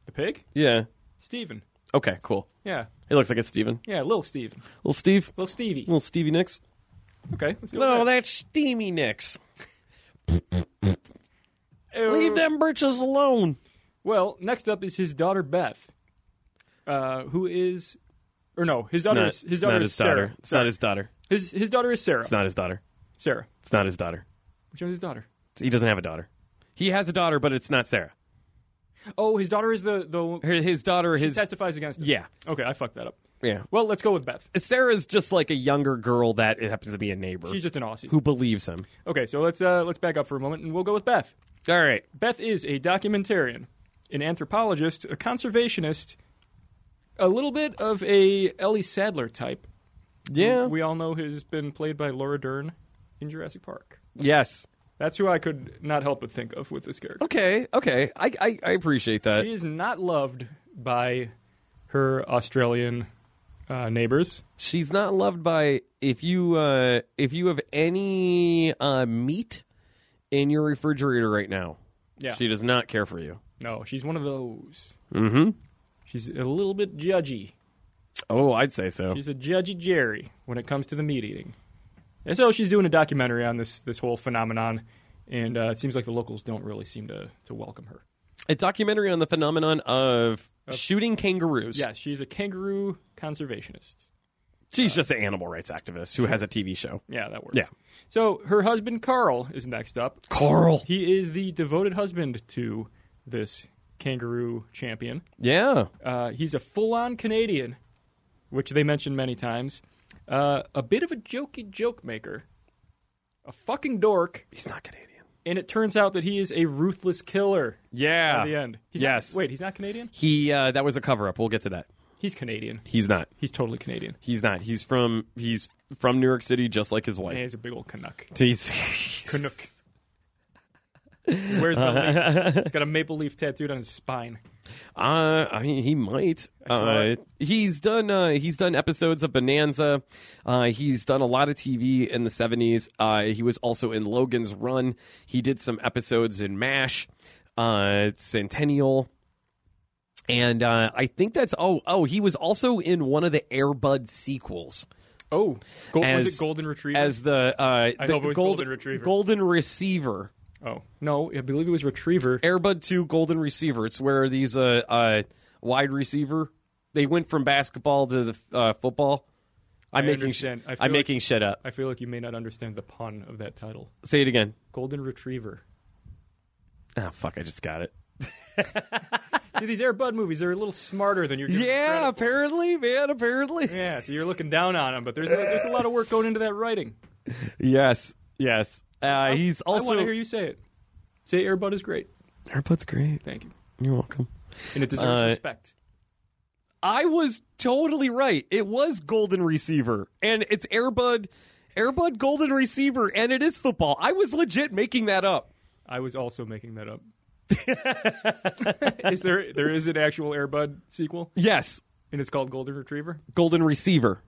The pig? Yeah. Steven. Okay, cool. Yeah. He looks like it's Steven. Yeah, little Steven. Little Steve. Little Stevie. Little Stevie Nicks. Okay, let's go. No, with that's Steamy Nicks. that. Uh, Leave them britches alone. Well, next up is his daughter Beth, uh, who is, or no, his daughter is his it's daughter not is his Sarah. daughter. It's not his daughter. His his daughter is Sarah. It's not his daughter. Sarah. It's not his daughter. Which one's his daughter? He doesn't have a daughter. He has a daughter, but it's not Sarah. Oh, his daughter is the the Her, his daughter, she his testifies against him. yeah, Okay, I fucked that up. yeah. Well, let's go with Beth. Sarah's just like a younger girl that it happens to be a neighbor She's just an Aussie. who believes him. Okay, so let's uh, let's back up for a moment, and we'll go with Beth. All right, Beth is a documentarian, an anthropologist, a conservationist, a little bit of a Ellie Sadler type. yeah, We all know has been played by Laura Dern in Jurassic Park. yes, That's who I could not help but think of with this character. okay, okay. I I, I appreciate that. She is not loved by her Australian uh, neighbors. She's not loved by if you uh if you have any uh meat in your refrigerator right now. Yeah. She does not care for you. No, she's one of those. Mm-hmm. She's a little bit judgy. Oh, I'd say so. She's a judgy Jerry when it comes to the meat eating. And so she's doing a documentary on this this whole phenomenon, and uh, it seems like the locals don't really seem to, to welcome her. A documentary on the phenomenon of shooting kangaroos. Yes, she's a kangaroo conservationist. She's just an animal rights activist who has a TV show. Yeah, that works. Yeah. So her husband Carl is next up. Carl. He is the devoted husband to this kangaroo champion. Yeah. Uh, he's a full on Canadian, which they mentioned many times. Uh, a bit of a jokey joke maker, a fucking dork, He's not Canadian. and it turns out that he is a ruthless killer Yeah. at the end. He's Ah, Yes. Not, wait, he's not Canadian? He uh that was a cover up. We'll get to that. He's Canadian. He's not. He's totally Canadian. He's not. He's from he's from New York City just like his And wife. he's a big old Canuck. He's Canuck. Where's the leaf? He's got a maple leaf tattooed on his spine. Uh, I mean, he might. saw Uh, it. he's done. Uh, he's done episodes of Bonanza. Uh, he's done a lot of TV in the seventies. Uh, he was also in Logan's Run. He did some episodes in Mash, uh, Centennial, and uh, I think that's. Oh, oh, he was also in one of the Airbud sequels Oh, Gold, was As- it Golden Retriever? as the uh, the hope it gold- was Golden Retriever. Golden Receiver. oh, no, I believe it was Retriever. Airbud 2 Golden Receiver. It's where these uh, uh wide receiver they went from basketball to the uh, football. I'm I making sh- understand. I feel I'm like- making shit up. I feel like you may not understand the pun of that title. Say it again. Golden Retriever. Oh fuck, I just got it. See, these Air Bud movies, they're a little smarter than you're giving them Yeah, credit for. apparently, man, apparently. Yeah, so you're looking down on them, but there's a, there's a lot of work going into that writing. Yes. Yes. Uh, he's I want also to hear you say it. Say Air Bud is great. Airbud's great. Thank you. You're welcome. And it deserves Uh, respect. I was totally right. It was Golden Receiver and it's Airbud Airbud Golden Receiver and it is football. I was legit making that up. I was also making that up. is there there is an actual Air Bud sequel, Yes. and it's called Golden Retriever? Golden Receiver.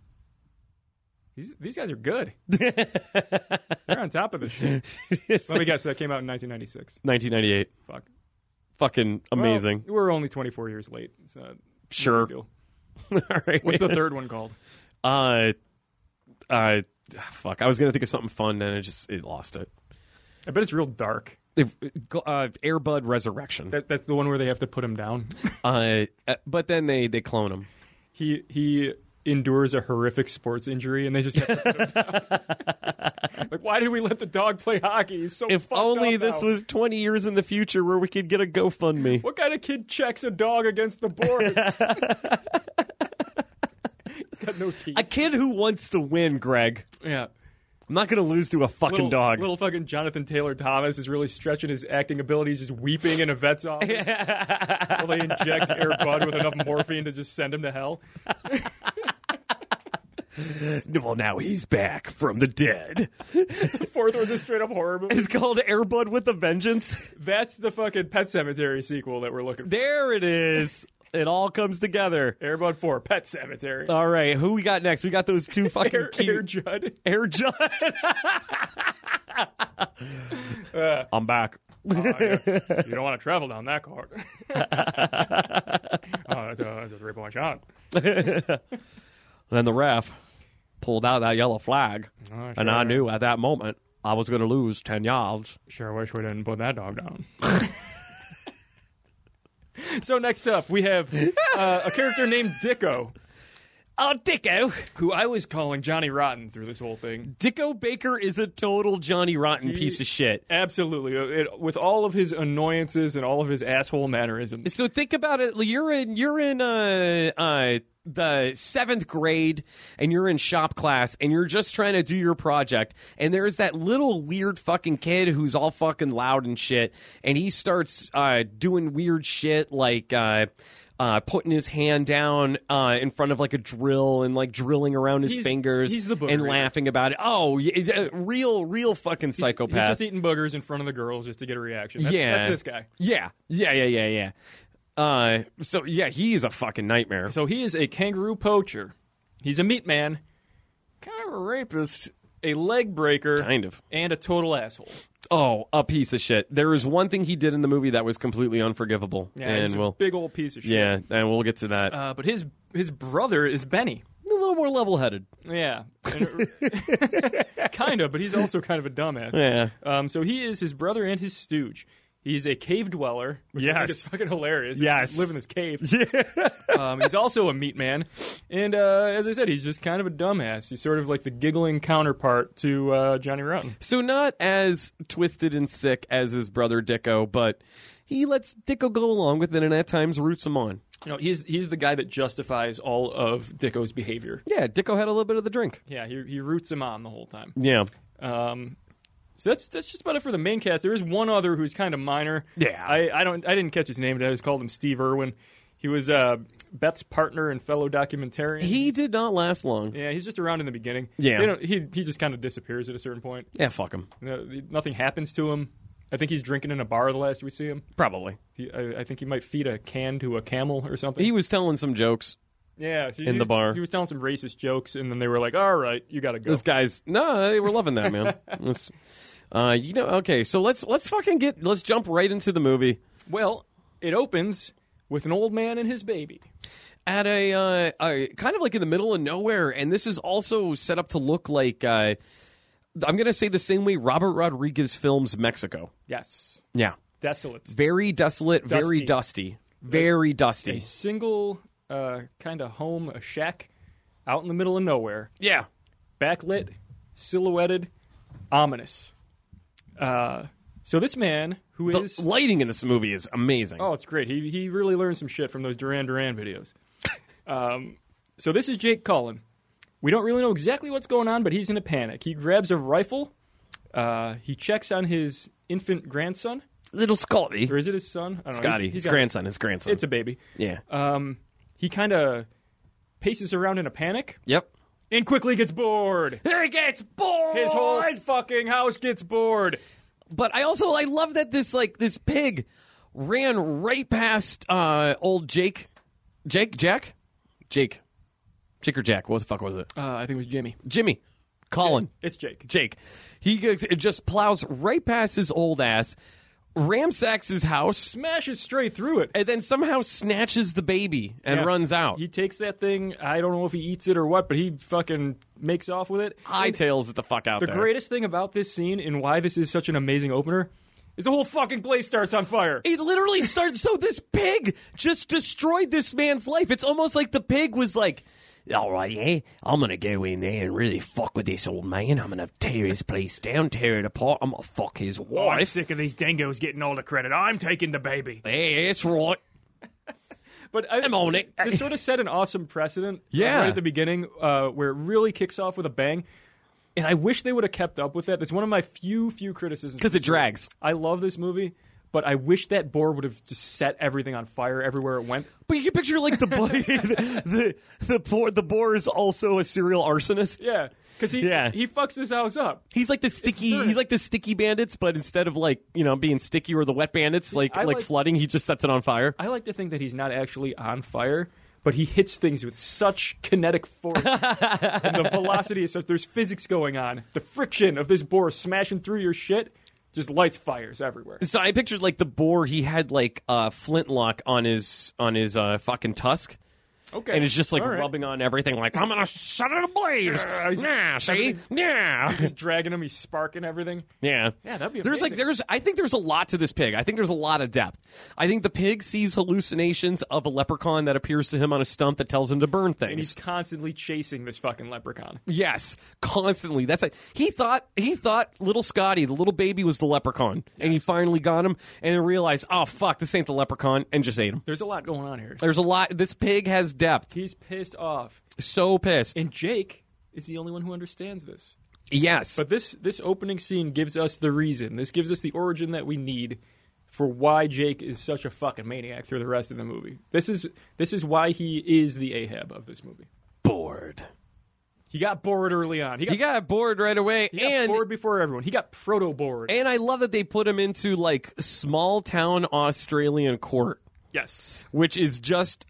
These, these guys are good. They're on top of this shit. Let me guess, that came out in 1996. 1998. Fuck. Fucking Well, amazing. we're only 24 years late. It's not a big sure. deal. All right. What's the man. third one called? Uh, uh, fuck. I was gonna think of something fun, and it just it lost it. I bet it's real dark. If- Uh, Airbud Resurrection. That, that's the one where they have to put him down. Uh, uh, but then they they clone him. he he endures a horrific sports injury, and they just have to put him down. like, why did we let the dog play hockey? He's so If fucked only up this now. was 20 years in the future, where we could get a GoFundMe. What kind of kid checks a dog against the boards? He's got no teeth. A kid who wants to win, Greg. yeah. I'm not gonna lose to a fucking Little, dog. little fucking Jonathan Taylor Thomas is really stretching his acting abilities, just weeping in a vet's office while they inject Air Bud with enough morphine to just send him to hell. well, now he's back from the dead. The fourth one's a straight up horror movie. it's called Airbud with a Vengeance. That's the fucking Pet Cemetery sequel that we're looking for. There it is. It all comes together. Airbud Four, Pet Cemetery, All right, who we got next? We got those two fucking Air, cute Air Judd. Air John. I'm back. Oh, You don't want to travel down that corridor. oh, that's a, that's a three-point shot. Then the ref pulled out that yellow flag, Oh, and I sure. knew at that moment I was going to lose ten yards. Sure wish we didn't put that dog down. so next up, we have uh, a character named Dicko, Oh, Dicko! who I was calling Johnny Rotten through this whole thing. Dicko Baker is a total Johnny Rotten piece of shit. Absolutely, Uh, it, with all of his annoyances and all of his asshole mannerisms. So think about it. You're in you're in uh, uh, the seventh grade, and you're in shop class, and you're just trying to do your project. And there's that little weird fucking kid who's all fucking loud and shit, and he starts uh, doing weird shit like. Uh, uh, putting his hand down uh, in front of like a drill and like drilling around his He's- fingers he's the book and reader. laughing about it. Oh, y- uh, real, real fucking psychopath. He's just eating boogers in front of the girls just to get a reaction. That's, Yeah. that's this guy. Yeah, yeah, yeah, yeah, yeah. Uh, so yeah, he's a fucking nightmare. So he is a kangaroo poacher. He's a meat man, kind of a rapist, a leg breaker, Kind of. and a total asshole. Oh, a piece of shit. There is one thing he did in the movie that was completely unforgivable, Yeah, he's and a we'll big old piece of shit. yeah, and we'll get to that. Uh, but his his brother is Benny. a little more level-headed. Yeah, And- kind of, but he's also kind of a dumbass. Yeah, Um, so he is his brother and his stooge. He's a cave dweller. Which I think Yes. is fucking hilarious. Yes. He's live in this cave. um, he's also a meat man, and uh, as I said, he's just kind of a dumbass. He's sort of like the giggling counterpart to uh, Johnny Rotten. so not as twisted and sick as his brother Dicko, but he lets Dicko go along with it, and at times roots him on. You know, he's he's the guy that justifies all of Dicko's behavior. Yeah, Dicko had a little bit of the drink. Yeah, he he roots him on the whole time. Yeah, Um, so that's that's just about it for the main cast. There is one other who's kind of minor. Yeah. I, I don't I didn't catch his name, but I just called him Steve Irwin. He was uh, Beth's partner and fellow documentarian. he did not last long. yeah, he's just around in the beginning. Yeah. They don't- he he just kind of disappears at a certain point. Yeah, fuck him. No- Nothing happens to him. I think he's drinking in a bar the last we see him. Probably. He, I, I think he might feed a can to a camel or something. He was telling some jokes. yeah, so he in the was- bar. He was telling some racist jokes, and then they were like, "All right, you got to go." This guy's no, they were loving that man. It's- uh, you know, okay, so let's let's fucking get let's jump right into the movie Well, it opens with an old man and his baby. at a, uh, a kind of like in the middle of nowhere, and this is also set up to look like uh, I'm gonna say the same way Robert Rodriguez films Mexico. Yes, Yeah, desolate. very desolate, very dusty, very a dusty. single uh, kind of home, a shack out in the middle of nowhere, Yeah, backlit, silhouetted, ominous. Uh, so this man who is the lighting in this movie is amazing. oh, it's great. He he really learned some shit from those Duran Duran videos. um, so this is Jake Cullen. We don't really know exactly what's going on, but he's in a panic. He grabs a rifle. Uh, he checks on his infant grandson, Little Scotty, or is it his son? I don't know. He's- Scotty, he's his got- grandson, his grandson. It's a baby. yeah, Um, he kind of paces around in a panic. yep. and quickly gets bored. He gets bored. His whole fucking house gets bored. But I also I love that this like this pig ran right past uh old Jake, Jake, Jack, Jake, Jake or Jack. What the fuck was it? Uh, I think it was Jimmy. Jimmy, Colin, It's Jake. Jake. He goes- it just plows right past his old ass, ramsacks his house, Smashes straight through it. and then somehow snatches the baby and Yeah. runs out. He takes that thing. I don't know if he eats it or what, but he fucking makes off with it. Hightails it the fuck out The there. greatest thing about this scene and why this is such an amazing opener is the whole fucking place starts on fire. It literally started. So this pig just destroyed this man's life. It's almost like the pig was like, "All right, yeah, I'm gonna go in there and really fuck with this old man. I'm gonna tear his place down, tear it apart. I'm gonna fuck his wife." Oh, sick of these dingoes getting all the credit. I'm taking the baby. Hey, that's right. But I, I'm on it. this sort of set an awesome precedent. uh, Yeah. right at the beginning, uh, where it really kicks off with a bang. And I wish they would have kept up with that. That's one of my few, few criticisms. Because it drags. drags. I love this movie, But I wish that board would have just set everything on fire everywhere it went. But you can picture like the boy, the the poor the boar is also a serial arsonist. Yeah, because he Yeah. he fucks his house up. He's like the sticky. dirt. He's like the sticky bandits, but instead of like you know being sticky or the wet bandits, like I like, like- flooding, he just sets it on fire. I like to think that he's not actually on fire, but he hits things with such kinetic force and the velocity is such. There's physics going on. The friction of this boar smashing through your shit just lights fires everywhere. So I pictured like the boar. He had like a flintlock on his on his uh, fucking tusk, Okay, and it's just like All right. rubbing on everything. Like I'm gonna set it ablaze. he's- Yeah, see, yeah, He's dragging him. He's sparking everything. yeah. Yeah, that'd be There's like amazing. there's I think there's a lot to this pig. I think there's a lot of depth. I think the pig sees hallucinations of a leprechaun that appears to him on a stump that tells him to burn things. And he's constantly chasing this fucking leprechaun. Yes, constantly. That's it. He thought he thought little Scotty, the little baby, was the leprechaun, and he finally got him, and then realized, oh fuck, this ain't the leprechaun, and just ate him. There's a lot going on here. There's a lot. This pig has depth. He's pissed off, So pissed. and Jake is the only one who understands this. yes, But this this opening scene gives us the reason. This gives us the origin that we need for why Jake is such a fucking maniac through the rest of the movie. This is this is why he is the Ahab of this movie. bored. He got bored early on. He got, He got bored right away, he got and bored before everyone. He got proto bored. and I love that they put him into like small town Australian court. Yes. which is just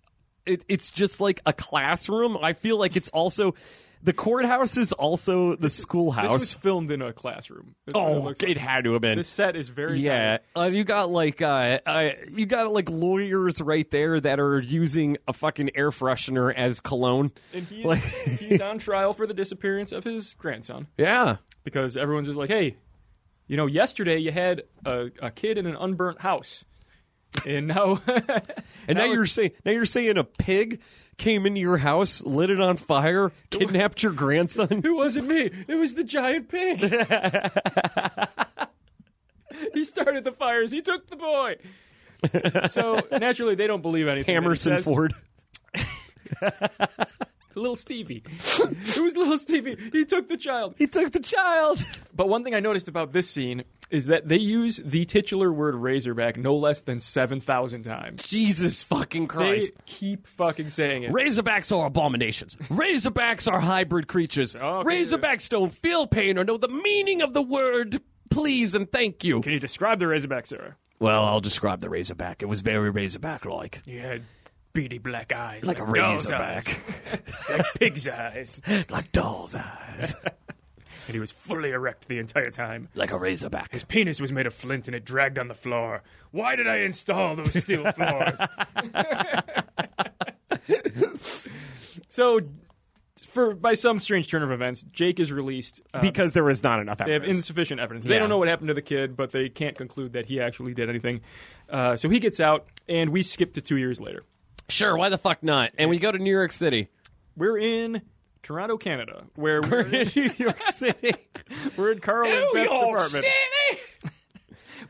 it, it's just like a classroom. I feel like it's also the courthouse is also the This was schoolhouse. filmed in a classroom. That's what oh, looks it like. had to have been. This set is very yeah, uh, you got like uh, uh, you got like lawyers right there that are using a fucking air freshener as cologne. And he, Like- he's on trial for the disappearance of his grandson Yeah, because everyone's just like, hey, you know, yesterday you had a, a kid in an unburnt house. And now, and now, Now you're it's- saying now you're saying a pig came into your house, lit it on fire, kidnapped your grandson. it wasn't me. It was the giant pig. he started the fires. He took the boy. So naturally, they don't believe anything. that he Hammerson says. Ford. little Stevie. it was little Stevie. He took the child. He took the child. But one thing I noticed about this scene is that they use the titular word Razorback no less than 7,000 times. Jesus fucking They Christ. keep fucking saying it. Razorbacks are abominations. Razorbacks are hybrid creatures. okay. Razorbacks don't feel pain or know the meaning of the word please and thank you. Can you describe the Razorback, sir? Well, I'll describe the Razorback. It was very Razorback like. You had beady black eyes. Like a doll's Razorback. eyes, like pig's eyes. And Like doll's eyes. he was fully erect the entire time. Like a Razorback. Penis was made of flint and it dragged on the floor. Why did I install those steel floors? so, for by some strange turn of events, Jake is released. uh, Because there was not enough They have evidence. insufficient evidence. Yeah. They don't know what happened to the kid, but they can't conclude that he actually did anything. Uh, so he gets out, and we skip to two years later. sure, why the fuck not? And we go to New York City. We're in Toronto, Canada, where we're in, New York City. we're in Carl and New Beth's York apartment,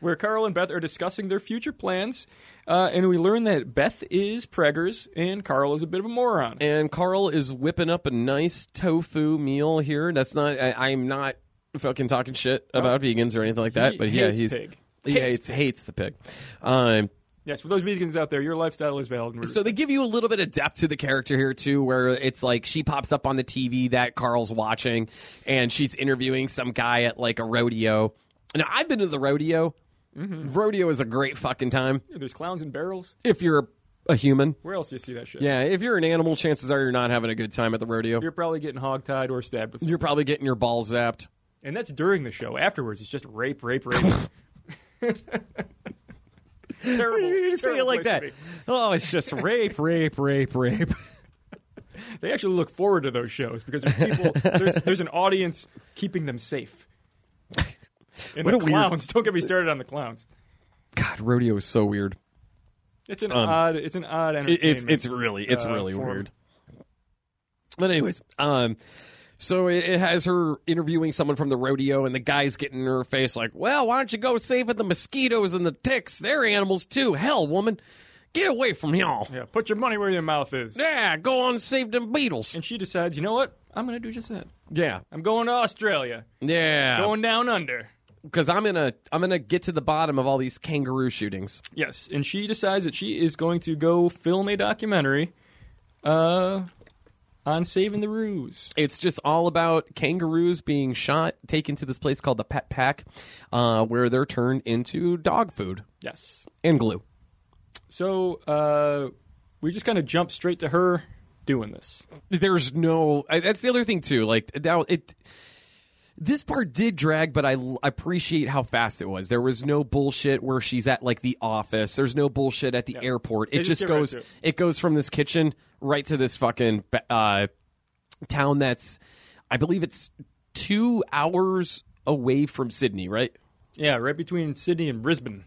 where Carl and Beth are discussing their future plans, uh, and we learn that Beth is preggers and Carl is a bit of a moron. and Carl is whipping up a nice tofu meal here. That's not. I, I'm not fucking talking shit about vegans or anything like that. Oh. He but yeah, hates he's pig. he hates, Hates hates the pig. Um, yes, for those vegans out there, your lifestyle is valid. And we're- so they give you a little bit of depth to the character here too, where it's like she pops up on the TV that Carl's watching, and she's interviewing some guy at like a rodeo. Now I've been to the rodeo. Mm-hmm. Rodeo is a great fucking time there's clowns and barrels. if you're a human. Where else do you see that shit? Yeah, if you're an animal, chances are you're not having a good time at the rodeo. You're probably getting hogtied or stabbed with you're probably getting your balls zapped. And that's during the show. Afterwards, it's just rape, rape, rape. terrible. You just say terrible it like that. place to Oh, it's just rape, rape, rape, rape. be. They actually look forward to those shows because there's people. there's, there's an audience keeping them safe. And What the a weird- clowns. Don't get me started on the clowns. God, rodeo is so weird. It's an odd. It's an odd entertainment. Um, it's it's really it's uh, really form. weird. But anyways, um, so it, it has her interviewing someone from the rodeo, and the guy's getting in her face like, "Well, why don't you go save the mosquitoes and the ticks? They're animals too. Hell, woman, get away from y'all. yeah. Put your money where your mouth is. Yeah, go on, and save them beetles. And she decides. You know what? I'm going to do just that. Yeah, I'm going to Australia. yeah. Going down under. because I'm gonna I'm gonna get to the bottom of all these kangaroo shootings. Yes, and she decides that she is going to go film a documentary uh, on saving the ruse. It's just all about kangaroos being shot, taken to this place called the Pet Pack, uh, where they're turned into dog food Yes. and glue. So uh, we just kind of jump straight to her doing this. there's no I, that's the other thing too like now it this part did drag but I, l- I appreciate how fast it was there was no bullshit where she's at like the office there's no bullshit at the airport it just just get right goes to it. it goes from this kitchen right to this fucking ba- uh town that's i believe it's 2 hours away from sydney right Yeah, right between Sydney and Brisbane.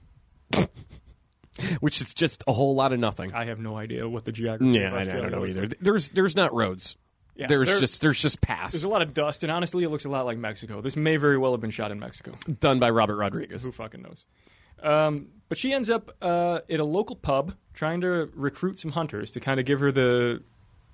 which is just a whole lot of nothing I have no idea what the geography. yeah of I, I Australia don't know looks either like. there's there's not roads Yeah, there's there- just there's just paths There's a lot of dust, and honestly, it looks a lot like Mexico. This may very well have been shot in Mexico. done by Robert Rodriguez. Who fucking knows? Um, but she ends up uh, at a local pub trying to recruit some hunters to kind of give her the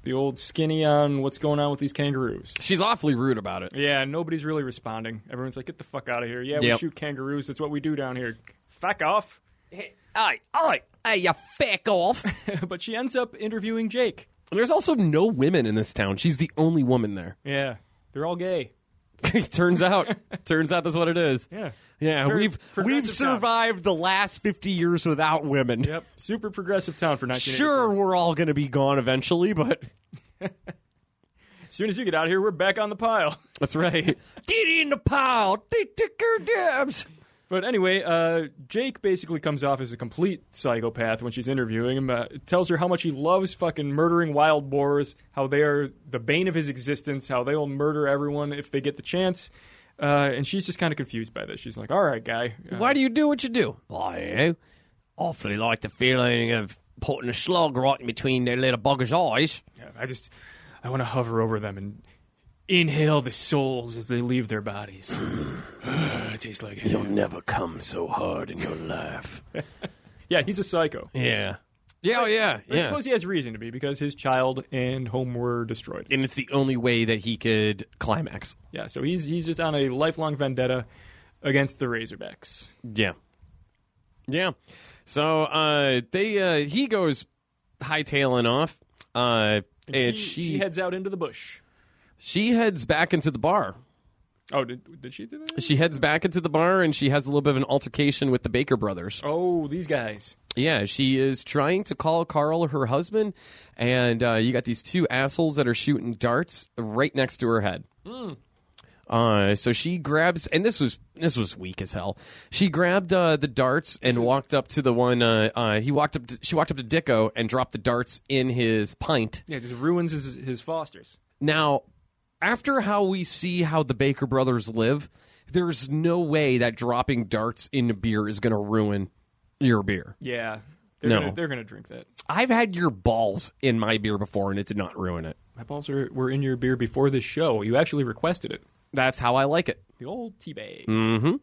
the old skinny on what's going on with these kangaroos. She's awfully rude about it. Yeah, nobody's really responding. Everyone's like, "Get the fuck out of here!" Yeah, we Yep. shoot kangaroos. That's what we do down here. Fuck off. Aye, aye, aye, you fuck off. but she ends up interviewing Jake. There's also no women in this town. She's the only woman there. Yeah, they're all gay. turns out, turns out that's what it is. Yeah. Yeah, very we've progressive we've survived the last 50 years without women. Yep, super progressive town for 1984. Sure, we're all going to be gone eventually, but As soon as you get out of here, we're back on the pile. that's right. Get in the pile. Take the good dibs. But anyway, uh, Jake basically comes off as a complete psychopath when she's interviewing him. Uh, tells her how much he loves fucking murdering wild boars, how they are the bane of his existence, how they will murder everyone if they get the chance. Uh, and she's just kind of confused by this. She's like, "All right, guy, uh, Why do you do what you do? I awfully like the feeling of putting a slug right in between their little bugger's eyes. yeah, I just I want to hover over them and inhale the souls as they leave their bodies. it tastes like You'll never come so hard in your life. yeah, he's a psycho. Yeah. Yeah, oh, yeah, But I suppose he has reason to be because his child and home were destroyed. and it's the only way that he could climax. Yeah, so he's he's just on a lifelong vendetta against the Razorbacks. Yeah. Yeah. So uh they uh he goes hightailing off. Uh and, she she, heads out into the bush. heads back into the bar. Oh, did, did she do that? She heads back into the bar and she has a little bit of an altercation with the Baker brothers. Oh, these guys. Yeah, she is trying to call Carl her husband and uh you got these two assholes that are shooting darts right next to her head. Uh, so she grabs, and this was this was weak as hell. She grabbed uh, the darts and walked up to the one. Uh, uh, he walked up. To, she walked up to Dicko and dropped the darts in his pint. Yeah, just ruins his his Fosters. Now, after how we see how the Baker brothers live, there's no way that dropping darts into beer is going to ruin your beer. Yeah, they're No. gonna, they're gonna drink that. I've had your balls in my beer before, and it did not ruin it. My balls are, were in your beer before this show. You actually requested it. That's how I like it. The old tea bag. Mm.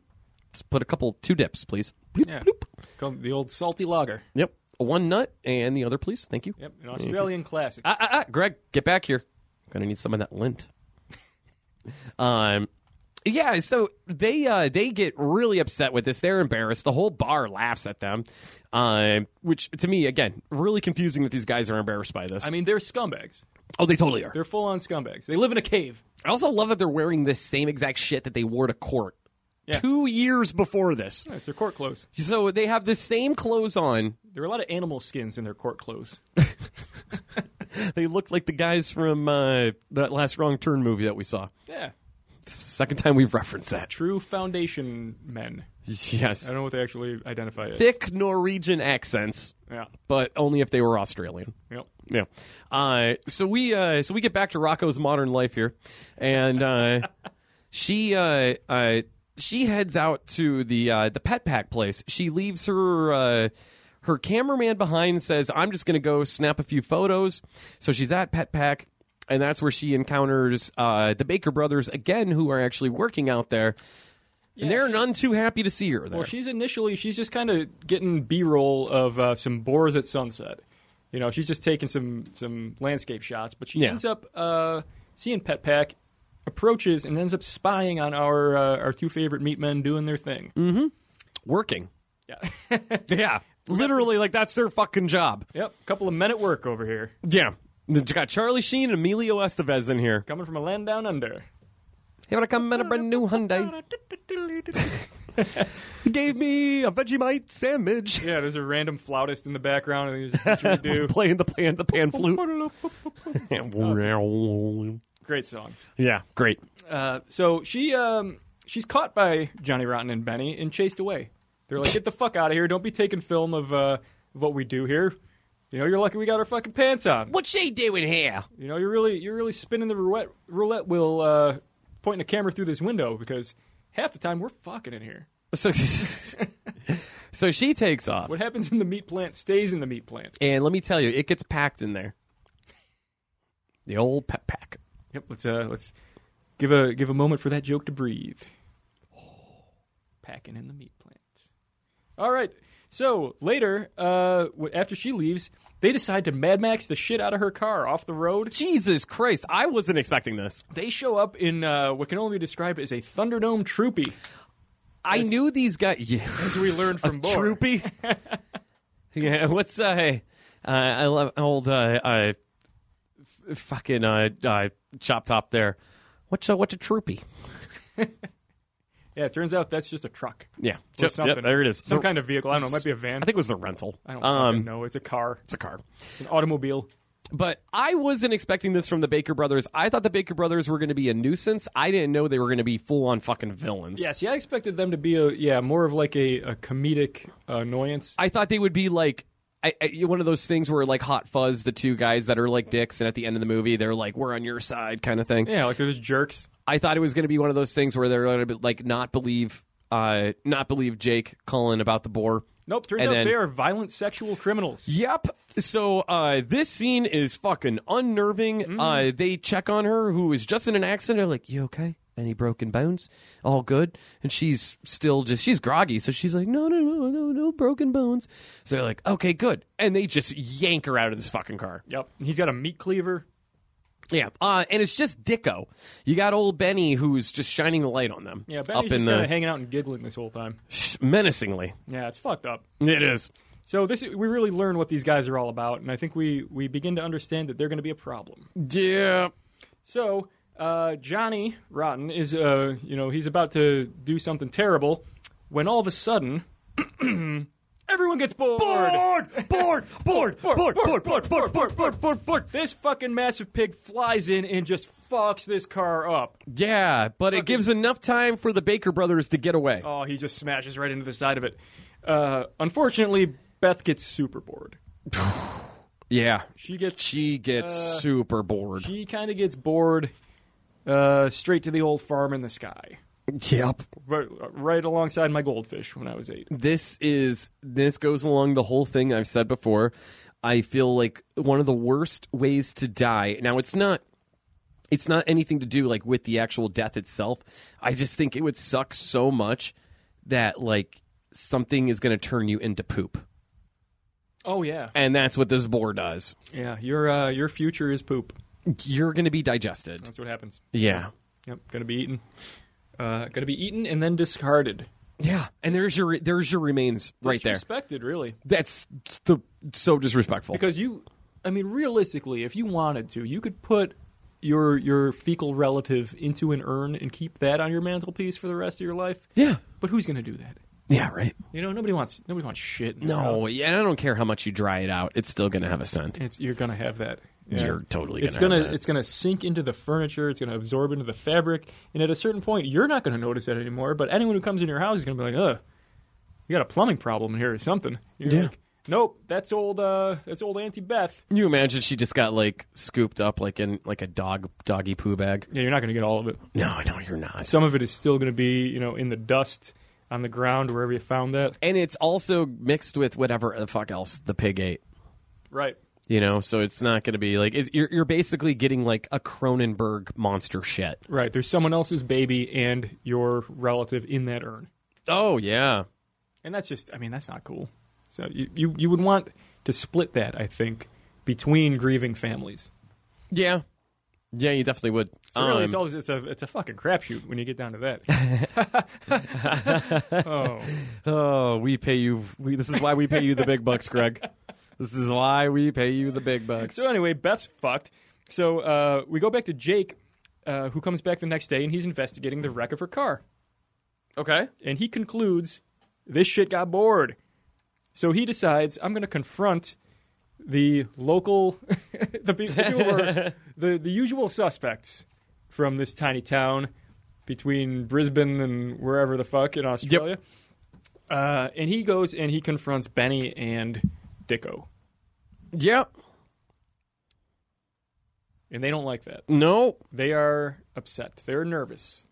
Just put a couple two dips, please. Bloop, Yeah, bloop. Called the old salty lager. Yep. One nut and the other, please. Thank you. Yep, an Australian classic. Ah, ah, ah, Greg, get back here. Gonna need some of that lint. um, yeah. So they uh, they get really upset with this. They're embarrassed. The whole bar laughs at them, um, which to me again really confusing that these guys are embarrassed by this. I mean, they're scumbags. oh, they totally are. They're full on scumbags. They live in a cave. I also love that they're wearing the same exact shit that they wore to court Yeah. two years before this. That's their court clothes. So they have the same clothes on. There are a lot of animal skins in their court clothes. They look like the guys from uh, that last Wrong Turn movie that we saw. Yeah, Second time we've referenced that. true foundation men. Yes. I don't know what they actually identify as. thick Norwegian accents, Yeah. but only if they were Australian. Yep. Yeah. Uh, so we uh, so we get back to Rocco's modern life here, and uh, she uh, uh, she heads out to the uh, the pet pack place. She leaves her. Uh, her cameraman behind and says, "I'm just gonna go snap a few photos." So she's at Pet Pack, and that's where she encounters uh, the Baker brothers again, who are actually working out there, and they're none too happy to see her there. Well, she's initially she's just kind of getting B-roll of uh, some boars at sunset. You know, she's just taking some some landscape shots, but she Yeah. ends up uh, seeing Pet Pack approaches and ends up spying on our uh, our two favorite meat men doing their thing. Working. Yeah. Yeah. Literally, like that's their fucking job. yep. Couple of men at work over here, Yeah. You got Charlie Sheen and Emilio Estevez in here. coming from a land down under. He would have come in a brand new Hyundai. He gave me a Vegemite sandwich. yeah, there's a random flautist in the background, and there's a didgeridoo. Playing the pan, the pan flute. yeah, Great song. great. Uh, so she um, she's caught by Johnny Rotten and Benny and chased away. They're like, "Get the fuck out of here! Don't be taking film of uh, what we do here. You know, you're lucky we got our fucking pants on. What's she doing here? You know, you're really you're really spinning the roulette roulette wheel, uh, pointing a camera through this window because half the time we're fucking in here. So, so she takes off. What happens in the meat plant stays in the meat plant. And let me tell you, it gets packed in there. The old pet pack. Yep. Let's uh, let's give a give a moment for that joke to breathe. Packing in the meat plant. All right. So later, uh, w- after she leaves, they decide to Mad Max the shit out of her car off the road. Jesus Christ, I wasn't expecting this. They show up in uh, what can only be described as a Thunderdome troopy, I knew these guys. Yeah. as we learned from Bohr. Troopy. yeah, what's uh, hey, uh, I love old uh, uh f- fucking uh, uh chop top there. What's a what's a troopy? Yeah, it turns out that's just a truck. Yeah, Or Ju- yeah, something. there it is. Some The- kind of vehicle. I don't know. It might be a van. I think it was the rental. I don't um, fucking know. It's a car. It's a car. It's an automobile. But I wasn't expecting this from the Baker brothers. I thought the Baker brothers were going to be a nuisance. I didn't know they were going to be full on fucking villains. Yeah, see, I expected them to be a yeah more of like a, a comedic annoyance. I thought they would be like I, I, one of those things where like Hot Fuzz, the two guys that are like dicks, and at the end of the movie they're like, "We're on your side," kind of thing. Yeah, like they're just jerks. I thought it was going to be one of those things where they're going to like not believe, uh, not believe Jake Cullen about the boar. Nope. Turns And out then- they are violent sexual criminals. Yep. So uh, this scene is fucking unnerving. Mm-hmm. Uh, they check on her, who is just in an accident. They're like, "You okay? Any broken bones? All good?" And she's still just she's groggy, so she's like, "No, no, no, no, no broken bones." So they're like, "Okay, good." And they just yank her out of this fucking car. Yep. He's got a meat cleaver. Yeah. Uh, and it's just Dicko. You got old Benny, who's just shining the light on them. Yeah, up Benny's in just kind the of hanging out and giggling this whole time. menacingly. Yeah, it's fucked up. It is. So this we really learn what these guys are all about, and I think we we begin to understand that they're going to be a problem. Yeah. So uh, Johnny Rotten is, uh, you know, he's about to do something terrible when all of a sudden everyone gets bored. bored, bored, bored, bored, bored, bored, bored, bored, bored. This fucking massive pig flies in and just fucks this car up. Yeah, but it gives enough time for the Baker brothers to get away. Oh, he just smashes right into the side of it. Uh, unfortunately, Beth gets super bored. Yeah. She gets She Uh, gets super bored. she kind of gets bored. Uh, straight to the old farm in the sky, Yep. right, right alongside my goldfish when I was eight. This is this goes along the whole thing I've said before. I feel like one of the worst ways to die. Now it's not it's not anything to do like with the actual death itself. I just think it would suck so much that like something is going to turn you into poop. Oh yeah, And that's what this boar does. yeah. Your uh, your future is poop. You're going to be digested. That's what happens. Yeah. Yep, gonna be eaten. Uh, gonna be eaten and then discarded. Yeah. And there's your there's your remains right there. Respected, really, That's the so disrespectful. because you. I mean, realistically, if you wanted to, you could put your your fecal relative into an urn and keep that on your mantelpiece for the rest of your life. yeah. But who's gonna do that? Yeah, right. You know, nobody wants nobody wants shit. in their No, house. yeah, and I don't care how much you dry it out. It's still going to have a scent. it's you're gonna have that. Yeah. You're totally It's gonna gonna have that. it's gonna sink into the furniture. It's gonna absorb into the fabric, and at a certain point, you're not gonna notice that anymore. But anyone who comes in your house is gonna be like, "Ugh, you got a plumbing problem in here or something." You're Yeah. like, nope, that's old. Uh, that's old Auntie Beth. Can you imagine she just got like scooped up like in like a dog doggy poo bag? Yeah, you're not gonna get all of it. No, no, you're not. Some of it is still gonna be, you know, in the dust on the ground wherever you found that. and it's also mixed with whatever the fuck else the pig ate. Right. You know, so it's not going to be like it's, you're you're basically getting like a Cronenberg monster shit. Right. There's someone else's baby and your relative in that urn. Oh yeah, and that's just i mean that's not cool so you, you, you would want to split that i think between grieving families yeah. Yeah, you definitely would. So really, Um, it's, always, it's a it's a fucking crapshoot when you get down to that. oh, Oh, we pay you. We, this is why we pay you the big bucks, Greg. This is why we pay you the big bucks. so anyway, Beth's fucked. So uh, we go back to Jake, uh, who comes back the next day and he's investigating the wreck of her car, Okay. and he concludes this shit got bored. So he decides I'm going to confront the local, the, pe- the people who are the the usual suspects from this tiny town between Brisbane and wherever the fuck in Australia. Uh, and he goes and he confronts Benny and Dicko. Yeah. and they don't like that. No. They are upset. They're nervous.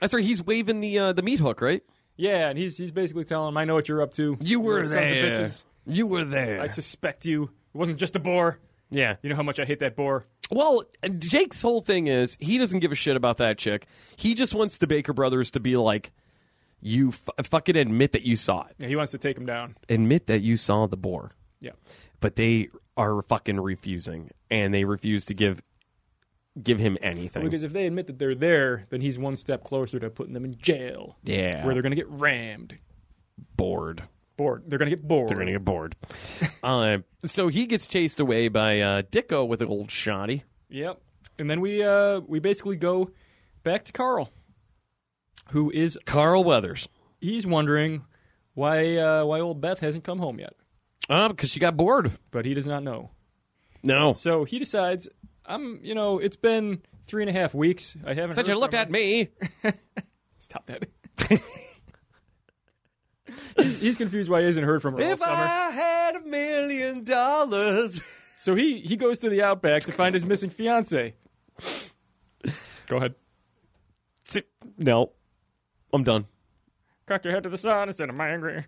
That's right. He's waving the uh, the meat hook, right? Yeah, and he's he's basically telling them, "I know what you're up to. You were Little sons of there. bitches. You were there. I suspect you. It wasn't just a boar. yeah. You know how much I hate that boar. Well, Jake's whole thing is he doesn't give a shit about that chick. He just wants the Baker brothers to be like, you f- fucking admit that you saw it. Yeah, he wants to take him down. Admit that you saw the boar. Yeah, But they are fucking refusing, and they refuse to give give him anything. because if they admit that they're there, then he's one step closer to putting them in jail, yeah, where they're going to get rammed, bored. bored. They're going to get bored. They're gonna get bored. uh, so he gets chased away by uh, Dicko with an old shoddy. Yep. And then we uh we basically go back to Carl, who is Carl Weathers. he's wondering why uh, why old Beth hasn't come home yet, Oh, because she got bored. but he does not know. No. So he decides, I'm, you know, it's been three and a half weeks. I haven't. Since heard you looked from at her. me. Stop that. he's, he's confused why he hasn't heard from her all summer. had a million dollars. So he he goes to the outback to find his missing fiance. Go ahead. No. I'm done. Cock your head to the sun instead of my angry.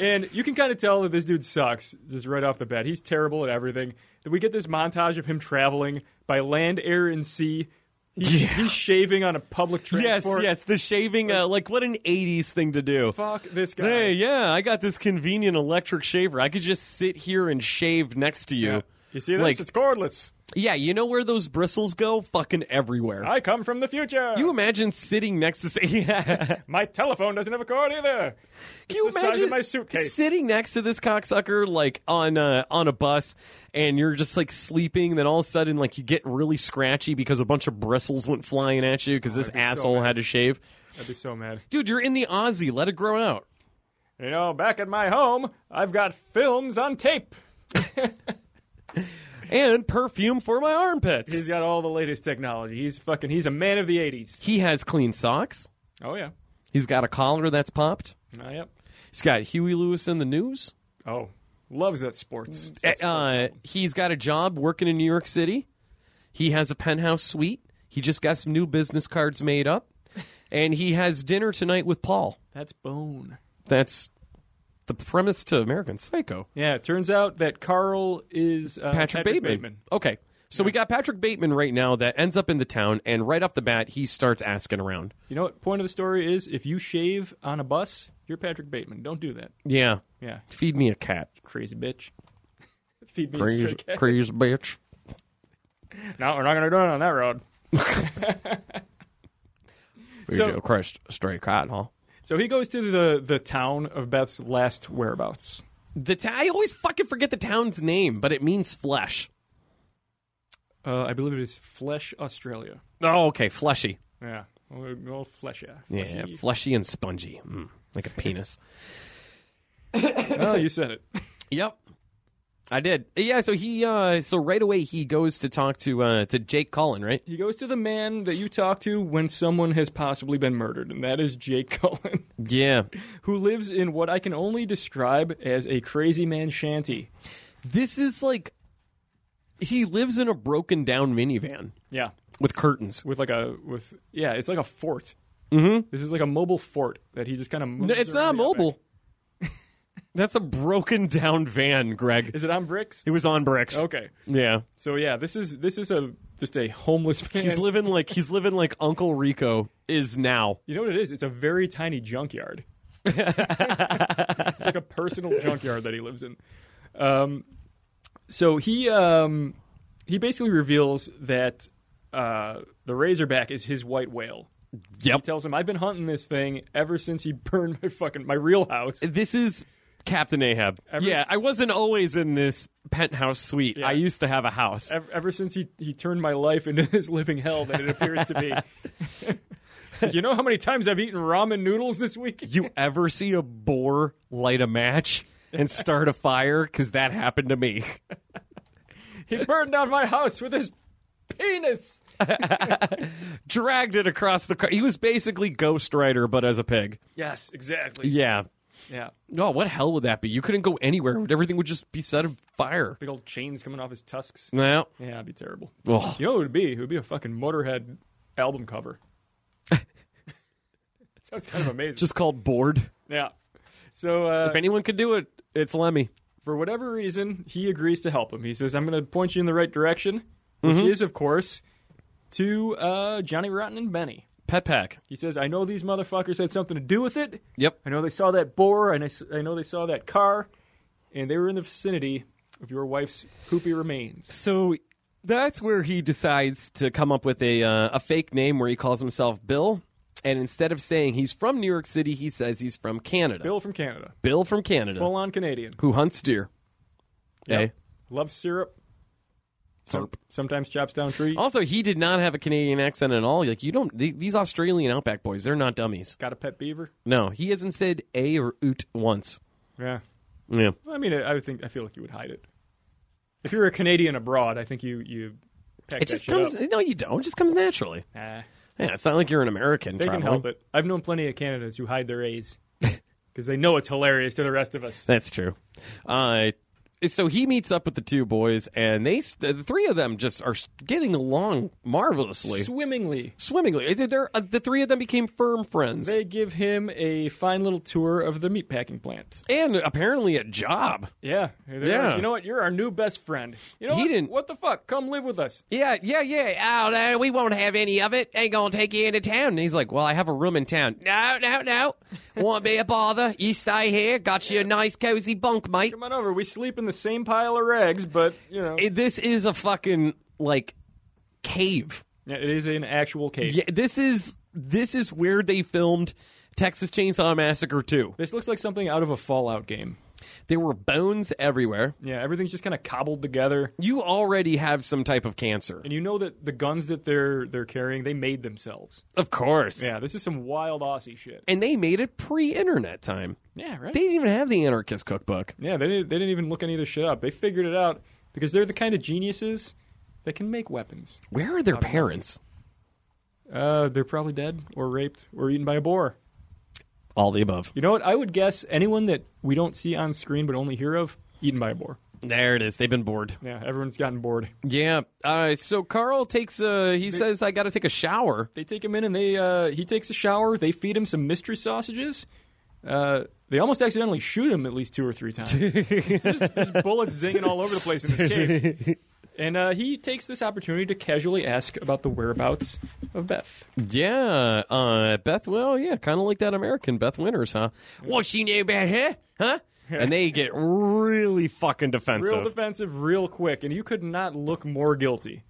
and you can kind of tell that this dude sucks just right off the bat. He's terrible at everything. Then we get this montage of him traveling by land, air, and sea. He's, he's shaving on a public transport. Yes, yes. The shaving, uh, like, what an 80s thing to do. Fuck this guy. Hey, yeah, I got this convenient electric shaver. I could just sit here and shave next to you. Yeah. You see this? Like- it's cordless. you know where those bristles go? Fucking everywhere. I come from the future. Can you imagine sitting next to. Yeah. my telephone doesn't have a cord either. Can you the size imagine of my suitcase. sitting next to this cocksucker like on a on a bus, and you're just like sleeping. Then all of a sudden, like you get really scratchy because a bunch of bristles went flying at you because this Oh, be so asshole bad. had to shave. I'd be so mad. Dude, you're in the Aussie. Let it grow out. You know, back at my home, I've got films on tape. And perfume for my armpits. He's got all the latest technology. He's fucking. He's a man of the '80s. he has clean socks. Oh yeah. He's got a collar that's popped. Oh yep. He's got Huey Lewis in the news. Oh, loves that sports. Uh, he's got a job working in New York City. He has a penthouse suite. He just got some new business cards made up. And he has dinner tonight with Paul. That's bone. That's the premise to American Psycho. Yeah, it turns out that Carl is uh, Patrick, Bateman. Okay. So we got Patrick Bateman right now that ends up in the town, and right off the bat, he starts asking around. You know what? Point of the story is if you shave on a bus, you're Patrick Bateman. Don't do that. Yeah. Yeah, Feed me a cat. crazy bitch. Feed me a Crazy, stray cat. crazy bitch. No, we're not gonna do it on that road. Feed So- you a crushed stray cat, huh? So he goes to the the town of Beth's last whereabouts. The ta- I always fucking forget the town's name, but it means flesh. Uh, I believe it is Flesh, Australia. Oh, okay. Fleshy. Yeah, old, old Flesh. Yeah. Yeah, fleshy and spongy, mm, like a penis. Oh, you said it. yep, I did. Yeah, so he, uh, so right away he goes to talk to uh, to Jake Cullen, right? He goes to the man that you talk to when someone has possibly been murdered, and that is Jake Cullen, Yeah, who lives in what I can only describe as a crazy man shanty. this is like he lives in a broken down minivan Yeah, with curtains. with like a with yeah, it's like a fort. Mm-hmm. This is like a mobile fort that he just kind of. No, it's not mobile. That's a broken down van, Greg. Is it on bricks? It was on bricks. Okay, Yeah, so yeah, this is this is a just a homeless man. he's living like he's living like Uncle Rico is now. You know what it is? It's a very tiny junkyard. it's like a personal junkyard that he lives in. Um, so he um, he basically reveals that uh, the Razorback is his white whale. He Yep. tells him, "I've been hunting this thing ever since he burned my fucking my real house." This is Captain Ahab. Ever yeah, s- I wasn't always in this penthouse suite. Yeah. I used to have a house. ever, ever since he, he turned my life into this living hell that it appears to be. Do you know how many times I've eaten ramen noodles this week? you ever see a boar light a match and start a fire? Because that happened to me. He burned down my house with his penis. Dragged it across the car. He was basically Ghost Rider, but as a pig. Yes, exactly. Yeah. yeah. No, what hell would that be? You couldn't go anywhere. Everything would just be set on fire. Big old chains coming off his tusks. No. Yeah, that'd be terrible. Ugh. You know what it would be? It would be a fucking Motorhead album cover. Sounds kind of amazing. Just called bored. yeah. So uh, If anyone could do it, it's Lemmy. for whatever reason, he agrees to help him. He says, "I'm going to point you in the right direction," which is, of course, to uh, Johnny Rotten and Benny. Pet Pack. He says, "I know these motherfuckers had something to do with it. Yep. I know they saw that boar, and I, s- I know they saw that car, and they were in the vicinity of your wife's poopy remains." So that's where he decides to come up with a uh, a fake name where he calls himself Bill, and instead of saying he's from New York City, he says he's from Canada. Bill from Canada, Bill from Canada, full on Canadian, who hunts deer. Yep. Eh? loves syrup, Slurp. sometimes chops down trees. Also, he did not have a Canadian accent at all. Like you don't the- these Australian Outback boys, they're not dummies. Got a pet beaver. No, he hasn't said a or oot once. Yeah, Yeah. Well, I mean, I I would think I feel like you would hide it. If you're a Canadian abroad, I think you you. pack It that just shit comes up. no, you don't. It just comes naturally. Nah. Yeah, it's not like you're an American They traveling. can help it. I've known plenty of Canadians who hide their A's because they know it's hilarious to the rest of us. That's true. Uh, so he meets up with the two boys, and they the three of them just are getting along marvelously, Swimmingly, swimmingly. They're, they're- uh, the three of them became firm friends, they give him a fine little tour of the meatpacking plant. and apparently a job. Yeah, They're like, Yeah. you know what? You're our new best friend. You know He what? didn't- What the fuck? Come live with us. Yeah, yeah, yeah. Oh no, we won't have any of it. Ain't gonna take you into town. And he's like, well, I have a room in town. No, no, no. Won't be a bother. You stay here. Got you a nice cozy bunk, mate. Come on over. We sleep in the same pile of rags, but you know, It- this is a fucking like cave. Yeah, it is an actual cave. Yeah, this is this is where they filmed Texas Chainsaw Massacre 2. This looks like something out of a Fallout game. There were bones everywhere. Yeah, everything's just kind of cobbled together, You already have some type of cancer. and you know that the guns that they're they're carrying, they made themselves. Of course. Yeah, this is some wild Aussie shit. And they made it pre-internet time. Yeah, right. They didn't even have the anarchist cookbook. Yeah, they didn't, they didn't even look any of this shit up. They figured it out because they're the kind of geniuses that can make weapons. Where are their parents? Uh, they're probably dead or raped or eaten by a boar. All the above. You know what? I would guess anyone that we don't see on screen but only hear of, eaten by a boar. There it is. They've been bored. Yeah, everyone's gotten bored. Yeah. Uh, so Carl takes uh he says I got to take a shower. They take him in and they uh, he takes a shower. They feed him some mystery sausages. Uh, they almost accidentally shoot him at least two or three times. there's, there's bullets zinging all over the place in this cave. And uh, he takes this opportunity to casually ask about the whereabouts of Beth. Yeah. Uh Beth well, yeah, kind of like that American Beth Winters, huh? What she knew about her? Huh? And they get really fucking defensive. Real defensive, real quick, and you could not look more guilty.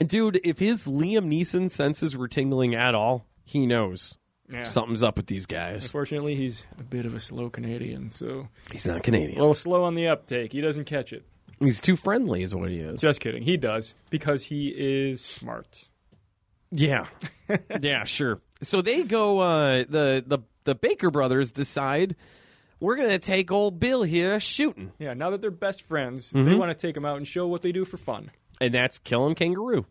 Dude, if his Liam Neeson senses were tingling at all, he knows Yeah. something's up with these guys. Unfortunately, he's a bit of a slow Canadian, so He's not a Canadian. little slow on the uptake. He doesn't catch it. He's too friendly, is what he is. Just kidding. He does because he is smart. yeah, yeah, sure. So they go. Uh, the the the Baker brothers decide we're gonna take old Bill here shooting, Yeah. Now that they're best friends, Mm-hmm. they want to take him out and show what they do for fun, and that's killing kangaroo.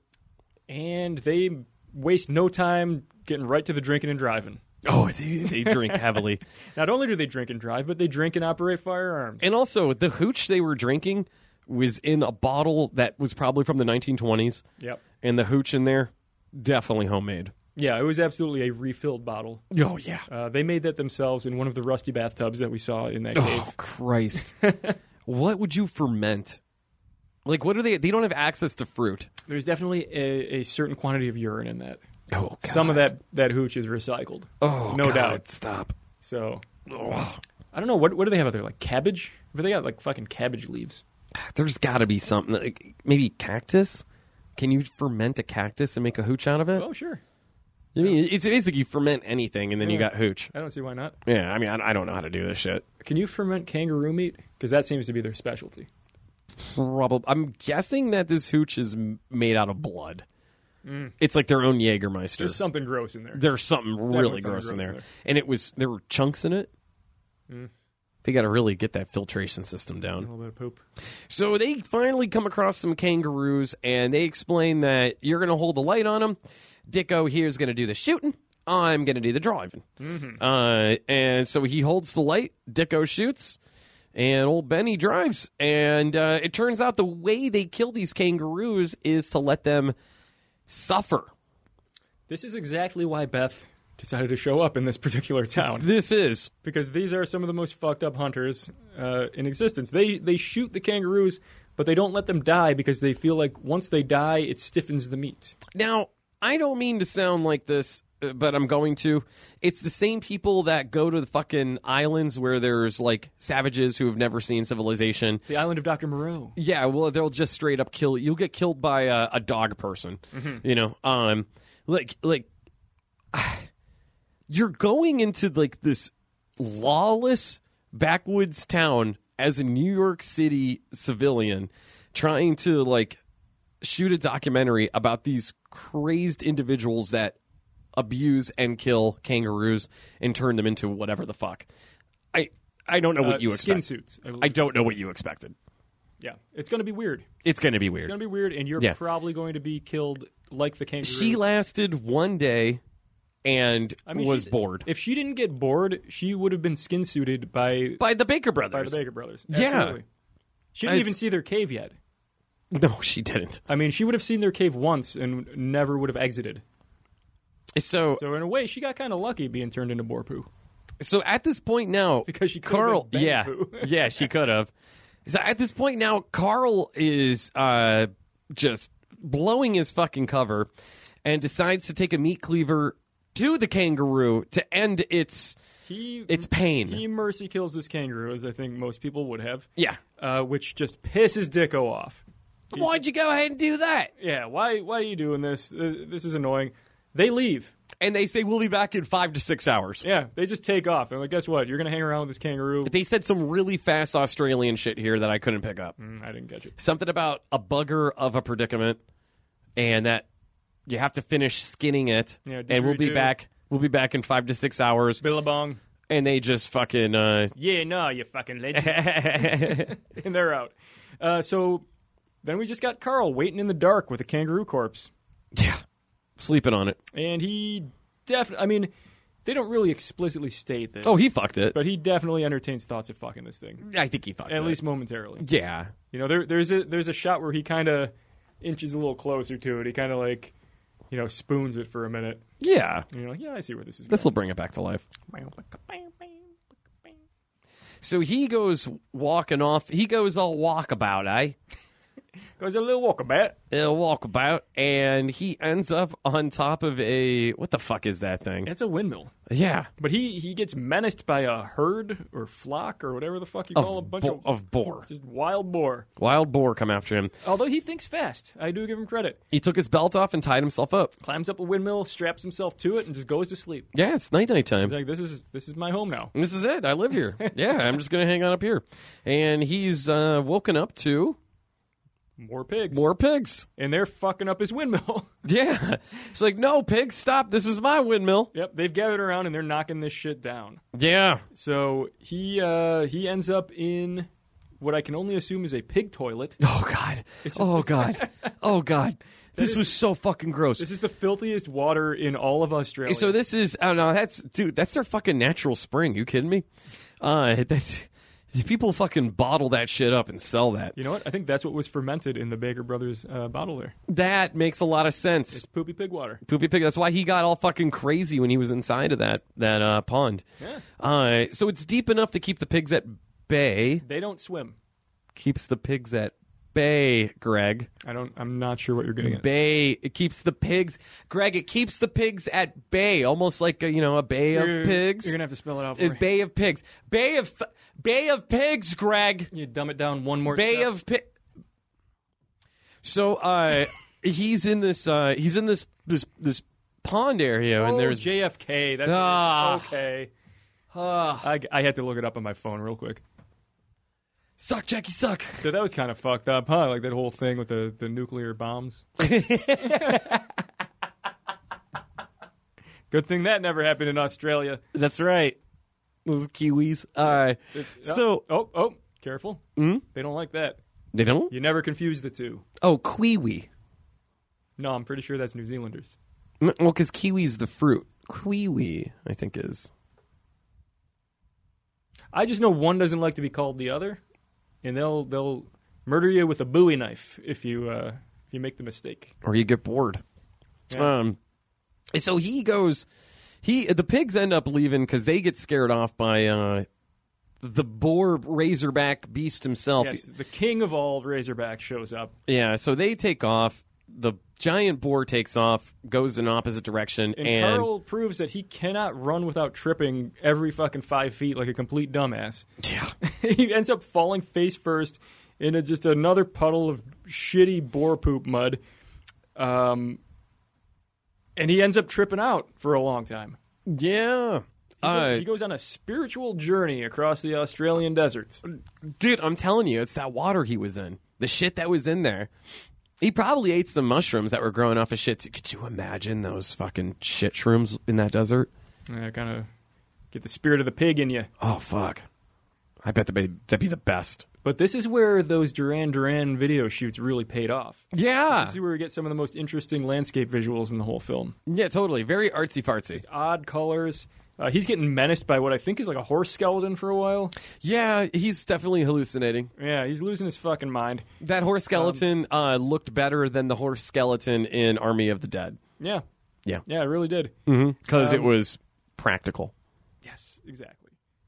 and they waste no time getting right to the drinking and driving. Oh, they, they drink heavily, Not only do they drink and drive, but they drink and operate firearms. and also the hooch they were drinking was in a bottle that was probably from the 1920s, Yep. and the hooch in there definitely homemade. Yeah, it was absolutely a refilled bottle. Oh yeah. Uh, they made that themselves in one of the rusty bathtubs that we saw in that cave. Oh Christ! what would you ferment? Like, what are they? They don't have access to fruit. There's definitely a, a certain quantity of urine in that. Oh, God. Some of that that hooch is recycled. Oh, no God, doubt. Stop. So Ugh. I don't know what what do they have out there? Like cabbage? Have they got like fucking cabbage leaves? There's got to be something. Like, maybe cactus. Can you ferment a cactus and make a hooch out of it? Oh, sure. I mean, it's basically you ferment anything and then you Yeah. got hooch. I don't see why not. Yeah, I mean, I, I don't know how to do this shit. Can you ferment kangaroo meat? Because that seems to be their specialty. Probably, I'm guessing that this hooch is m- made out of blood. It's like their own Jägermeister. Mm. There's something gross in there. There's something definitely really something gross, in gross there. there. Mm. And it was there were chunks in it. They got to really get that filtration system A down. little bit of poop. So they finally come across some kangaroos and they explain that you're going to hold the light on them. Dicko here's going to do the shooting. I'm going to do the driving. Uh, and so he holds the light. Dicko shoots. And old Benny drives. And uh, it turns out the way they kill these kangaroos is to let them suffer. This is exactly why Beth decided to show up in this particular town. This is because these are some of the most fucked up hunters uh, in existence. They they shoot the kangaroos, but they don't let them die because they feel like once they die, it stiffens the meat. Now, I don't mean to sound like this, uh, but I'm going to. It's the same people that go to the fucking islands where there's like savages who have never seen civilization. The island of Doctor Moreau. Yeah, well, they'll just straight up kill. You'll get killed by a, a dog person. Mm-hmm. You know, um, like like you're going into like this lawless backwoods town as a New York City civilian, trying to like shoot a documentary about these crazed individuals that abuse and kill kangaroos and turn them into whatever the fuck. I I don't know what Uh, you skin expect. suits? believe. I don't know what you expected. yeah, it's gonna be weird. It's going to be weird. It's gonna be weird, and you're Yeah. probably going to be killed like the kangaroos. she lasted one day and I mean, was she- bored If she didn't get bored, she would have been skin suited by by the Baker by brothers. the Baker brothers. Yeah. Absolutely. she didn't even It's- see their cave yet. No, she didn't. I mean, she would have seen their cave once and never would have exited. So, so, So in a way, she got kind of lucky being turned into boar poo. at this point now, Because she could've Carl, been yeah, bamboo. yeah, she could have. So at this point now, Carl is uh, just blowing his fucking cover, and decides to take a meat cleaver to the kangaroo to end its He its pain. Mm-hmm. he mercy kills this kangaroo, as I think most people would have, yeah, uh, which just pisses Dicko off. why'd you go ahead and do that? Yeah, why why are you doing this? Uh, This is annoying. They leave. And they say we'll be back in five to six hours. Yeah, they just take off. And like, guess what? You're gonna hang around with this kangaroo. They said some really fast Australian shit here that I couldn't pick up. Mm, I didn't catch it. Something about a bugger of a predicament, and that you have to finish skinning it. Yeah, and we'll be didgeridoo. back. We'll be back in five to six hours. Billabong. And they just fucking. Uh, Yeah, no, you fucking legend. and they're out. Uh, so then we just got Carl waiting in the dark with a kangaroo corpse, yeah, sleeping on it. and he definitely. I mean, they don't really explicitly state this. Oh, he fucked it. But he definitely entertains thoughts of fucking this thing, I think he fucked it. at least momentarily. Yeah. You know, there, there's a there's a shot where he kind of inches a little closer to it. He kind of like, you know, spoons it for a minute. Yeah. And you're like, yeah, I see where this is. This going. will bring it back to life. So he goes walking off. He goes all walkabout, eh? goes a little walkabout. A walkabout, and he ends up on top of a what the fuck is that thing? It's a windmill, Yeah, but he he gets menaced by a herd or flock or whatever the fuck you of, call a bunch bo- of of boar. just wild boar. Wild boar come after him. Although he thinks fast, I do give him credit. He took his belt off and tied himself up. Climbs up a windmill, straps himself to it, and just goes to sleep. Yeah, it's night night He's time. like, this is this is my home now. This is it. I live here. Yeah, I'm just gonna hang out up here. And he's uh, woken up to More pigs, more pigs. and they're fucking up his windmill. Yeah, it's like no pigs, stop. This is my windmill. Yep, they've gathered around and they're knocking this shit down. Yeah, So he uh, he ends up in what I can only assume is a pig toilet. Oh god. Oh god. Oh god. This was so fucking This gross. is the filthiest water in all of Australia. So this is I don't know, that's dude, that's their fucking natural spring. You kidding me? Uh that's people fucking bottle that shit up and sell that. you know what? I think that's what was fermented in the Baker Brothers uh, bottle there. That makes a lot of sense. It's poopy pig water. Poopy Pig. That's why he got all fucking crazy when he was inside of that that uh, pond. Uh, so it's deep enough to keep the pigs at bay. They don't swim. Keeps the pigs at bay, Greg. I don't. I'm not sure what you're getting at. Bay. It keeps the pigs, Greg. It keeps the pigs at bay, almost like a, you know a bay You're- of pigs. You're gonna have to spell it out. For Is me. bay of pigs. Bay of f- bay of pigs, Greg. you dumb it down one more. Bay step. of pi- So uh, he's in this uh, he's in this this this pond area, Oh, and there's JFK. That's what it is. Ah. okay. I, I had to look it up on my phone real quick. suck, Jackie, suck. So that was kind of fucked up, huh? Like that whole thing with the, the nuclear bombs. Good thing that never happened in Australia. That's right. Those Kiwis. Uh, It's- so Hmm? oh, oh, careful. They don't like that. they don't. You never confuse the two. Oh, kiwi. No, I'm pretty sure that's New Zealanders. Mm, Well, because kiwi's the fruit. Kiwi, I think, is. I just know one doesn't like to be called the other, and they'll they'll murder you with a Bowie knife if you uh, if you make the mistake. Or you get bored. Yeah. Um, so he goes. He the pigs end up leaving because they get scared off by uh, the boar razorback beast himself. Yes, the king of all Razorback shows up. Yeah, so they take off. The giant boar takes off, goes in opposite direction, And, Carl proves that he cannot run without tripping every fucking five feet like a complete dumbass. yeah, he ends up falling face first into just another puddle of shitty boar poop mud. Um, and he ends up tripping out for a long time. yeah. Uh, he goes on a spiritual journey across the Australian deserts. dude, I'm telling you, it's that water he was in. The shit that was in there. He probably ate some mushrooms that were growing off of shit. Could you imagine those fucking shit shrooms in that desert? Yeah, kind of get the spirit of the pig in you. Oh fuck! I bet that'd be, that'd be the best. But this is where those Duran Duran video shoots really paid off. Yeah, This is where we get some of the most interesting landscape visuals in the whole film. yeah, totally. Very artsy fartsy. Odd colors. Uh, he's getting menaced by what I think is like a horse skeleton for a while. Yeah, he's definitely hallucinating. Yeah, he's losing his fucking mind. That horse skeleton uh, looked better than the horse skeleton in Army of the Dead. Um, Yeah. Yeah. Hmm. Yeah, it really did. because Mm-hmm. it was practical. Yes, exactly.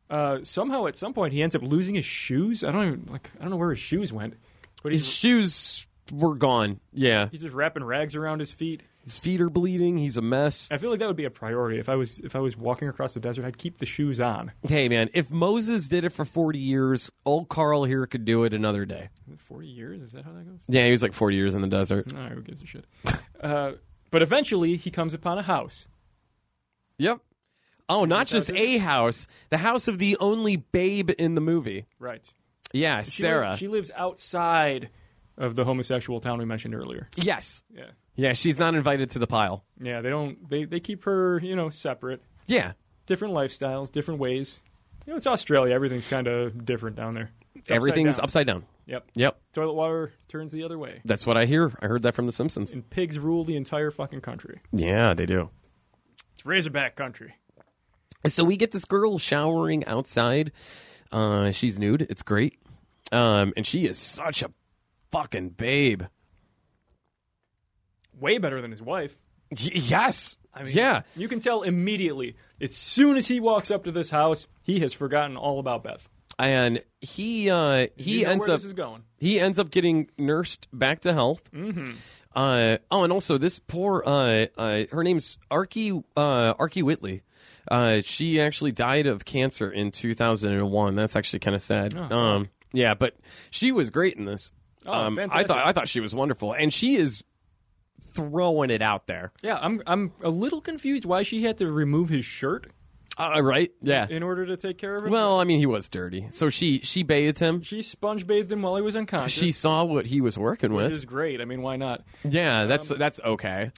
Uh, somehow, at some point, he ends up losing his shoes. I don't even like. I don't know where his shoes went, but His he's shoes were gone. Yeah, he's just wrapping rags around his feet. his feet are bleeding. He's a mess. I feel like that would be a priority if I was if I was walking across the desert. I'd keep the shoes on. Hey, man, if Moses did it for forty years, old Carl here could do it another day. Forty years is that how that goes? Yeah, he was like forty years in the desert. All right, who gives a shit? uh, but eventually, he comes upon a house. Yep. Oh, not that just do it? a house, the house of the only babe in the movie. Right, Yeah, She li- Sarah. she lives outside of the homosexual town we mentioned earlier. yes. Yeah, Yeah, she's not invited to the pile. yeah. They don't. They they keep her you know separate. Yeah. different lifestyles, different ways. You know, it's Australia. Everything's kind of different down there. It's upside Everything's down. upside down. Yep. Yep. Toilet water turns the other way. That's what I hear. I heard that from The Simpsons. And pigs rule the entire fucking country. Yeah, they do. It's Razorback country. So we get this girl showering outside. Uh, she's nude. It's great. Um, and she is such a fucking babe. Way better than his wife. Y- yes. yeah. You can tell immediately. As soon as he walks up to this house, he has forgotten all about Beth. And he uh, Do he you know ends where up This is going. he ends up getting nursed back to health. Mm-hmm. Uh, oh, and also this poor uh, uh, her name's Arky uh, Arky Whitley. Uh, she actually died of cancer in 2001. That's actually kind of sad. um, yeah, but she was great in this. Oh, um, I fantastic. thought I thought she was wonderful, and she is throwing it out there. Yeah, I'm. I'm a little confused why she had to remove his shirt Uh, right? Yeah. in order to take care of him. Well, I mean, he was dirty, so she she bathed him. she sponge bathed him while he was unconscious. She saw what he was working which with. is great. I mean, why not? Um, Yeah, that's that's okay.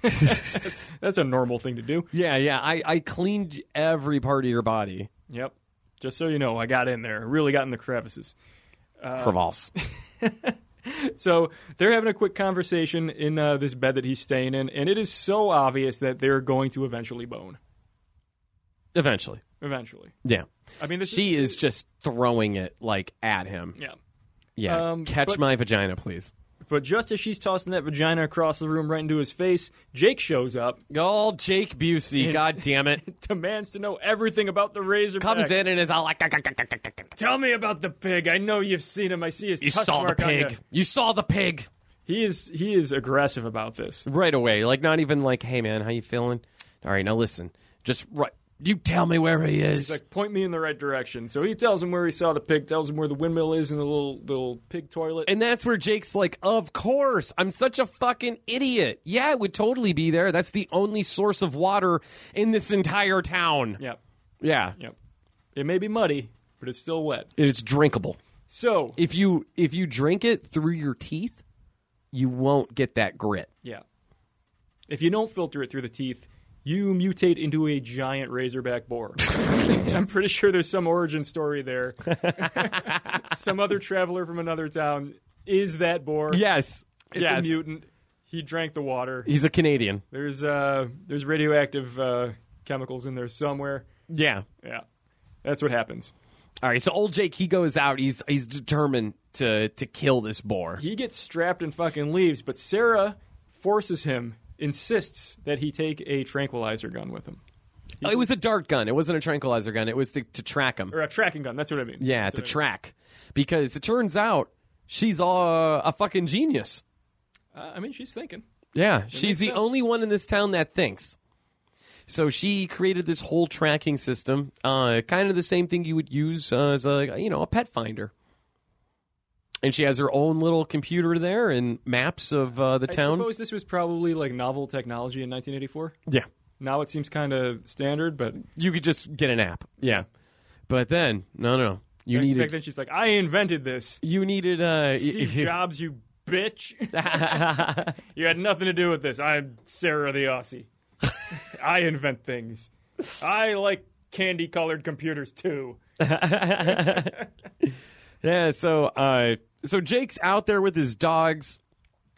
That's a normal thing to do. Yeah, yeah. I, I cleaned every part of your body. Yep. Just so you know, I got in there, really got in the crevices. Uh, Crevasse. So they're having a quick conversation in uh, this bed that he's staying in, and it is so obvious that they're going to eventually bone. Eventually. Eventually. Yeah. I mean, this She is just throwing it like at him. Yeah. Yeah. Um, Catch but- my vagina, please. But just as she's tossing that vagina across the room right into his face, Jake shows up, Oh, Jake Busey, god damn it. demands to know everything about the razor. Comes in and is all like, Tell me about the pig. I know you've seen him. I see his. you tusk saw the mark on ya." pig. You saw the pig. He is he is aggressive about this. Right away. Like, not even like, hey, man, how you feeling? All right, now listen. Just right. You tell me where he is. He's like, point me in the right direction. So he tells him where he saw the pig. Tells him where the windmill is and the little little pig toilet. And that's where Jake's like, Of course, I'm such a fucking idiot. Yeah, it would totally be there. That's the only source of water in this entire town. yep, Yeah. yep. It may be muddy, but it's still wet. It's drinkable. So If you if you drink it through your teeth, you won't get that grit. yeah, if you don't filter it through the teeth, you mutate into a giant razorback boar. I'm pretty sure there's some origin story there. some other traveler from another town is that boar. Yes. it's a mutant. He drank the water. He's a Canadian. There's uh there's radioactive uh, chemicals in there somewhere. Yeah. Yeah, that's what happens. All right, so old Jake he goes out. He's he's determined to to kill this boar. He gets strapped and fucking leaves, but Sarah forces him, insists that he take a tranquilizer gun with him Oh, it was a dart gun. It wasn't a tranquilizer gun. It was to, to track him. or a tracking gun. That's what I mean. Yeah, That's to what I mean. track. Because it turns out she's a, a fucking genius. Uh, I mean, she's thinking. Yeah, she's makes the sense. only one in this town that thinks. So she created this whole tracking system, uh, kind of the same thing you would use uh, as a you know a pet finder. And she has her own little computer there and maps of uh, the I town. suppose this was probably like novel technology in 1984. yeah, Now it seems kind of standard, but you could just get an app. Yeah, but then no, no, you back- back needed then she's like, "I invented this, you needed uh, Steve Jobs, you bitch. you had nothing to do with this. I'm Sarah the Aussie. I invent things. I like candy-colored computers too." Yeah, so uh so Jake's out there with his dogs.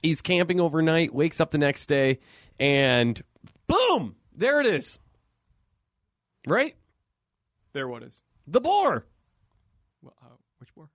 He's camping overnight, wakes up the next day, and boom, there it is. Right? There, what is? The boar. Well, uh, which war?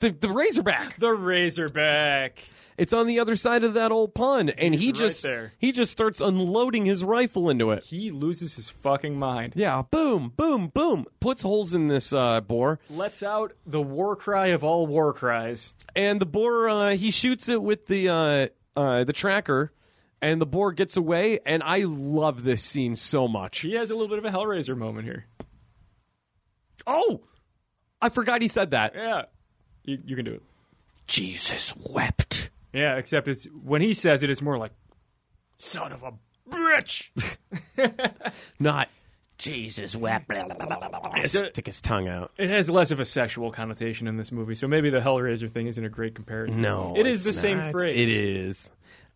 The the razorback. The Razorback. It's on the other side of that old pond and he It's right just there. he just starts unloading his rifle into it. He loses his fucking mind. Yeah, boom, boom, boom. Puts holes in this uh boar Lets out the war cry of all war cries. and the boar uh, he shoots it with the uh, uh, the tracker, and the boar gets away. And I love this scene so much. He has a little bit of a Hellraiser moment here. Oh, I forgot he said that. Yeah. You, you can do it. Jesus wept. Yeah, except it's when he says it, it's more like, son of a bitch. Not Jesus wept. Stick his tongue out. it has less of a sexual connotation in this movie, so maybe the Hellraiser thing isn't a great comparison. No, it is the it's same not. phrase. It is.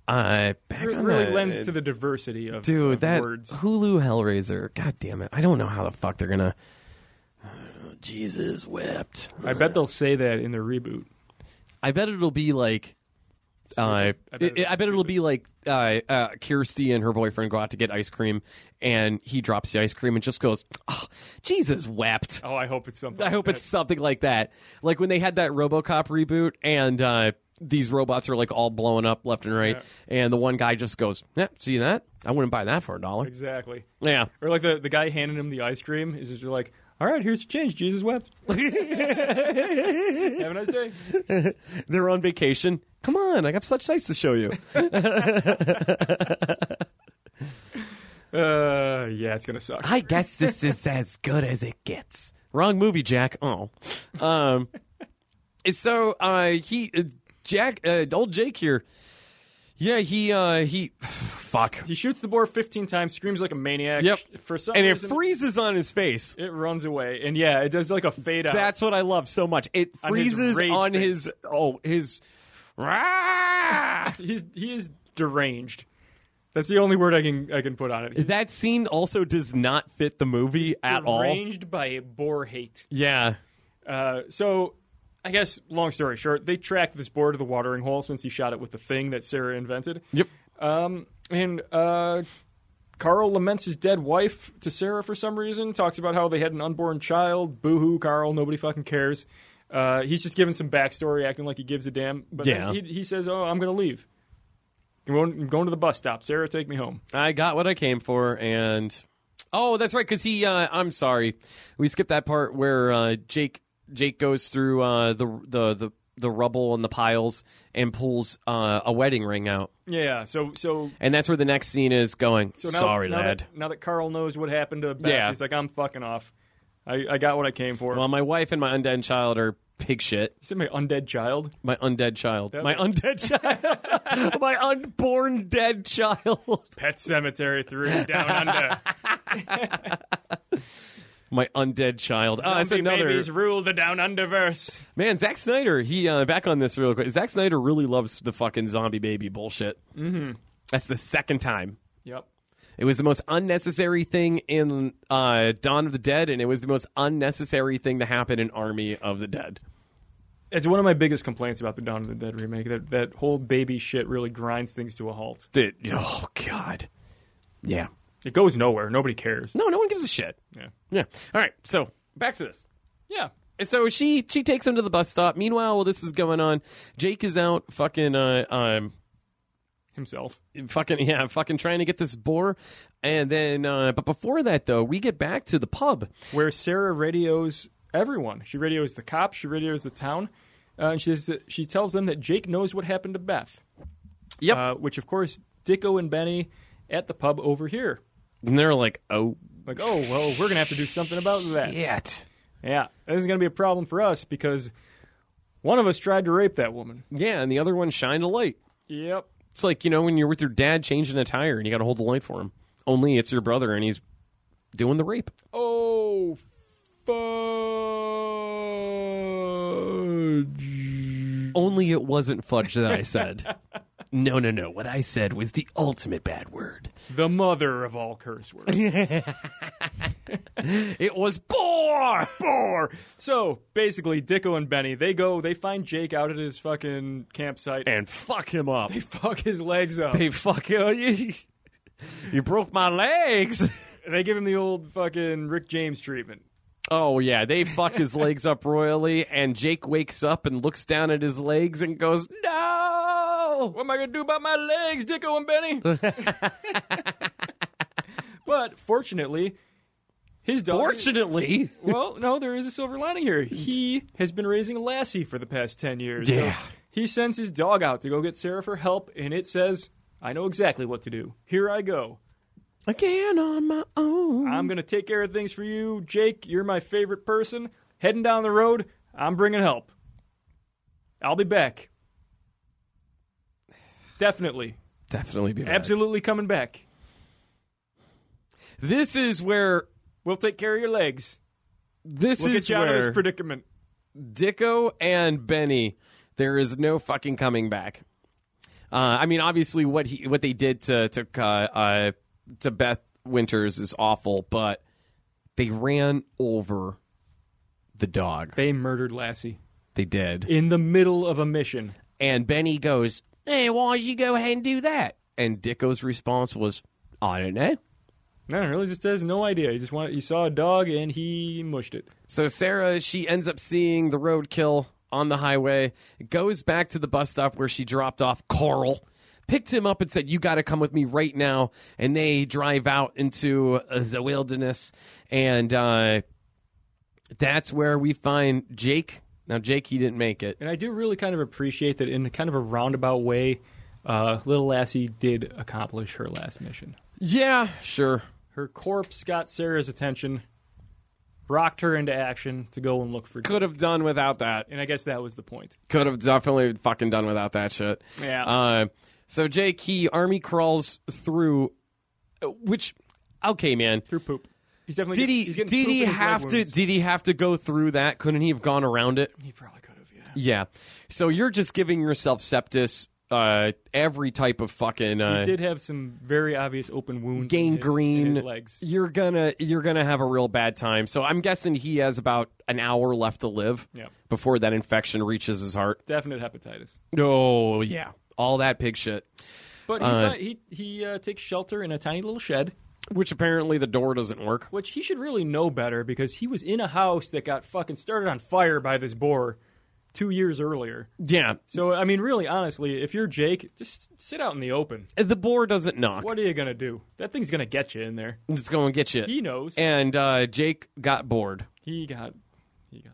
Uh, back It on really the- lends to the diversity of, dude of that words. Hulu Hellraiser. God damn it! I don't know how the fuck they're gonna. Jesus wept. I bet they'll say that in the reboot. I bet it'll be like. Uh, I, I bet bet it'll I bet it'll be like uh, uh, Kirsty and her boyfriend go out to get ice cream, and he drops the ice cream and just goes, oh, "Jesus wept." Oh, I hope it's something. I like hope that. it's something like that. Like when they had that RoboCop reboot, and uh, these robots are like all blowing up left and right, and the one guy just goes, "Yeah, see that? I wouldn't buy that for a dollar." exactly. Yeah, Or like the, the guy handing him the ice cream is just like, all right, here's your change. Jesus wept. Have a nice day. they're on vacation. Come on, I got such sights to show you. Uh, yeah, it's gonna suck. I guess this is as good as it gets. Wrong movie, Jack. Oh, um, so uh, he uh, Jack, uh, old Jake here. Yeah, he uh, he, fuck, He shoots the boar 15 times, screams like a maniac. Yep. For some and it reason, freezes on his face. it runs away, and yeah, it does like a fade out. That's what I love so much. It On his freezes rage on thing. his, oh his. Rah! he's he is deranged. That's the only word I can I can put on it. He's that scene also does not fit the movie at all. deranged by boar hate. Yeah, Uh, so I guess long story short, they tracked this boar to the watering hole since he shot it with the thing that Sarah invented. Yep. Um, and uh, Carl laments his dead wife to Sarah for some reason. Talks about how they had an unborn child. Boo hoo, Carl. Nobody fucking cares. Uh, he's just giving some backstory, acting like he gives a damn. But Yeah. then he, he says, "Oh, I'm gonna leave. I'm going, I'm going to the bus stop. Sarah, take me home." I got what I came for, and oh, that's right, because he. Uh, I'm sorry, we skipped that part where uh, Jake Jake goes through uh, the the the the rubble and the piles and pulls uh, a wedding ring out, Yeah. So so and that's where the next scene is going. so now, sorry, now lad. That, now that Carl knows what happened to Beth, Yeah. he's like, "I'm fucking off. I, I got what I came for." well, my wife and my undead child are pig shit. you said my undead child. My undead child. My was- undead child. my unborn dead child. Pet Cemetery Three Down Under. My undead child. Oh, that's Zombie another babies rule the Down Underverse. man. Zack Snyder. He uh, back on this real quick. Zack Snyder really loves the fucking zombie baby bullshit. Mm-hmm. That's the second time. Yep. It was the most unnecessary thing in uh, Dawn of the Dead, and it was the most unnecessary thing to happen in Army of the Dead. It's one of my biggest complaints about the Dawn of the Dead remake. That that whole baby shit really grinds things to a halt. Dude, oh god, yeah. It goes nowhere. Nobody cares. No, no one gives a shit. Yeah. Yeah. All right. So back to this. Yeah. So she she takes him to the bus stop. Meanwhile, while this is going on, Jake is out fucking uh, um Himself. fucking yeah fucking trying to get this boar, and then uh, but before that though, we get back to the pub. Where Sarah radios everyone. She radios the cops. She radios the town. Uh, and she says, she tells them that Jake knows what happened to Beth. Yep. Uh, which of course Dicko and Benny at the pub overhear. And they're like, oh, Like, oh well, we're gonna have to do something about that. yet. Yeah. This is gonna be a problem for us because one of us tried to rape that woman. Yeah, and the other one shined a light. Yep. It's like you know when you're with your dad changing a tire and you got to hold the light for him. Only it's your brother and he's doing the rape. Oh, fudge. Only it wasn't fudge that I said. no, no, no. What I said was the ultimate bad word. The mother of all curse words. It was bore, bore. so basically, Dicko and Benny, they go, they find Jake out at his fucking campsite and and fuck him up. they fuck his legs up. They fuck you. You, you broke my legs. They give him the old fucking Rick James treatment. Oh yeah, they fuck his legs up royally, and Jake wakes up and looks down at his legs and goes, "No." What am I gonna do about my legs, Dicko and Benny? but fortunately, his dog. Fortunately, Well, no, there is a silver lining here. He has been raising Lassie for the past 10 years. Yeah. So he sends his dog out to go get Sarah for help, and it says, I know exactly what to do. Here I go. again on my own. I'm going to take care of things for you. Jake, you're my favorite person. Heading down the road, I'm bringing help. I'll be back. Definitely. Definitely be back. Absolutely coming back. This is where We'll take care of your legs. this We'll is get you out of where this predicament. Dicko and Benny. There is no fucking coming back. Uh, I mean, obviously, what he what they did to to uh, uh, to Beth Winters is awful, but they ran over the dog. They murdered Lassie They did. in the middle of a mission. And Benny goes, "Hey, why would you go ahead and do that?" And Dicko's response was, "I don't know." No, he really just has no idea. He just wanted, he saw a dog and he mushed it. So Sarah, she ends up seeing the roadkill on the highway, goes back to the bus stop where she dropped off Carl, picked him up and said, You got to come with me right now. And they drive out into uh, the wilderness. And uh, that's where we find Jake. Now, Jake, he didn't make it. And I do really kind of appreciate that in kind of a roundabout way, uh, little Lassie did accomplish her last mission. Yeah, sure. Her corpse got Sarah's attention, rocked her into action to go and look for. Could have done without that. And I guess that was the point. Could have definitely fucking done without that shit. Yeah. Uh, so Jake, he army crawls through, which, okay, man. Through poop. He's definitely did he he's getting did poop he in his leg have to wounds. did he have to go through that couldn't he have gone around it he probably could have. yeah Yeah. so you're just giving yourself septus uh every type of fucking He uh did have some very obvious open wounds. in his- gangrene in his legs. you're gonna you're gonna have a real bad time so i'm guessing he has about an hour left to live Yeah. before that infection reaches his heart Definite hepatitis. oh yeah all that pig shit But he, Uh, fi- he he uh, takes shelter in a tiny little shed. Which apparently the door doesn't work. Which he should really know better because he was in a house that got fucking started on fire by this boar two years earlier. Yeah, So, I mean, really, honestly, if you're Jake, just sit out in the open. the boar doesn't knock. What are you going to do? That thing's going to get you in there. It's going to get you. He knows. and uh, Jake got bored. he got. He got.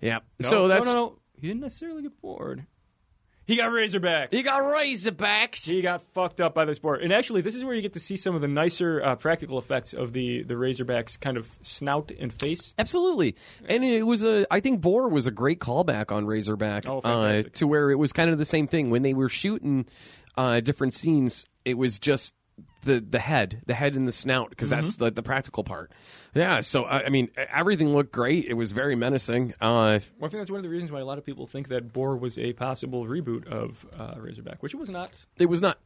Yeah. No, so that's No, no, no. He didn't necessarily get bored. He got Razorback. he got razorbacked. He got fucked up by this board. And actually, this is where you get to see some of the nicer uh, practical effects of the, the Razorback's kind of snout and face. Absolutely, and it was a. I think Boar was a great callback on Razorback Oh, uh, fantastic. to where it was kind of the same thing when they were shooting uh, different scenes. It was just the the head, the head and the snout, because that's Mm-hmm. the, the practical part. Yeah, so I, I mean, everything looked great. It was very menacing. Uh, Well, I think that's one of the reasons why a lot of people think that Boar was a possible reboot of uh, Razorback, which it was not. it was not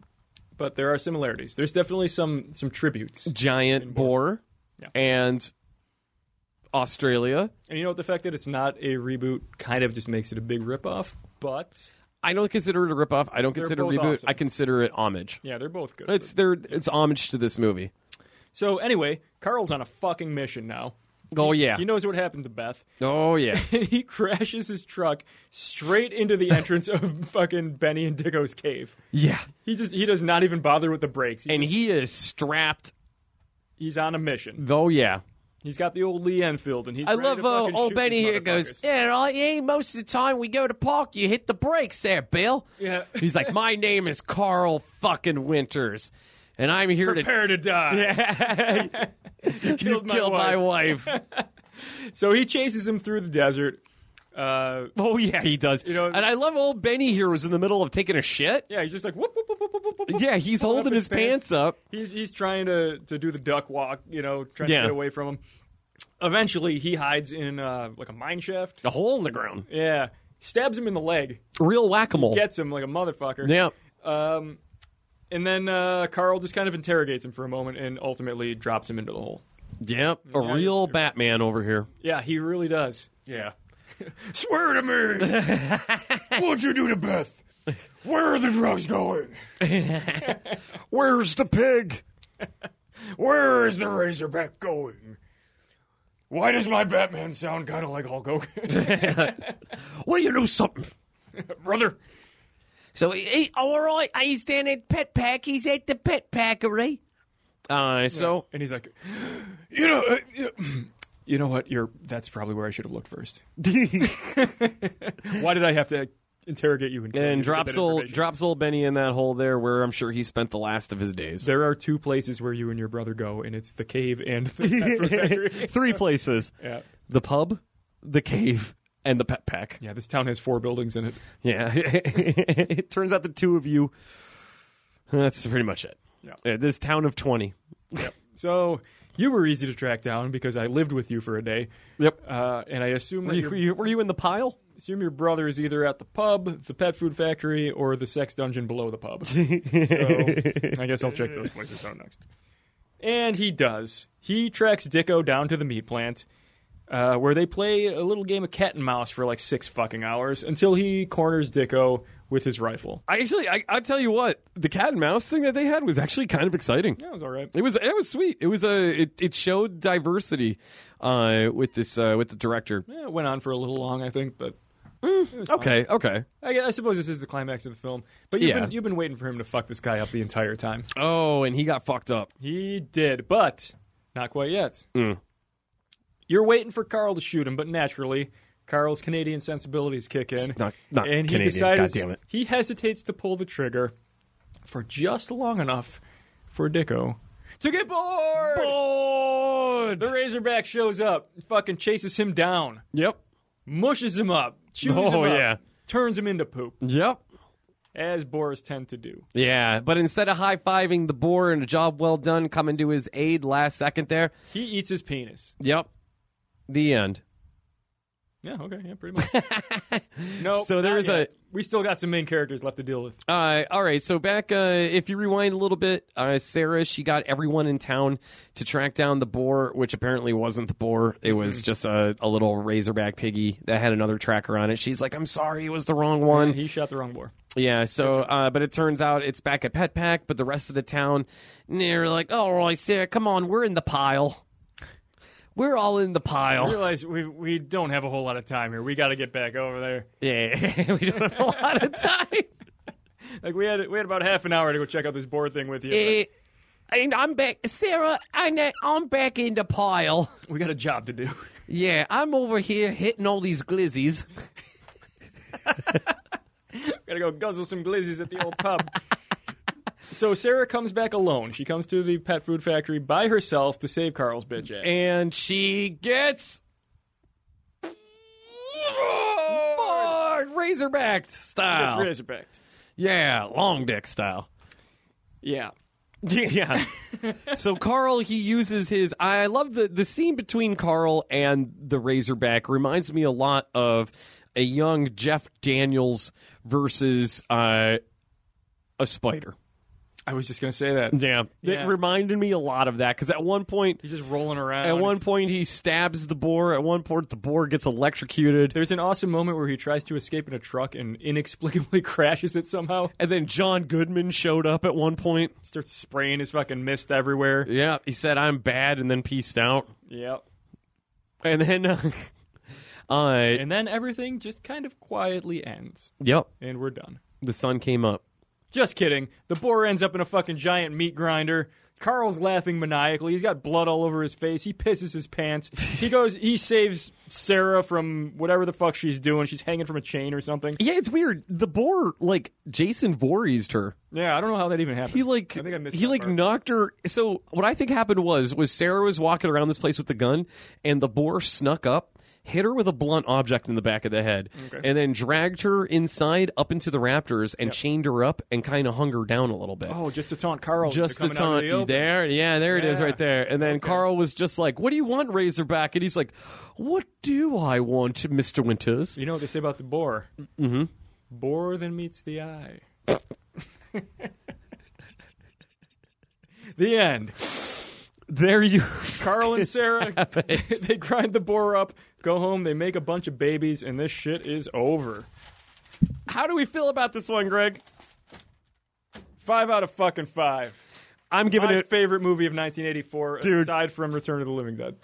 But there are similarities. There's definitely some some tributes. giant boar, Yeah. and Australia. And you know what? The fact that it's not a reboot kind of just makes it a big ripoff. But I don't consider it a ripoff. I don't They're consider it a both reboot. awesome. I consider it homage. yeah, they're both good. It's their it's homage to this movie. so anyway, Carl's on a fucking mission now. Oh yeah. He knows what happened to Beth. Oh yeah. and he crashes his truck straight into the entrance of fucking Benny and Dicko's cave. Yeah. He just he does not even bother with the brakes. He And just- he is strapped. he's on a mission. Oh, yeah. He's got the old Lee Enfield, and he's I ready love to uh, fucking old shoot Benny these here goes, motherfuckers. Yeah, right, yeah, most of the time we go to park, you hit the brakes there, Bill. Yeah. He's like, My name is Carl fucking Winters, and I'm here prepare to die. to. You You killed my killed my wife. wife. So he chases him through the desert. Uh, oh, yeah, he does. know- and I love old Benny here was in the middle of taking a shit. yeah, he's just like whoop whoop whoop whoop whoop. whoop, whoop, Yeah, he's pulling holding up his pants up. He's he's trying to to do the duck walk, you know, trying Yeah. to get away from him. Eventually, he hides in uh, like a mine shaft. A hole in the ground. Yeah, stabs him in the leg, Real whack a mole. gets him like a motherfucker. Yeah. Um, and then uh, Carl just kind of interrogates him for a moment and ultimately drops him into the hole. Yep. A Yeah, real you're- Batman over here. Yeah, he really does. Yeah. Swear to me! What'd you do to Beth? Where are the drugs going? Where's the pig? Where is the Razorback going? Why does my Batman sound kind of like Hulk Hogan? What do you know something? Brother! So he, he all right, he's down at Pet Pack. He's at the Pet Packery. Uh, so And he's like, you know, uh, you- you know what? You're that's probably where I should have looked first. Why did I have to interrogate you and, kill you and to get drops that old information? drops old Benny in that hole there, where I'm sure he spent the last of his days. There are two places where you and your brother go, and it's the cave and the factory. Three places: yeah. the pub, the cave, and the Pet Pack. yeah, this town has four buildings in it. Yeah, it turns out the two of you. That's pretty much it. Yeah. this town of twenty. So you were easy to track down because I lived with you for a day, Yep. uh, and I assume Were that you, your, were you in the pile? assume your brother is either at the pub, the pet food factory, or the sex dungeon below the pub. so I guess I'll check those places out next. And he does. He tracks Dicko down to the meat plant. Uh, where they play a little game of cat and mouse for like six fucking hours until he corners Dicko with his rifle. I actually, I, I tell you what, the cat and mouse thing that they had was actually kind of exciting. That was all right. It was it was sweet. It was a it, it showed diversity uh, with this uh, with the director. Yeah, it went on for a little long, I think, but Okay, okay. I, I suppose this is the climax of the film. But you've, Yeah. been, you've been waiting for him to fuck this guy up the entire time. Oh, and he got fucked up. He did, but not quite yet. Mm. You're waiting for Carl to shoot him, but naturally, Carl's Canadian sensibilities kick in, Not- not and he Canadian, decides goddammit. he hesitates to pull the trigger for just long enough for Dicko to get bored. Bored. The Razorback shows up, and fucking chases him down, Yep. mushes him up, chews Oh, him up, yeah. turns him into poop, Yep. as boars tend to do. Yeah, but instead of high fiving the boar and a job well done coming to his aid last second there. He eats his penis. Yep. The end. Yeah, okay, yeah, pretty much. no, So there not is a- yet. We still got some main characters left to deal with. Uh, all right, so back uh, if you rewind a little bit, uh, Sarah she got everyone in town to track down the boar, which apparently wasn't the boar. It was just a, a little razorback piggy that had another tracker on it. She's like, "I'm sorry, it was the wrong one." He shot the wrong boar. Yeah, so uh, but it turns out it's back at Pet Pack, but the rest of the town they're like, "Oh, I see. Come on, we're in the pile. We're all in the I pile." realize we we don't have a whole lot of time here. We got to get back over there. Yeah, we don't have a lot of time. Like we had we had about half an hour to go check out this board thing with you. Eh, and I'm back, Sarah. I I'm back in the pile. We got a job to do. Yeah, I'm over here hitting all these glizzies. Gotta go guzzle some glizzies at the old pub. so Sarah comes back alone. She comes to the pet food factory by herself to save Carl's bitch ass. and she gets bored, razorbacked It's style. Razorback. Yeah, long dick style. Yeah. Yeah. so Carl, he uses his. I love the the scene between Carl and the Razorback. Reminds me a lot of a young Jeff Daniels versus uh, a spider. I was just gonna say that. Yeah, Yeah. it reminded me a lot of that because at one point. He's just rolling around. At one He's- point, he stabs the boar. At one point, the boar gets electrocuted. There's an awesome moment where he tries to escape in a truck and inexplicably crashes it somehow. And then John Goodman showed up at one point. Starts spraying his fucking mist everywhere. Yeah, he said I'm bad, and then peaced out. Yep. And then, uh, uh And then everything just kind of quietly ends, yep, and we're done. the sun came up. Just kidding. The boar ends up in a fucking giant meat grinder. Carl's laughing maniacally. He's got blood all over his face. He pisses his pants. He goes. He saves Sarah from whatever the fuck she's doing. She's hanging from a chain or something. Yeah, it's weird. The boar, like Jason Voorheesed her. Yeah, I don't know how that even happened. He like I think I missed he that like part. knocked her. So what I think happened was was Sarah was walking around this place with the gun, and the boar snuck up, hit her with a blunt object in the back of the head, and then dragged her inside up into the raptors and chained her up and kind of hung her down a little bit. oh, just to taunt Carl. just to into coming out taunt into the you open. there yeah there it is Yeah. right there and then carl was just like what do you want razorback and he's like what do i want mr winters You know what they say about the boar? Mm-hmm. Boar than meets the eye. the end. there you Carl and Sarah, they grind the boar up, go home, they make a bunch of babies, and this shit is over. how do we feel about this one greg Five out of fucking five. i'm giving My it favorite movie of 1984, Dude. aside from Return of the Living Dead.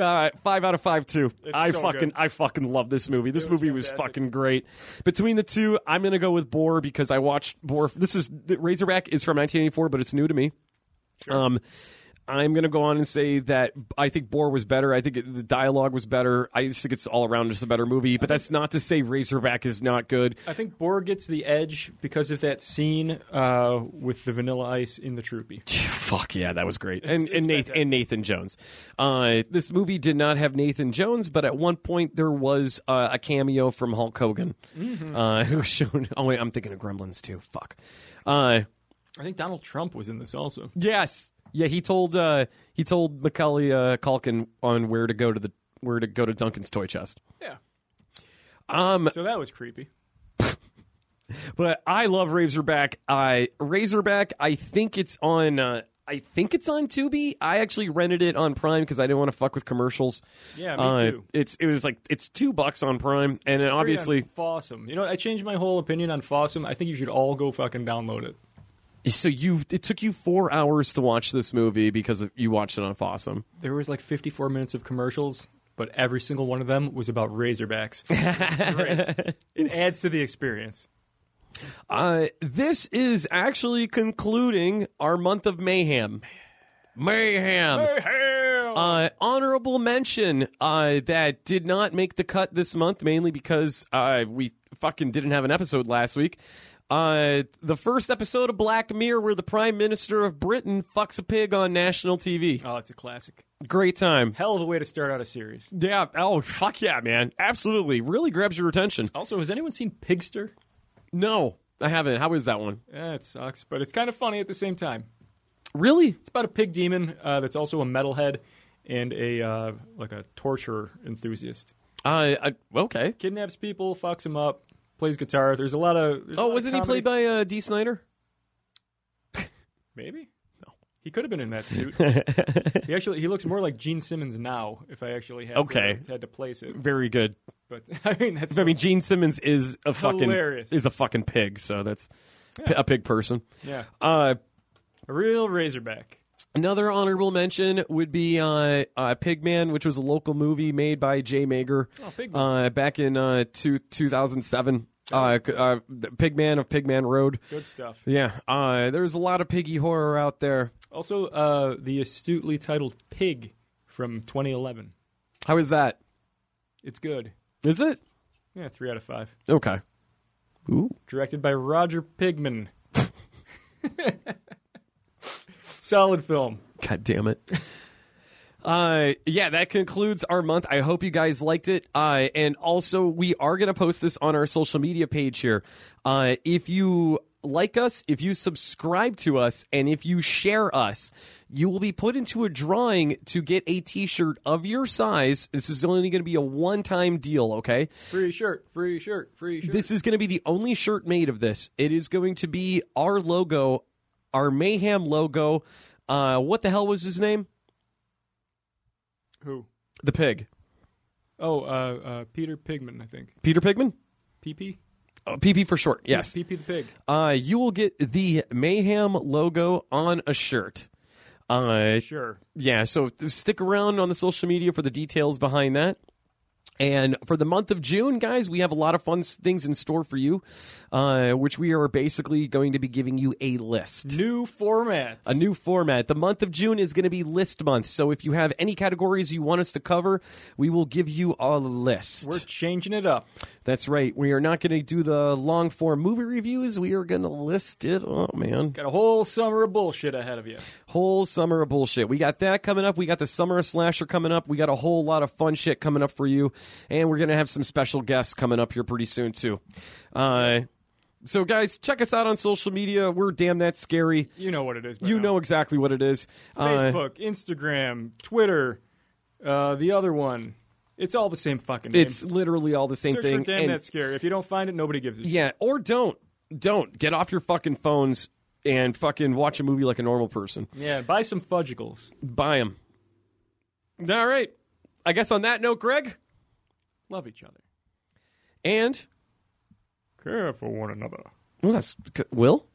uh, five out of five too i so fucking good. i fucking love this movie this was movie was fantastic. fucking great between the two i'm gonna go with boar because i watched boar this is razorback is from 1984 but it's new to me Um, I'm going to go on and say that I think Boar was better. I think it, the dialogue was better. I just think it's all around just a better movie. But that's not to say Razorback is not good. I think Boar gets the edge because of that scene uh, with the vanilla ice in the troopy. Fuck yeah, that was great. and it's and Nathan and Nathan Jones. Uh, this movie did not have Nathan Jones, but at one point there was uh, a cameo from Hulk Hogan, Mm-hmm. uh, who was shown. Oh wait, I'm thinking of Gremlins too. Fuck. Uh, I think Donald Trump was in this also. Yes. Yeah, he told uh, he told Macaulay uh, Culkin on where to go to the where to go to Duncan's toy chest. Yeah. Um, So that was creepy. but I love Razorback. I Razorback. I think it's on. Uh, I think it's on Tubi. I actually rented it on Prime because I didn't want to fuck with commercials. Yeah, me Uh, too. It's it was like it's two bucks on Prime, and then obviously, Free on Fossum. You know, I changed my whole opinion on Fossum. I think you should all go fucking download it. so you it took you four hours to watch this movie because of, you watched it on Fossum. There was like 54 minutes of commercials, but every single one of them was about Razorbacks. It was great. It adds to the experience. Uh, this is actually concluding our month of mayhem. Mayhem. Uh, honorable mention uh, that did not make the cut this month, mainly because uh, we fucking didn't have an episode last week. Uh, the first episode of Black Mirror, where the Prime Minister of Britain fucks a pig on national TV. Oh, it's a classic. Great time. Hell of a way to start out a series. Yeah. Oh, fuck yeah, man. Absolutely. Really grabs your attention. Also, has anyone seen Pigster? No, I haven't. How is that one? Eh, it sucks, but it's kind of funny at the same time. Really? It's about a pig demon uh, that's also a metalhead and a uh, like a torture enthusiast. Uh, I, okay. Kidnaps people, fucks them up, plays guitar. There's a lot of. there's a Oh, lot of wasn't he comedy. played by uh, D. Snyder? Maybe. He could have been in that suit. he actually he looks more like Gene Simmons now. If I actually had Okay. to, had to place it, Very good. but I mean that's I mean, Gene Simmons is a fucking Hilarious. is a fucking pig. So that's p a pig person. yeah, Uh, a real Razorback. Another honorable mention would be uh, uh, Pigman, which was a local movie made by Jay Mager Oh, Pigman. uh, back in uh, two, 2007. Uh, c- uh, the Pigman of Pigman Road. Good stuff. Yeah, uh, there's a lot of piggy horror out there. Also, uh, the astutely titled Pig from 2011. How is that? It's good. Is it? Yeah, three out of five. Okay. Ooh. Directed by Roger Pigman. Solid film. God damn it. Uh, yeah, that concludes our month. I hope you guys liked it. Uh, and also, we are going to post this on our social media page here. Uh, if you like us, if you subscribe to us, and if you share us, you will be put into a drawing to get a t shirt of your size. This is only going to be a one time deal, okay? Free shirt. Free shirt. Free shirt. This is going to be the only shirt made of this. It is going to be our logo, our Mayhem logo. Uh, what the hell was his name? Who? The pig. Oh, uh, uh, Peter Pigman, I think. Peter Pigman? PP. Oh, PP for short, yes. PP the pig. Uh, you will get the Mayhem logo on a shirt. Uh, Sure. yeah, so stick around on the social media for the details behind that. And for the month of June, guys, we have a lot of fun s- things in store for you, uh, which we are basically going to be giving you a list. New format. a new format. The month of June is going to be list month. So if you have any categories you want us to cover, we will give you a list. We're changing it up. That's right. We are not going to do the long form movie reviews. We are going to list it. Oh man, Got a whole summer of bullshit ahead of you. whole summer of bullshit. We got that coming up. We got the summer of slasher coming up. We got a whole lot of fun shit coming up for you, and we're going to have some special guests coming up here pretty soon too. Uh, so guys, check us out on social media. We're damn that scary. You know what it is. by You now. know exactly what it is. Uh, Facebook, Instagram, Twitter, uh, the other one. It's all the same fucking name. It's literally all the same Search thing. for damn and- that scary. If you don't find it, nobody gives a shit. yeah, or don't don't get off your fucking phones and fucking watch a movie like a normal person. Yeah, buy some fudgicles. Buy them. All right. I guess on that note, Greg Love each other. and Care for one another. well, that's Will.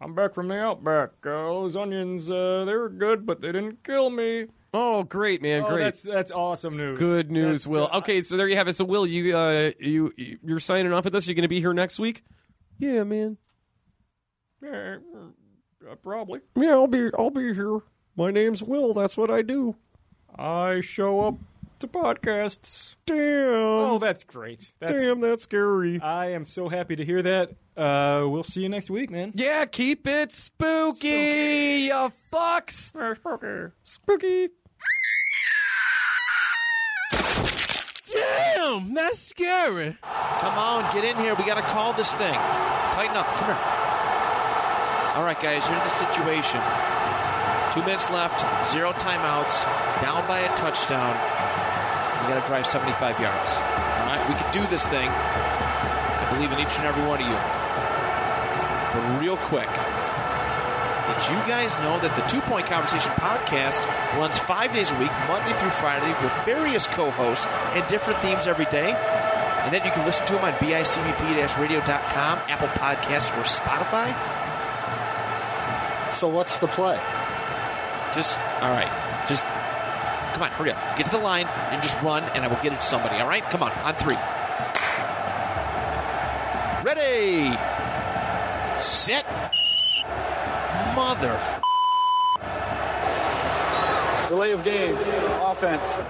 I'm back from the outback. Uh, those onions, uh, they were good, but they didn't kill me. Oh, great man, Oh, great. that's that's awesome news. Good news, That's- Will. Okay, so there you have it. So, Will, you uh, you you're signing off with us. You're going to be here next week. Yeah, man. Yeah, uh, probably. Yeah, I'll be I'll be here. My name's Will. That's what I do. I show up to podcasts. Damn. Oh, that's great. That's, damn, that's scary. I am so happy to hear that. Uh, we'll see you next week, man. Yeah, keep it spooky, you fucks. Spooker. Spooky. Damn, that's scary. Come on, get in here. We got to call this thing. Tighten up. Come here. All right, guys, here's the situation. Two minutes left, zero timeouts, down by a touchdown. We got to drive 75 yards. All right, we can do this thing. I believe in each and every one of you. But real quick, did you guys know that the Two Point Conversation podcast runs five days a week, Monday through Friday, with various co hosts and different themes every day? And then you can listen to them on bicbp-radio.com, Apple Podcasts, or Spotify. So what's the play? Just, all right, just, come on, hurry up. Get to the line and just run, and I will get it to somebody, all right? Come on, on three. Ready, set, mother. Delay of game, offense.